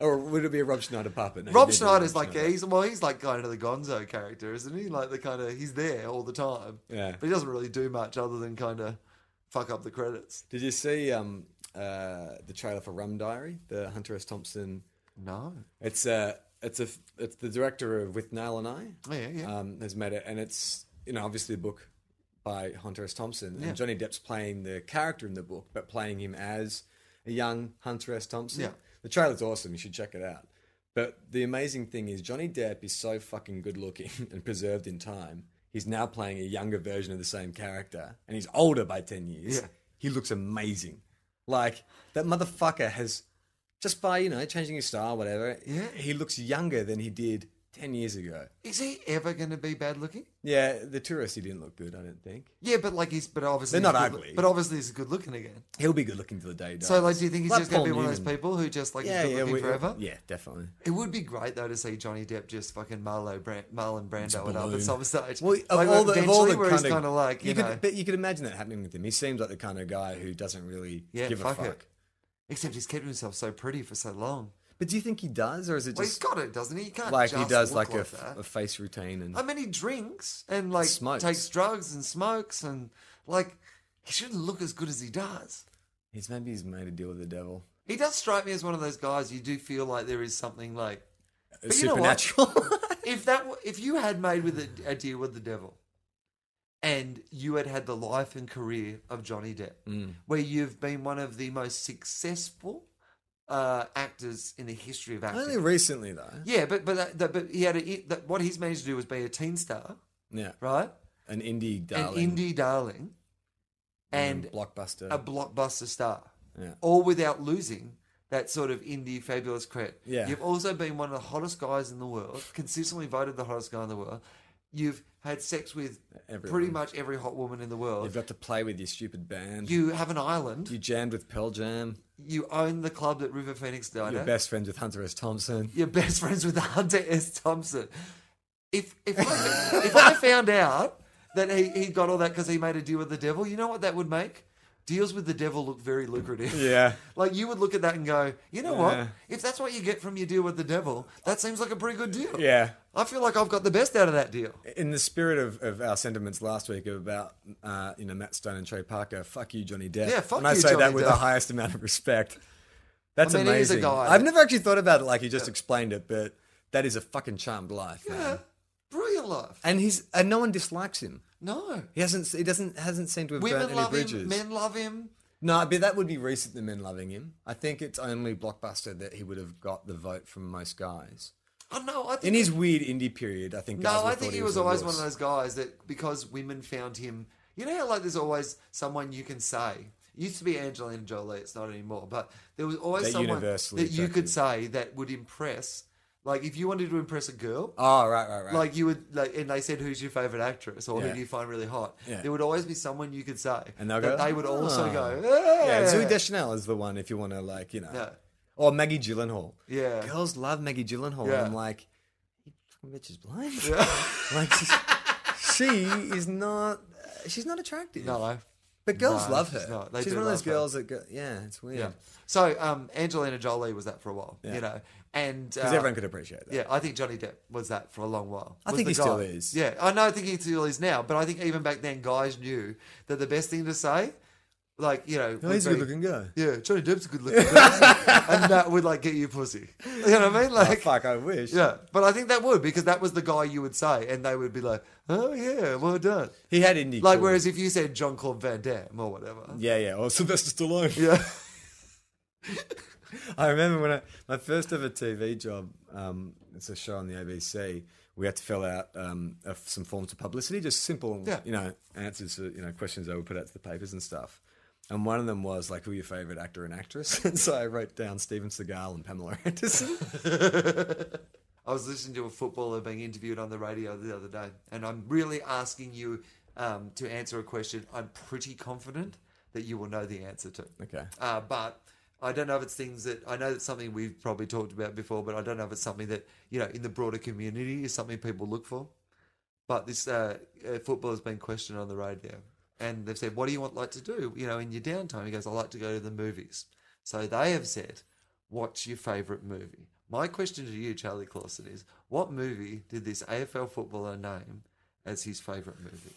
[SPEAKER 2] or would it be a Rob Schneider puppet? No,
[SPEAKER 3] Rob
[SPEAKER 2] you did do
[SPEAKER 3] Schneider's
[SPEAKER 2] Rob
[SPEAKER 3] like
[SPEAKER 2] Schneider.
[SPEAKER 3] he's well, he's like kind of the Gonzo character, isn't he? Like the kind of he's there all the time,
[SPEAKER 2] Yeah.
[SPEAKER 3] But he doesn't really do much other than kind of fuck up the credits.
[SPEAKER 2] Did you see um, uh, the trailer for Rum Diary? The Hunter S. Thompson.
[SPEAKER 3] No,
[SPEAKER 2] It's uh, it's a it's the director of With Nail and I.
[SPEAKER 3] Oh, yeah, yeah.
[SPEAKER 2] Um, has made it, and it's you know obviously a book by Hunter S. Thompson, and
[SPEAKER 3] Yeah.
[SPEAKER 2] Johnny Depp's playing the character in the book, but playing him as a young Hunter S. Thompson.
[SPEAKER 3] Yeah.
[SPEAKER 2] The trailer's awesome. You should check it out. But the amazing thing is Johnny Depp is so fucking good looking and preserved in time. He's now playing a younger version of the same character, and he's older by ten years.
[SPEAKER 3] Yeah.
[SPEAKER 2] He looks amazing. Like that motherfucker has just by you know changing his style, whatever.
[SPEAKER 3] Yeah.
[SPEAKER 2] he looks younger than he did ten years ago.
[SPEAKER 3] is he ever going to be bad looking?
[SPEAKER 2] Yeah, the tourist he didn't look good. I don't think
[SPEAKER 3] Yeah, but like he's but obviously
[SPEAKER 2] They're
[SPEAKER 3] he's
[SPEAKER 2] not
[SPEAKER 3] good loo-
[SPEAKER 2] ugly.
[SPEAKER 3] But obviously he's good looking again.
[SPEAKER 2] he'll be good looking to the day. he
[SPEAKER 3] So
[SPEAKER 2] dies.
[SPEAKER 3] like, do you think he's
[SPEAKER 2] Like
[SPEAKER 3] just going
[SPEAKER 2] Paul
[SPEAKER 3] to be one of those
[SPEAKER 2] Newman.
[SPEAKER 3] people who just like
[SPEAKER 2] Yeah,
[SPEAKER 3] is good
[SPEAKER 2] yeah,
[SPEAKER 3] looking
[SPEAKER 2] we- uh,
[SPEAKER 3] forever?
[SPEAKER 2] yeah, definitely.
[SPEAKER 3] It would be great though to see Johnny Depp just fucking Marlo Brand- Marlon Brando it up at
[SPEAKER 2] balloon.
[SPEAKER 3] some stage.
[SPEAKER 2] Well, of
[SPEAKER 3] Like,
[SPEAKER 2] all the, of all
[SPEAKER 3] eventually
[SPEAKER 2] the
[SPEAKER 3] where
[SPEAKER 2] kind,
[SPEAKER 3] he's
[SPEAKER 2] of,
[SPEAKER 3] kind of like you,
[SPEAKER 2] could,
[SPEAKER 3] know,
[SPEAKER 2] but you could imagine that happening with him. He seems like the kind of guy who doesn't really
[SPEAKER 3] Yeah,
[SPEAKER 2] give
[SPEAKER 3] fuck
[SPEAKER 2] a
[SPEAKER 3] it.
[SPEAKER 2] fuck.
[SPEAKER 3] except he's kept himself so pretty for so long.
[SPEAKER 2] But do you think he does, or is it
[SPEAKER 3] Well, he's
[SPEAKER 2] just
[SPEAKER 3] got it, doesn't he? he can't
[SPEAKER 2] like
[SPEAKER 3] just
[SPEAKER 2] he does
[SPEAKER 3] walk
[SPEAKER 2] like, a,
[SPEAKER 3] that.
[SPEAKER 2] f- a face routine and
[SPEAKER 3] I mean, he drinks and like
[SPEAKER 2] Smokes.
[SPEAKER 3] takes drugs and smokes and like he shouldn't look as good as he does.
[SPEAKER 2] he's maybe he's made a deal with the devil.
[SPEAKER 3] He does strike me as one of those guys you do feel like there is something like But you know what?
[SPEAKER 2] supernatural.
[SPEAKER 3] if that w- if you had made with a, a deal with the devil and you had had the life and career of Johnny Depp
[SPEAKER 2] Mm.
[SPEAKER 3] where you've been one of the most successful uh, actors in the history of acting
[SPEAKER 2] Only recently though.
[SPEAKER 3] yeah but but that, that, but he had a, that, what he's managed to do was be a teen star
[SPEAKER 2] Yeah,
[SPEAKER 3] right
[SPEAKER 2] an indie darling, Mm.
[SPEAKER 3] an indie darling and
[SPEAKER 2] blockbuster.
[SPEAKER 3] a blockbuster star
[SPEAKER 2] Yeah.
[SPEAKER 3] all without losing that sort of indie fabulous cred.
[SPEAKER 2] Yeah.
[SPEAKER 3] You've also been one of the hottest guys in the world, consistently voted the hottest guy in the world, You've had sex with
[SPEAKER 2] Everyone.
[SPEAKER 3] pretty much every hot woman in the
[SPEAKER 2] You've
[SPEAKER 3] world.
[SPEAKER 2] got to play with your stupid band. You,
[SPEAKER 3] You have an island. You,
[SPEAKER 2] jammed with Pearl Jam.
[SPEAKER 3] own the club that River Phoenix died
[SPEAKER 2] You're
[SPEAKER 3] at.
[SPEAKER 2] best friends with Hunter S. Thompson.
[SPEAKER 3] You're best friends with Hunter S. Thompson. If if I, if I found out that he, he got all that because he made a deal with the devil, you know what that would make? Deals with the devil look very lucrative.
[SPEAKER 2] Yeah.
[SPEAKER 3] Like you would look at that and go, you know
[SPEAKER 2] Yeah.
[SPEAKER 3] what? If that's what you get from your deal with the devil, that seems like a pretty good deal.
[SPEAKER 2] Yeah.
[SPEAKER 3] I feel like I've got the best out of that deal.
[SPEAKER 2] In the spirit of, of our sentiments last week about uh, you know Matt Stone and Trey Parker, fuck you, Johnny Depp.
[SPEAKER 3] Yeah, fuck
[SPEAKER 2] and I
[SPEAKER 3] you,
[SPEAKER 2] say that
[SPEAKER 3] Johnny
[SPEAKER 2] with
[SPEAKER 3] Depp.
[SPEAKER 2] the highest amount of respect. That's
[SPEAKER 3] I mean, he is a
[SPEAKER 2] amazing.
[SPEAKER 3] guy
[SPEAKER 2] I've
[SPEAKER 3] that-
[SPEAKER 2] never actually thought about it like you just explained it, but that is a fucking charmed life. man.
[SPEAKER 3] Yeah. Brilliant life.
[SPEAKER 2] And he's and no one dislikes him.
[SPEAKER 3] No.
[SPEAKER 2] He hasn't. He doesn't. Hasn't seemed to have burnt
[SPEAKER 3] Women
[SPEAKER 2] any
[SPEAKER 3] love
[SPEAKER 2] bridges.
[SPEAKER 3] him. Men love him.
[SPEAKER 2] No, but that would be recent. The men loving him. I think it's only Blockbuster that he would have got the vote from most guys.
[SPEAKER 3] Oh no, I think
[SPEAKER 2] In his weird indie period, I think. guys
[SPEAKER 3] No,
[SPEAKER 2] would
[SPEAKER 3] I
[SPEAKER 2] have
[SPEAKER 3] think
[SPEAKER 2] thought
[SPEAKER 3] he was always
[SPEAKER 2] the
[SPEAKER 3] one of
[SPEAKER 2] wuss.
[SPEAKER 3] those guys that because women found him. You know how like there's always someone you can say. It used to be Angelina Jolie. It's not anymore, but there was always
[SPEAKER 2] That
[SPEAKER 3] someone that
[SPEAKER 2] universally
[SPEAKER 3] you could
[SPEAKER 2] attractive.
[SPEAKER 3] say that would impress. Like if you wanted to impress a girl,
[SPEAKER 2] Oh right, right, right.
[SPEAKER 3] like you would like, and they said who's your favorite actress or
[SPEAKER 2] Yeah.
[SPEAKER 3] who do you find really hot.
[SPEAKER 2] Yeah.
[SPEAKER 3] There would always be someone you could say,
[SPEAKER 2] And they'll
[SPEAKER 3] that
[SPEAKER 2] go,
[SPEAKER 3] they would also
[SPEAKER 2] "Oh."
[SPEAKER 3] go,
[SPEAKER 2] yeah, Zooey
[SPEAKER 3] "Eh."
[SPEAKER 2] Deschanel is the one if you want to like you know,
[SPEAKER 3] No.
[SPEAKER 2] or Maggie Gyllenhaal.
[SPEAKER 3] Yeah.
[SPEAKER 2] girls love Maggie Gyllenhaal.
[SPEAKER 3] Yeah.
[SPEAKER 2] And I'm like, you fucking bitch is blind. like she's, she is not. uh, She's not attractive.
[SPEAKER 3] No,
[SPEAKER 2] but girls
[SPEAKER 3] no,
[SPEAKER 2] love
[SPEAKER 3] she's
[SPEAKER 2] her.
[SPEAKER 3] not. They
[SPEAKER 2] she's
[SPEAKER 3] do
[SPEAKER 2] one of those
[SPEAKER 3] love her.
[SPEAKER 2] girls that go, yeah, it's weird.
[SPEAKER 3] yeah. So um, Angelina Jolie was that for a while,
[SPEAKER 2] Yeah.
[SPEAKER 3] you know, and
[SPEAKER 2] Because
[SPEAKER 3] uh,
[SPEAKER 2] everyone could appreciate that.
[SPEAKER 3] Yeah, I think Johnny Depp was that for a long while.
[SPEAKER 2] I
[SPEAKER 3] Was
[SPEAKER 2] think
[SPEAKER 3] the
[SPEAKER 2] he still is.
[SPEAKER 3] Yeah, I know. I think he still is now, but I think even back then, guys knew that the best thing to say, like you know,
[SPEAKER 2] No,
[SPEAKER 3] would
[SPEAKER 2] he's a
[SPEAKER 3] be,
[SPEAKER 2] good looking guy.
[SPEAKER 3] Yeah, Johnny Depp's a good looking, guy. and that would like get you pussy. You know what I mean?
[SPEAKER 2] Oh,
[SPEAKER 3] Like,
[SPEAKER 2] fuck, I wish.
[SPEAKER 3] yeah, but I think that would because that was the guy you would say, and they would be like, "Oh yeah, well done."
[SPEAKER 2] He had indie.
[SPEAKER 3] Like,
[SPEAKER 2] cool.
[SPEAKER 3] whereas if you said John Claude Van Damme or whatever,
[SPEAKER 2] Yeah, yeah. Or Sylvester Stallone.
[SPEAKER 3] yeah,
[SPEAKER 2] I remember when I my first ever TV job. Um, it's a show on the ABC. We had to fill out um, of some forms of publicity, just simple,
[SPEAKER 3] Yeah.
[SPEAKER 2] you know, answers, to, you know, questions I would put out to the papers and stuff. And one of them was like, "Who are your favorite actor and actress?" And so I wrote down Steven Seagal and Pamela Anderson.
[SPEAKER 3] I was listening to a footballer being interviewed on the radio the other day, and I'm really asking you um, to answer a question I'm pretty confident that you will know the answer to.
[SPEAKER 2] Okay.
[SPEAKER 3] Uh, but I don't know if it's things that I know that's something we've probably talked about before, but I don't know if it's something that, you know, in the broader community is something people look for. But this uh, uh, footballer's been questioned on the radio, and they've said, What do you want like to do, you know, in your downtime? He goes, I like to go to the movies. So they have said, What's your favourite movie? My question to you, Charlie Clausen, is what movie did this AFL footballer name as his favourite movie?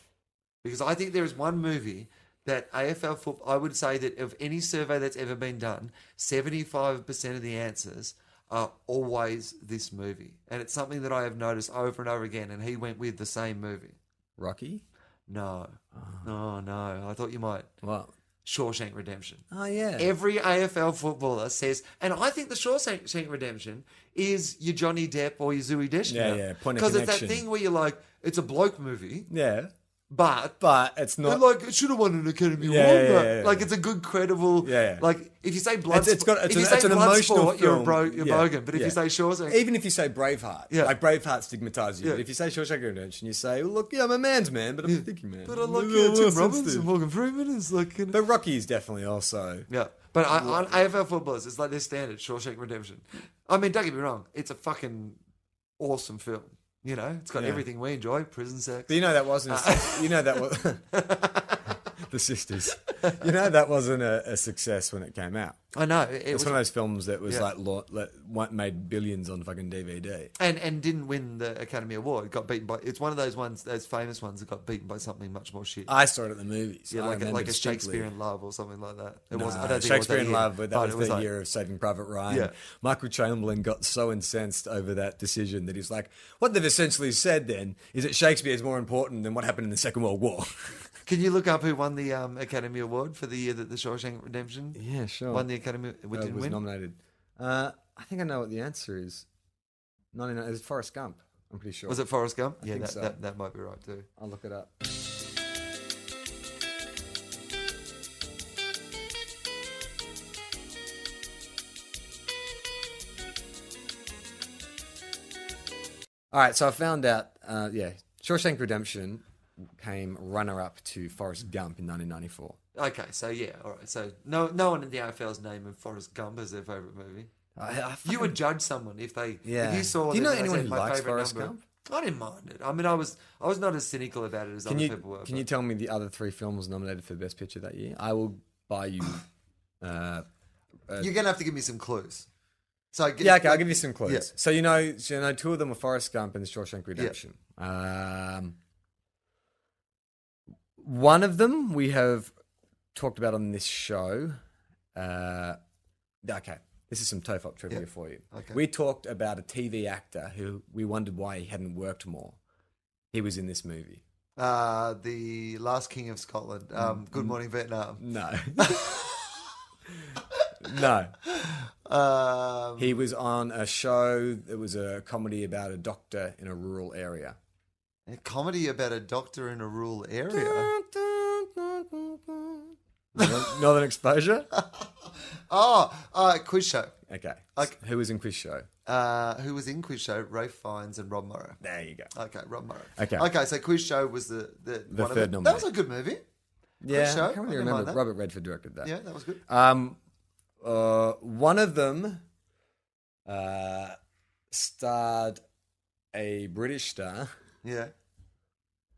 [SPEAKER 3] Because I think there is one movie that AFL football, I would say that of any survey that's ever been done, 75% of the answers are always this movie. And it's something that I have noticed over and over again. And he went with the same movie.
[SPEAKER 2] Rocky.
[SPEAKER 3] No.
[SPEAKER 2] Ah.
[SPEAKER 3] No, no. I thought you might.
[SPEAKER 2] What?
[SPEAKER 3] Shawshank Redemption.
[SPEAKER 2] Oh yeah.
[SPEAKER 3] Every AFL footballer says, and I think the Shawshank Redemption is your Johnny Depp or your Zooey Deschanel.
[SPEAKER 2] Yeah, yeah, point of
[SPEAKER 3] Because it's that
[SPEAKER 2] connection.
[SPEAKER 3] thing where you're like, it's a bloke movie,
[SPEAKER 2] yeah.
[SPEAKER 3] but
[SPEAKER 2] But it's not.
[SPEAKER 3] and, like it should have won an Academy
[SPEAKER 2] Yeah,
[SPEAKER 3] Award.
[SPEAKER 2] yeah,
[SPEAKER 3] but-
[SPEAKER 2] yeah, yeah.
[SPEAKER 3] Like it's a good, credible.
[SPEAKER 2] Yeah, yeah.
[SPEAKER 3] Like if you say blood,
[SPEAKER 2] It's- it's got- it's
[SPEAKER 3] if you
[SPEAKER 2] an-
[SPEAKER 3] say
[SPEAKER 2] it's an
[SPEAKER 3] Bloodsport,
[SPEAKER 2] emotional
[SPEAKER 3] you're a
[SPEAKER 2] film.
[SPEAKER 3] bro, you're
[SPEAKER 2] Yeah,
[SPEAKER 3] bogan. But if
[SPEAKER 2] yeah.
[SPEAKER 3] you say Shawshank,
[SPEAKER 2] even if you say Braveheart,
[SPEAKER 3] Yeah.
[SPEAKER 2] like Braveheart stigmatizes you.
[SPEAKER 3] Yeah.
[SPEAKER 2] But if you say Shawshank Redemption, you say, well, "Look, yeah, I'm a man's man, but I'm a thinking man."
[SPEAKER 3] but I like
[SPEAKER 2] Little
[SPEAKER 3] uh, Tim
[SPEAKER 2] less
[SPEAKER 3] Robbins
[SPEAKER 2] sensitive.
[SPEAKER 3] and Morgan Freeman is like. you know-
[SPEAKER 2] But Rocky is definitely also.
[SPEAKER 3] yeah, but I, on AFL footballers, it's like their standard Shawshank Redemption. I mean, don't get me wrong, it's a fucking awesome film. You know, it's got
[SPEAKER 2] Yeah.
[SPEAKER 3] everything we enjoy: prison sex.
[SPEAKER 2] But you know that wasn't.
[SPEAKER 3] Uh,
[SPEAKER 2] A, su- you know that was the sisters. You know that wasn't a, a success when it came out.
[SPEAKER 3] I know it,
[SPEAKER 2] It's
[SPEAKER 3] was,
[SPEAKER 2] one of those films that was
[SPEAKER 3] Yeah.
[SPEAKER 2] like lo- like what made billions on fucking DVD.
[SPEAKER 3] and and didn't win the Academy Award. Got beaten by. It's one of those ones, those famous ones that got beaten by something much more shit.
[SPEAKER 2] I saw it at the movies.
[SPEAKER 3] Yeah,
[SPEAKER 2] I
[SPEAKER 3] like a,
[SPEAKER 2] remember
[SPEAKER 3] like a
[SPEAKER 2] distinctly.
[SPEAKER 3] Shakespeare in Love or something like that. It
[SPEAKER 2] No,
[SPEAKER 3] was I don't think
[SPEAKER 2] Shakespeare in
[SPEAKER 3] it was that year, Oh,
[SPEAKER 2] Love, but that was,
[SPEAKER 3] it
[SPEAKER 2] the
[SPEAKER 3] like-
[SPEAKER 2] year of Saving Private Ryan.
[SPEAKER 3] Yeah.
[SPEAKER 2] Michael Chamberlain got so incensed over that decision that he's like, "What they've essentially said then is that Shakespeare is more important than what happened in the Second World War."
[SPEAKER 3] Can you look up who won the um, Academy Award for the year that The Shawshank Redemption
[SPEAKER 2] Yeah, sure.
[SPEAKER 3] won the Academy? We
[SPEAKER 2] uh,
[SPEAKER 3] didn't
[SPEAKER 2] was
[SPEAKER 3] win.
[SPEAKER 2] nominated. Uh, I think I know what the answer is. Not in it's Forrest Gump. I'm pretty sure.
[SPEAKER 3] was it Forrest Gump? yeah,
[SPEAKER 2] think
[SPEAKER 3] that,
[SPEAKER 2] so.
[SPEAKER 3] that that might be right too.
[SPEAKER 2] I'll look it up. All right, so I found out. Uh, yeah, Shawshank Redemption came runner up to Forrest Gump in 1994.
[SPEAKER 3] Okay, so yeah, all right. So no, no one in the AFL's name in Forrest Gump as their favorite movie.
[SPEAKER 2] I, I
[SPEAKER 3] You would judge someone if they,
[SPEAKER 2] Yeah.
[SPEAKER 3] if you saw.
[SPEAKER 2] Do you
[SPEAKER 3] them
[SPEAKER 2] know
[SPEAKER 3] and they
[SPEAKER 2] anyone
[SPEAKER 3] said,
[SPEAKER 2] who
[SPEAKER 3] "My
[SPEAKER 2] likes
[SPEAKER 3] favourite
[SPEAKER 2] Forrest
[SPEAKER 3] number."
[SPEAKER 2] Gump?
[SPEAKER 3] I didn't mind it. I mean, I was, I was not as cynical about it as
[SPEAKER 2] Can
[SPEAKER 3] other
[SPEAKER 2] you
[SPEAKER 3] people were.
[SPEAKER 2] can you tell me the other three films nominated for Best Picture that year? I will buy you. Uh,
[SPEAKER 3] are gonna have to give me some clues. So g-
[SPEAKER 2] yeah, okay, I'll give you some clues.
[SPEAKER 3] Yeah.
[SPEAKER 2] So you know, so you know, two of them were Forrest Gump and The Shawshank Redemption. Um, one of them we have talked about on this show. Uh, okay, this is some TOEFOP trivia
[SPEAKER 3] Yeah.
[SPEAKER 2] for you.
[SPEAKER 3] Okay.
[SPEAKER 2] We talked about a TV actor who we wondered why he hadn't worked more. He was in this movie.
[SPEAKER 3] Uh, the Last King of Scotland. Um, Good Morning Vietnam.
[SPEAKER 2] No. no.
[SPEAKER 3] Um,
[SPEAKER 2] He was on a show that was a comedy about a doctor in a rural area.
[SPEAKER 3] a comedy about a doctor in a rural area.
[SPEAKER 2] Northern, Northern Exposure?
[SPEAKER 3] Oh, uh, quiz show.
[SPEAKER 2] Okay.
[SPEAKER 3] Okay.
[SPEAKER 2] Who was in Quiz Show?
[SPEAKER 3] Uh, who was in quiz show? Rafe Fiennes and Rob Morrow.
[SPEAKER 2] There you go.
[SPEAKER 3] Okay, Rob Morrow.
[SPEAKER 2] Okay.
[SPEAKER 3] Okay, so quiz show was the the,
[SPEAKER 2] The
[SPEAKER 3] one of
[SPEAKER 2] third
[SPEAKER 3] the, That
[SPEAKER 2] nominee.
[SPEAKER 3] was a good movie.
[SPEAKER 2] Yeah,
[SPEAKER 3] Show,
[SPEAKER 2] I can't
[SPEAKER 3] I
[SPEAKER 2] really
[SPEAKER 3] don't mind
[SPEAKER 2] remember.
[SPEAKER 3] that.
[SPEAKER 2] Robert Redford directed that.
[SPEAKER 3] Yeah, that was good.
[SPEAKER 2] Um, uh, one of them uh, starred a British star
[SPEAKER 3] Yeah.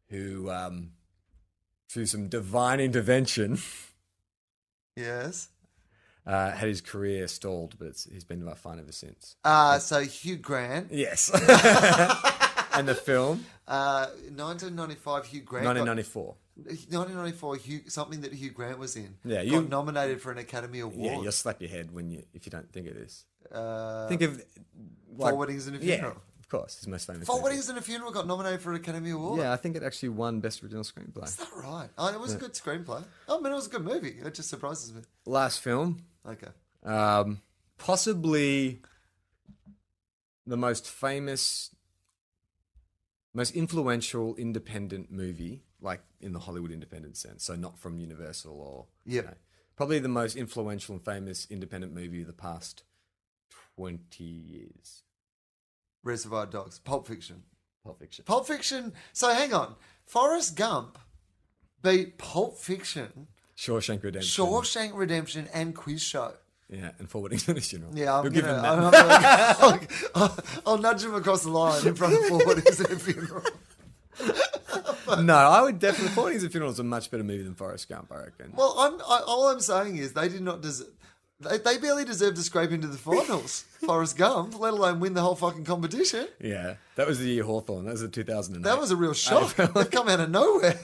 [SPEAKER 2] who, um, through some divine intervention,
[SPEAKER 3] Yes.
[SPEAKER 2] uh, had his career stalled, but it's, he's been fine ever since.
[SPEAKER 3] Uh, so Hugh Grant,
[SPEAKER 2] Yes. and the film,
[SPEAKER 3] uh, 1995, Hugh Grant. got-
[SPEAKER 2] 1994.
[SPEAKER 3] 1994, Hugh, something that Hugh Grant was in.
[SPEAKER 2] Yeah,
[SPEAKER 3] got
[SPEAKER 2] you-
[SPEAKER 3] nominated for an Academy Award.
[SPEAKER 2] Yeah, you'll slap your head when you if you don't think of this.
[SPEAKER 3] uh,
[SPEAKER 2] think of
[SPEAKER 3] Four Weddings and a Funeral.
[SPEAKER 2] Yeah, of course, his most famous.
[SPEAKER 3] Four
[SPEAKER 2] movie.
[SPEAKER 3] Weddings and a Funeral got nominated for an Academy Award.
[SPEAKER 2] Yeah, I think it actually won best original screenplay.
[SPEAKER 3] Is that right? Oh, it was a good screenplay. Oh, I mean, it was a good movie. It just surprises me.
[SPEAKER 2] Last film,
[SPEAKER 3] Okay.
[SPEAKER 2] um, possibly the most famous, most influential independent movie, like in the Hollywood independent sense. So not from Universal or
[SPEAKER 3] Yep.
[SPEAKER 2] probably the most influential and famous independent movie of the past twenty years.
[SPEAKER 3] Reservoir Dogs, Pulp Fiction.
[SPEAKER 2] Pulp Fiction.
[SPEAKER 3] Pulp Fiction. So hang on. Forrest Gump beat Pulp Fiction,
[SPEAKER 2] Shawshank Redemption.
[SPEAKER 3] Shawshank Redemption, and Quiz Show.
[SPEAKER 2] Yeah, and forwarding to the funeral.
[SPEAKER 3] Yeah, I'm
[SPEAKER 2] You'll
[SPEAKER 3] gonna,
[SPEAKER 2] give him that.
[SPEAKER 3] I'm gonna- I'll, I'll nudge him across the line in front of Four Weddings and a Funeral.
[SPEAKER 2] no, I would definitely. Forwarding to the funeral is a much better movie than Forrest Gump, I reckon.
[SPEAKER 3] Well, I'm, I, all I'm saying is they did not deserve. They, they barely deserved to scrape into the finals, Forrest Gump, let alone win the whole fucking competition.
[SPEAKER 2] yeah, that was the year Hawthorne. That was the 2009.
[SPEAKER 3] That was a real shock. They've come out of nowhere.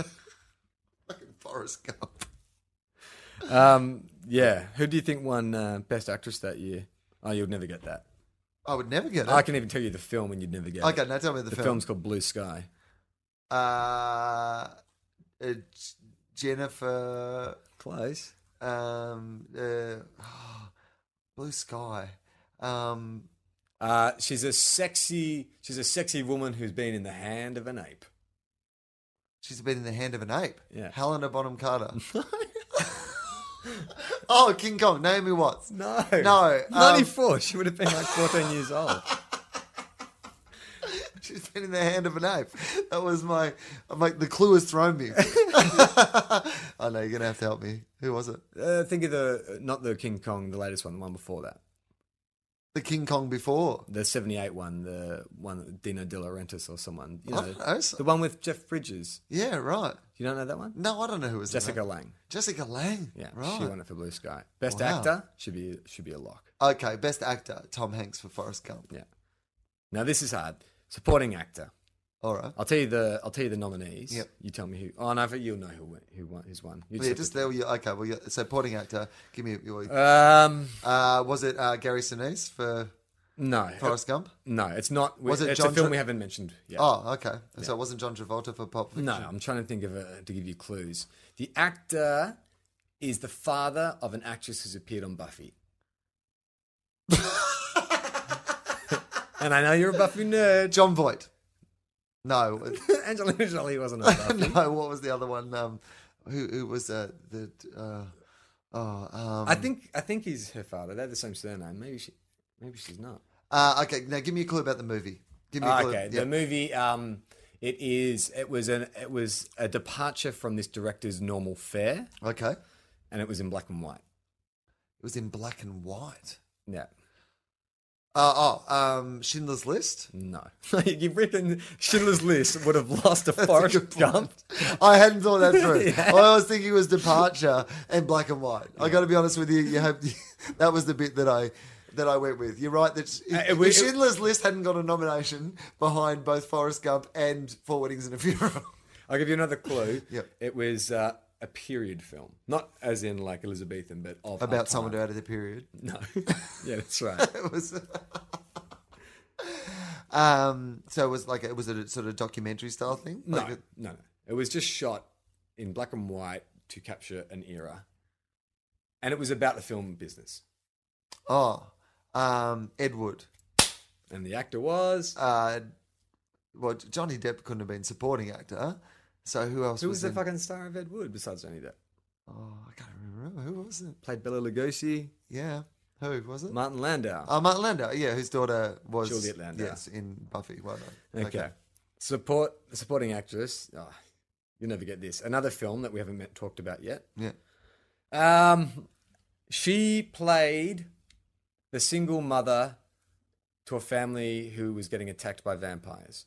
[SPEAKER 3] fucking Forrest Gump.
[SPEAKER 2] Um, yeah. Who do you think won uh, Best Actress that year? Oh, you'll never get that.
[SPEAKER 3] I would never get it.
[SPEAKER 2] I can even tell you the film, and you'd never get
[SPEAKER 3] okay,
[SPEAKER 2] it.
[SPEAKER 3] now tell me the,
[SPEAKER 2] The
[SPEAKER 3] film.
[SPEAKER 2] film's called Blue Sky.
[SPEAKER 3] Uh, uh, J- Jennifer.
[SPEAKER 2] Close.
[SPEAKER 3] Um, uh, Blue Sky. Um,
[SPEAKER 2] Uh, she's a sexy. She's a sexy woman who's been in the hand of an ape.
[SPEAKER 3] she's been in the hand of an ape.
[SPEAKER 2] Yeah.
[SPEAKER 3] Helena Bonham Carter. oh, King Kong. Naomi Watts.
[SPEAKER 2] No,
[SPEAKER 3] No, um,
[SPEAKER 2] 94. she would have been like 14 years old.
[SPEAKER 3] She's been in the hand of an ape. That was my. I'm like the clue has thrown me. I know you're gonna have to help me. Who was it?
[SPEAKER 2] Uh, think of the not the King Kong, the latest one, the one before that.
[SPEAKER 3] The King Kong before.
[SPEAKER 2] the 78 one, the one that Dino De Laurentiis or someone. You
[SPEAKER 3] I
[SPEAKER 2] know,
[SPEAKER 3] don't know.
[SPEAKER 2] The one with Jeff Bridges.
[SPEAKER 3] Yeah, right.
[SPEAKER 2] You don't know that one?
[SPEAKER 3] No, I don't know who was in
[SPEAKER 2] Jessica
[SPEAKER 3] that.
[SPEAKER 2] Lang.
[SPEAKER 3] Jessica Lang.
[SPEAKER 2] Yeah,
[SPEAKER 3] right.
[SPEAKER 2] she won it for Blue Sky. Best
[SPEAKER 3] Wow.
[SPEAKER 2] actor should be should be a lock.
[SPEAKER 3] Okay, best actor Tom Hanks for Forrest Gump.
[SPEAKER 2] Yeah. Now this is hard. Supporting actor.
[SPEAKER 3] All right.
[SPEAKER 2] I'll tell you the I'll tell you the nominees.
[SPEAKER 3] Yep.
[SPEAKER 2] You tell me who. Oh no, but you'll know who won, who won, who's won. You
[SPEAKER 3] Well, yeah, just there. You, okay, well, you supporting actor. Give me your.
[SPEAKER 2] have to- Um,
[SPEAKER 3] Uh, was it uh, Gary Sinise for
[SPEAKER 2] no,
[SPEAKER 3] Forrest Gump?
[SPEAKER 2] no, it's not.
[SPEAKER 3] Was it
[SPEAKER 2] it's
[SPEAKER 3] John
[SPEAKER 2] a film
[SPEAKER 3] Tra-
[SPEAKER 2] we haven't mentioned yet.
[SPEAKER 3] Oh, okay. So it wasn't John Travolta for Pop Fiction.
[SPEAKER 2] No, I'm trying to think of a, to give you clues. The actor is the father of an actress who's appeared on Buffy. and I know you're a Buffy nerd.
[SPEAKER 3] John Voight. No,
[SPEAKER 2] Angelina Jolie wasn't a Buffy.
[SPEAKER 3] no. What was the other one? Um, who who was uh, the? Uh, oh, um,
[SPEAKER 2] I think I think he's her father. They're the same surname. Maybe she, maybe she's not. Ah,
[SPEAKER 3] uh, okay. Now give me a clue about the movie. Give me a clue.
[SPEAKER 2] okay,
[SPEAKER 3] Yeah.
[SPEAKER 2] the movie um, It is. It was an. It was a departure from this director's normal fare,
[SPEAKER 3] Okay. It
[SPEAKER 2] and it was in black and white.
[SPEAKER 3] was in black and white.
[SPEAKER 2] Yeah.
[SPEAKER 3] Uh, oh, um, Schindler's List.
[SPEAKER 2] No. You've written Schindler's List would have lost a Forrest Gump.
[SPEAKER 3] I hadn't thought that through.
[SPEAKER 2] Yeah.
[SPEAKER 3] All I was thinking was departure and black and white. I got to be honest with you. You have that was the bit that I that I went with. You're right. That if,
[SPEAKER 2] Uh, it was-
[SPEAKER 3] if Schindler's List hadn't got a nomination behind both Forrest Gump and Four Weddings and a Funeral.
[SPEAKER 2] I'll give you another clue.
[SPEAKER 3] Yep.
[SPEAKER 2] It was uh, a period film, not as in like Elizabethan, but of our
[SPEAKER 3] About someone
[SPEAKER 2] time.
[SPEAKER 3] out of the period.
[SPEAKER 2] No. yeah, that's right.
[SPEAKER 3] It was. um. So it was like it was a sort of documentary style thing.
[SPEAKER 2] No,
[SPEAKER 3] Like
[SPEAKER 2] no,
[SPEAKER 3] it-
[SPEAKER 2] no. It was just shot in black and white to capture an era, and it was about the film business.
[SPEAKER 3] oh. Um. Ed Wood.
[SPEAKER 2] And the actor was
[SPEAKER 3] uh, well, Johnny Depp couldn't have been supporting actor. So who else
[SPEAKER 2] who was
[SPEAKER 3] was,
[SPEAKER 2] the
[SPEAKER 3] in-
[SPEAKER 2] fucking star of Ed Wood besides Johnny Depp?
[SPEAKER 3] Oh, I can't remember who was it.
[SPEAKER 2] Played Bella Lugosi,
[SPEAKER 3] Yeah, who was it?
[SPEAKER 2] Martin Landau.
[SPEAKER 3] oh, Martin Landau. Yeah, whose daughter was
[SPEAKER 2] Juliet Landau.
[SPEAKER 3] Yes, in Buffy. Well done.
[SPEAKER 2] Okay. Support supporting actress. Oh, you'll never get this. Another film that we haven't met, talked about yet.
[SPEAKER 3] Yeah.
[SPEAKER 2] Um, she played the single mother to a family who was getting attacked by vampires.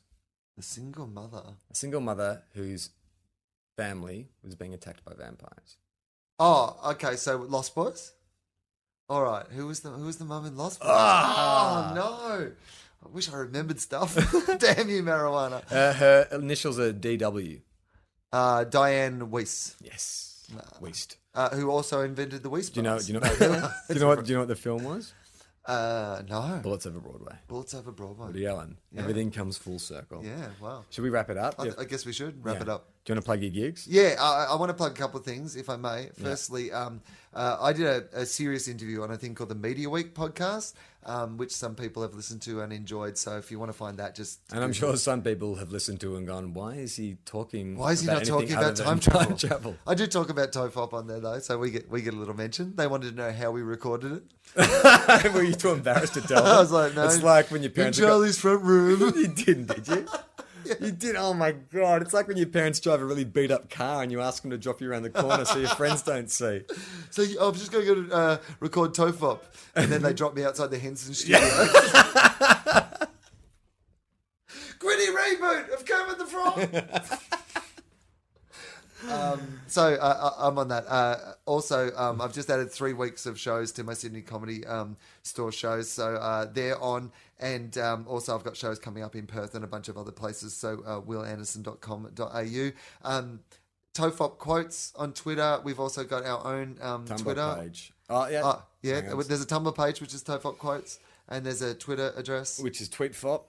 [SPEAKER 3] The single mother.
[SPEAKER 2] A single mother whose family was being attacked by vampires.
[SPEAKER 3] Oh, okay. So Lost Boys. All right. Who was the Who was the mum in Lost Boys?
[SPEAKER 2] Ah.
[SPEAKER 3] Oh no! I wish I remembered stuff. Damn you, marijuana.
[SPEAKER 2] Uh, her initials are DW.
[SPEAKER 3] Uh, Diane Weiss,
[SPEAKER 2] Yes. Waste.
[SPEAKER 3] uh, who also invented the Weiss.
[SPEAKER 2] Do you know?
[SPEAKER 3] brothers.
[SPEAKER 2] Do you know? do you know what? Do you know what the film was?
[SPEAKER 3] Uh, no.
[SPEAKER 2] Bullets Over Broadway.
[SPEAKER 3] Bullets over Broadway.
[SPEAKER 2] Woody Allen. Everything comes full circle.
[SPEAKER 3] Yeah, wow.
[SPEAKER 2] Should we wrap it up?
[SPEAKER 3] I,
[SPEAKER 2] Yeah.
[SPEAKER 3] I guess we should wrap
[SPEAKER 2] Yeah.
[SPEAKER 3] it up.
[SPEAKER 2] Do you want to plug your gigs?
[SPEAKER 3] Yeah, I, I want to plug a couple of things, if I may. Firstly, um, uh, I did a, a serious interview on a thing called the Media Week podcast, um, which some people have listened to and enjoyed. So if you want to find that, just
[SPEAKER 2] And I'm sure some people have listened to and gone, "Why is he talking?
[SPEAKER 3] Why is he not
[SPEAKER 2] anything
[SPEAKER 3] talking
[SPEAKER 2] other
[SPEAKER 3] about
[SPEAKER 2] than
[SPEAKER 3] time travel?
[SPEAKER 2] travel?
[SPEAKER 3] I do talk about Tofop on there though, so we get we get a little mention. They wanted to know how we recorded it.
[SPEAKER 2] Were you too embarrassed to tell?
[SPEAKER 3] I was
[SPEAKER 2] them?
[SPEAKER 3] like, no,
[SPEAKER 2] It's like when your parents.
[SPEAKER 3] in
[SPEAKER 2] Go,
[SPEAKER 3] Charlie's front room.
[SPEAKER 2] you didn't, did you? You did. Oh my god! It's like when your parents drive a really beat up car and you ask them to drop you around the corner so your friends don't see.
[SPEAKER 3] So you- I'm just going to go to uh, record Tofop, and then they drop me outside the Henson studio. Gritty reboot of Kermit the Frog. um, so uh, I- I'm on that. Uh, also, um, I've just added three weeks of shows to my Sydney Comedy um, Store shows, so uh, they're on. And um, also, I've got shows coming up in Perth and a bunch of other places. So uh, willanderson.com.au. Um, Tofop quotes on Twitter. We've also got our own um,
[SPEAKER 2] Tumblr
[SPEAKER 3] Twitter.
[SPEAKER 2] page. Oh yeah,
[SPEAKER 3] Uh, yeah,
[SPEAKER 2] Hang on.
[SPEAKER 3] there's a Tumblr page which is Tofop quotes, and there's a Twitter address,
[SPEAKER 2] Which is tweetfop.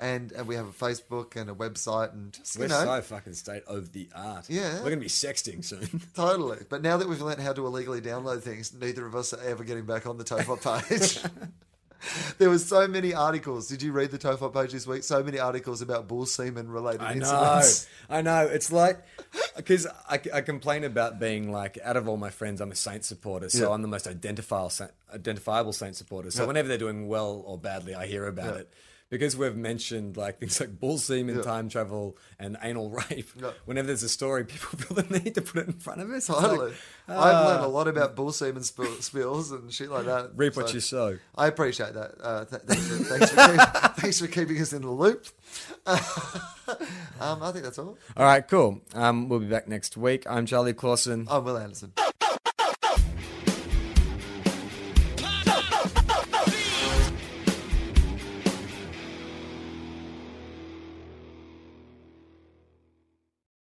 [SPEAKER 3] and, and we have a Facebook and a website, and just
[SPEAKER 2] We're
[SPEAKER 3] you know,
[SPEAKER 2] so fucking state of the art.
[SPEAKER 3] Yeah.
[SPEAKER 2] we're gonna be sexting soon.
[SPEAKER 3] totally. But now that we've learned how to illegally download things, neither of us are ever getting back on the Tofop page. There was so many articles. Did you read the Tofop page this week? So many articles about bull semen related
[SPEAKER 2] I know,
[SPEAKER 3] incidents.
[SPEAKER 2] I know. It's like because I, I complain about being like out of all my friends, I'm a Saint supporter, so
[SPEAKER 3] Yeah.
[SPEAKER 2] I'm the most identifiable Saint, identifiable Saint supporter. So whenever they're doing well or badly, I hear about it. Because we've mentioned like things like bull semen, time travel, and anal rape.
[SPEAKER 3] Yeah.
[SPEAKER 2] Whenever there's a story, people feel the need to put it in front of us. It's like,
[SPEAKER 3] Totally. I've learned a lot about bull semen spill, spills and shit like that.
[SPEAKER 2] reap what
[SPEAKER 3] So-
[SPEAKER 2] you sow.
[SPEAKER 3] I appreciate that. Uh, th- thanks, for, thanks, for keep, thanks for keeping us in the loop. um, I think that's all.
[SPEAKER 2] All right, cool. Um, we'll be back next week. I'm Charlie Clausen.
[SPEAKER 3] I'm Will Anderson.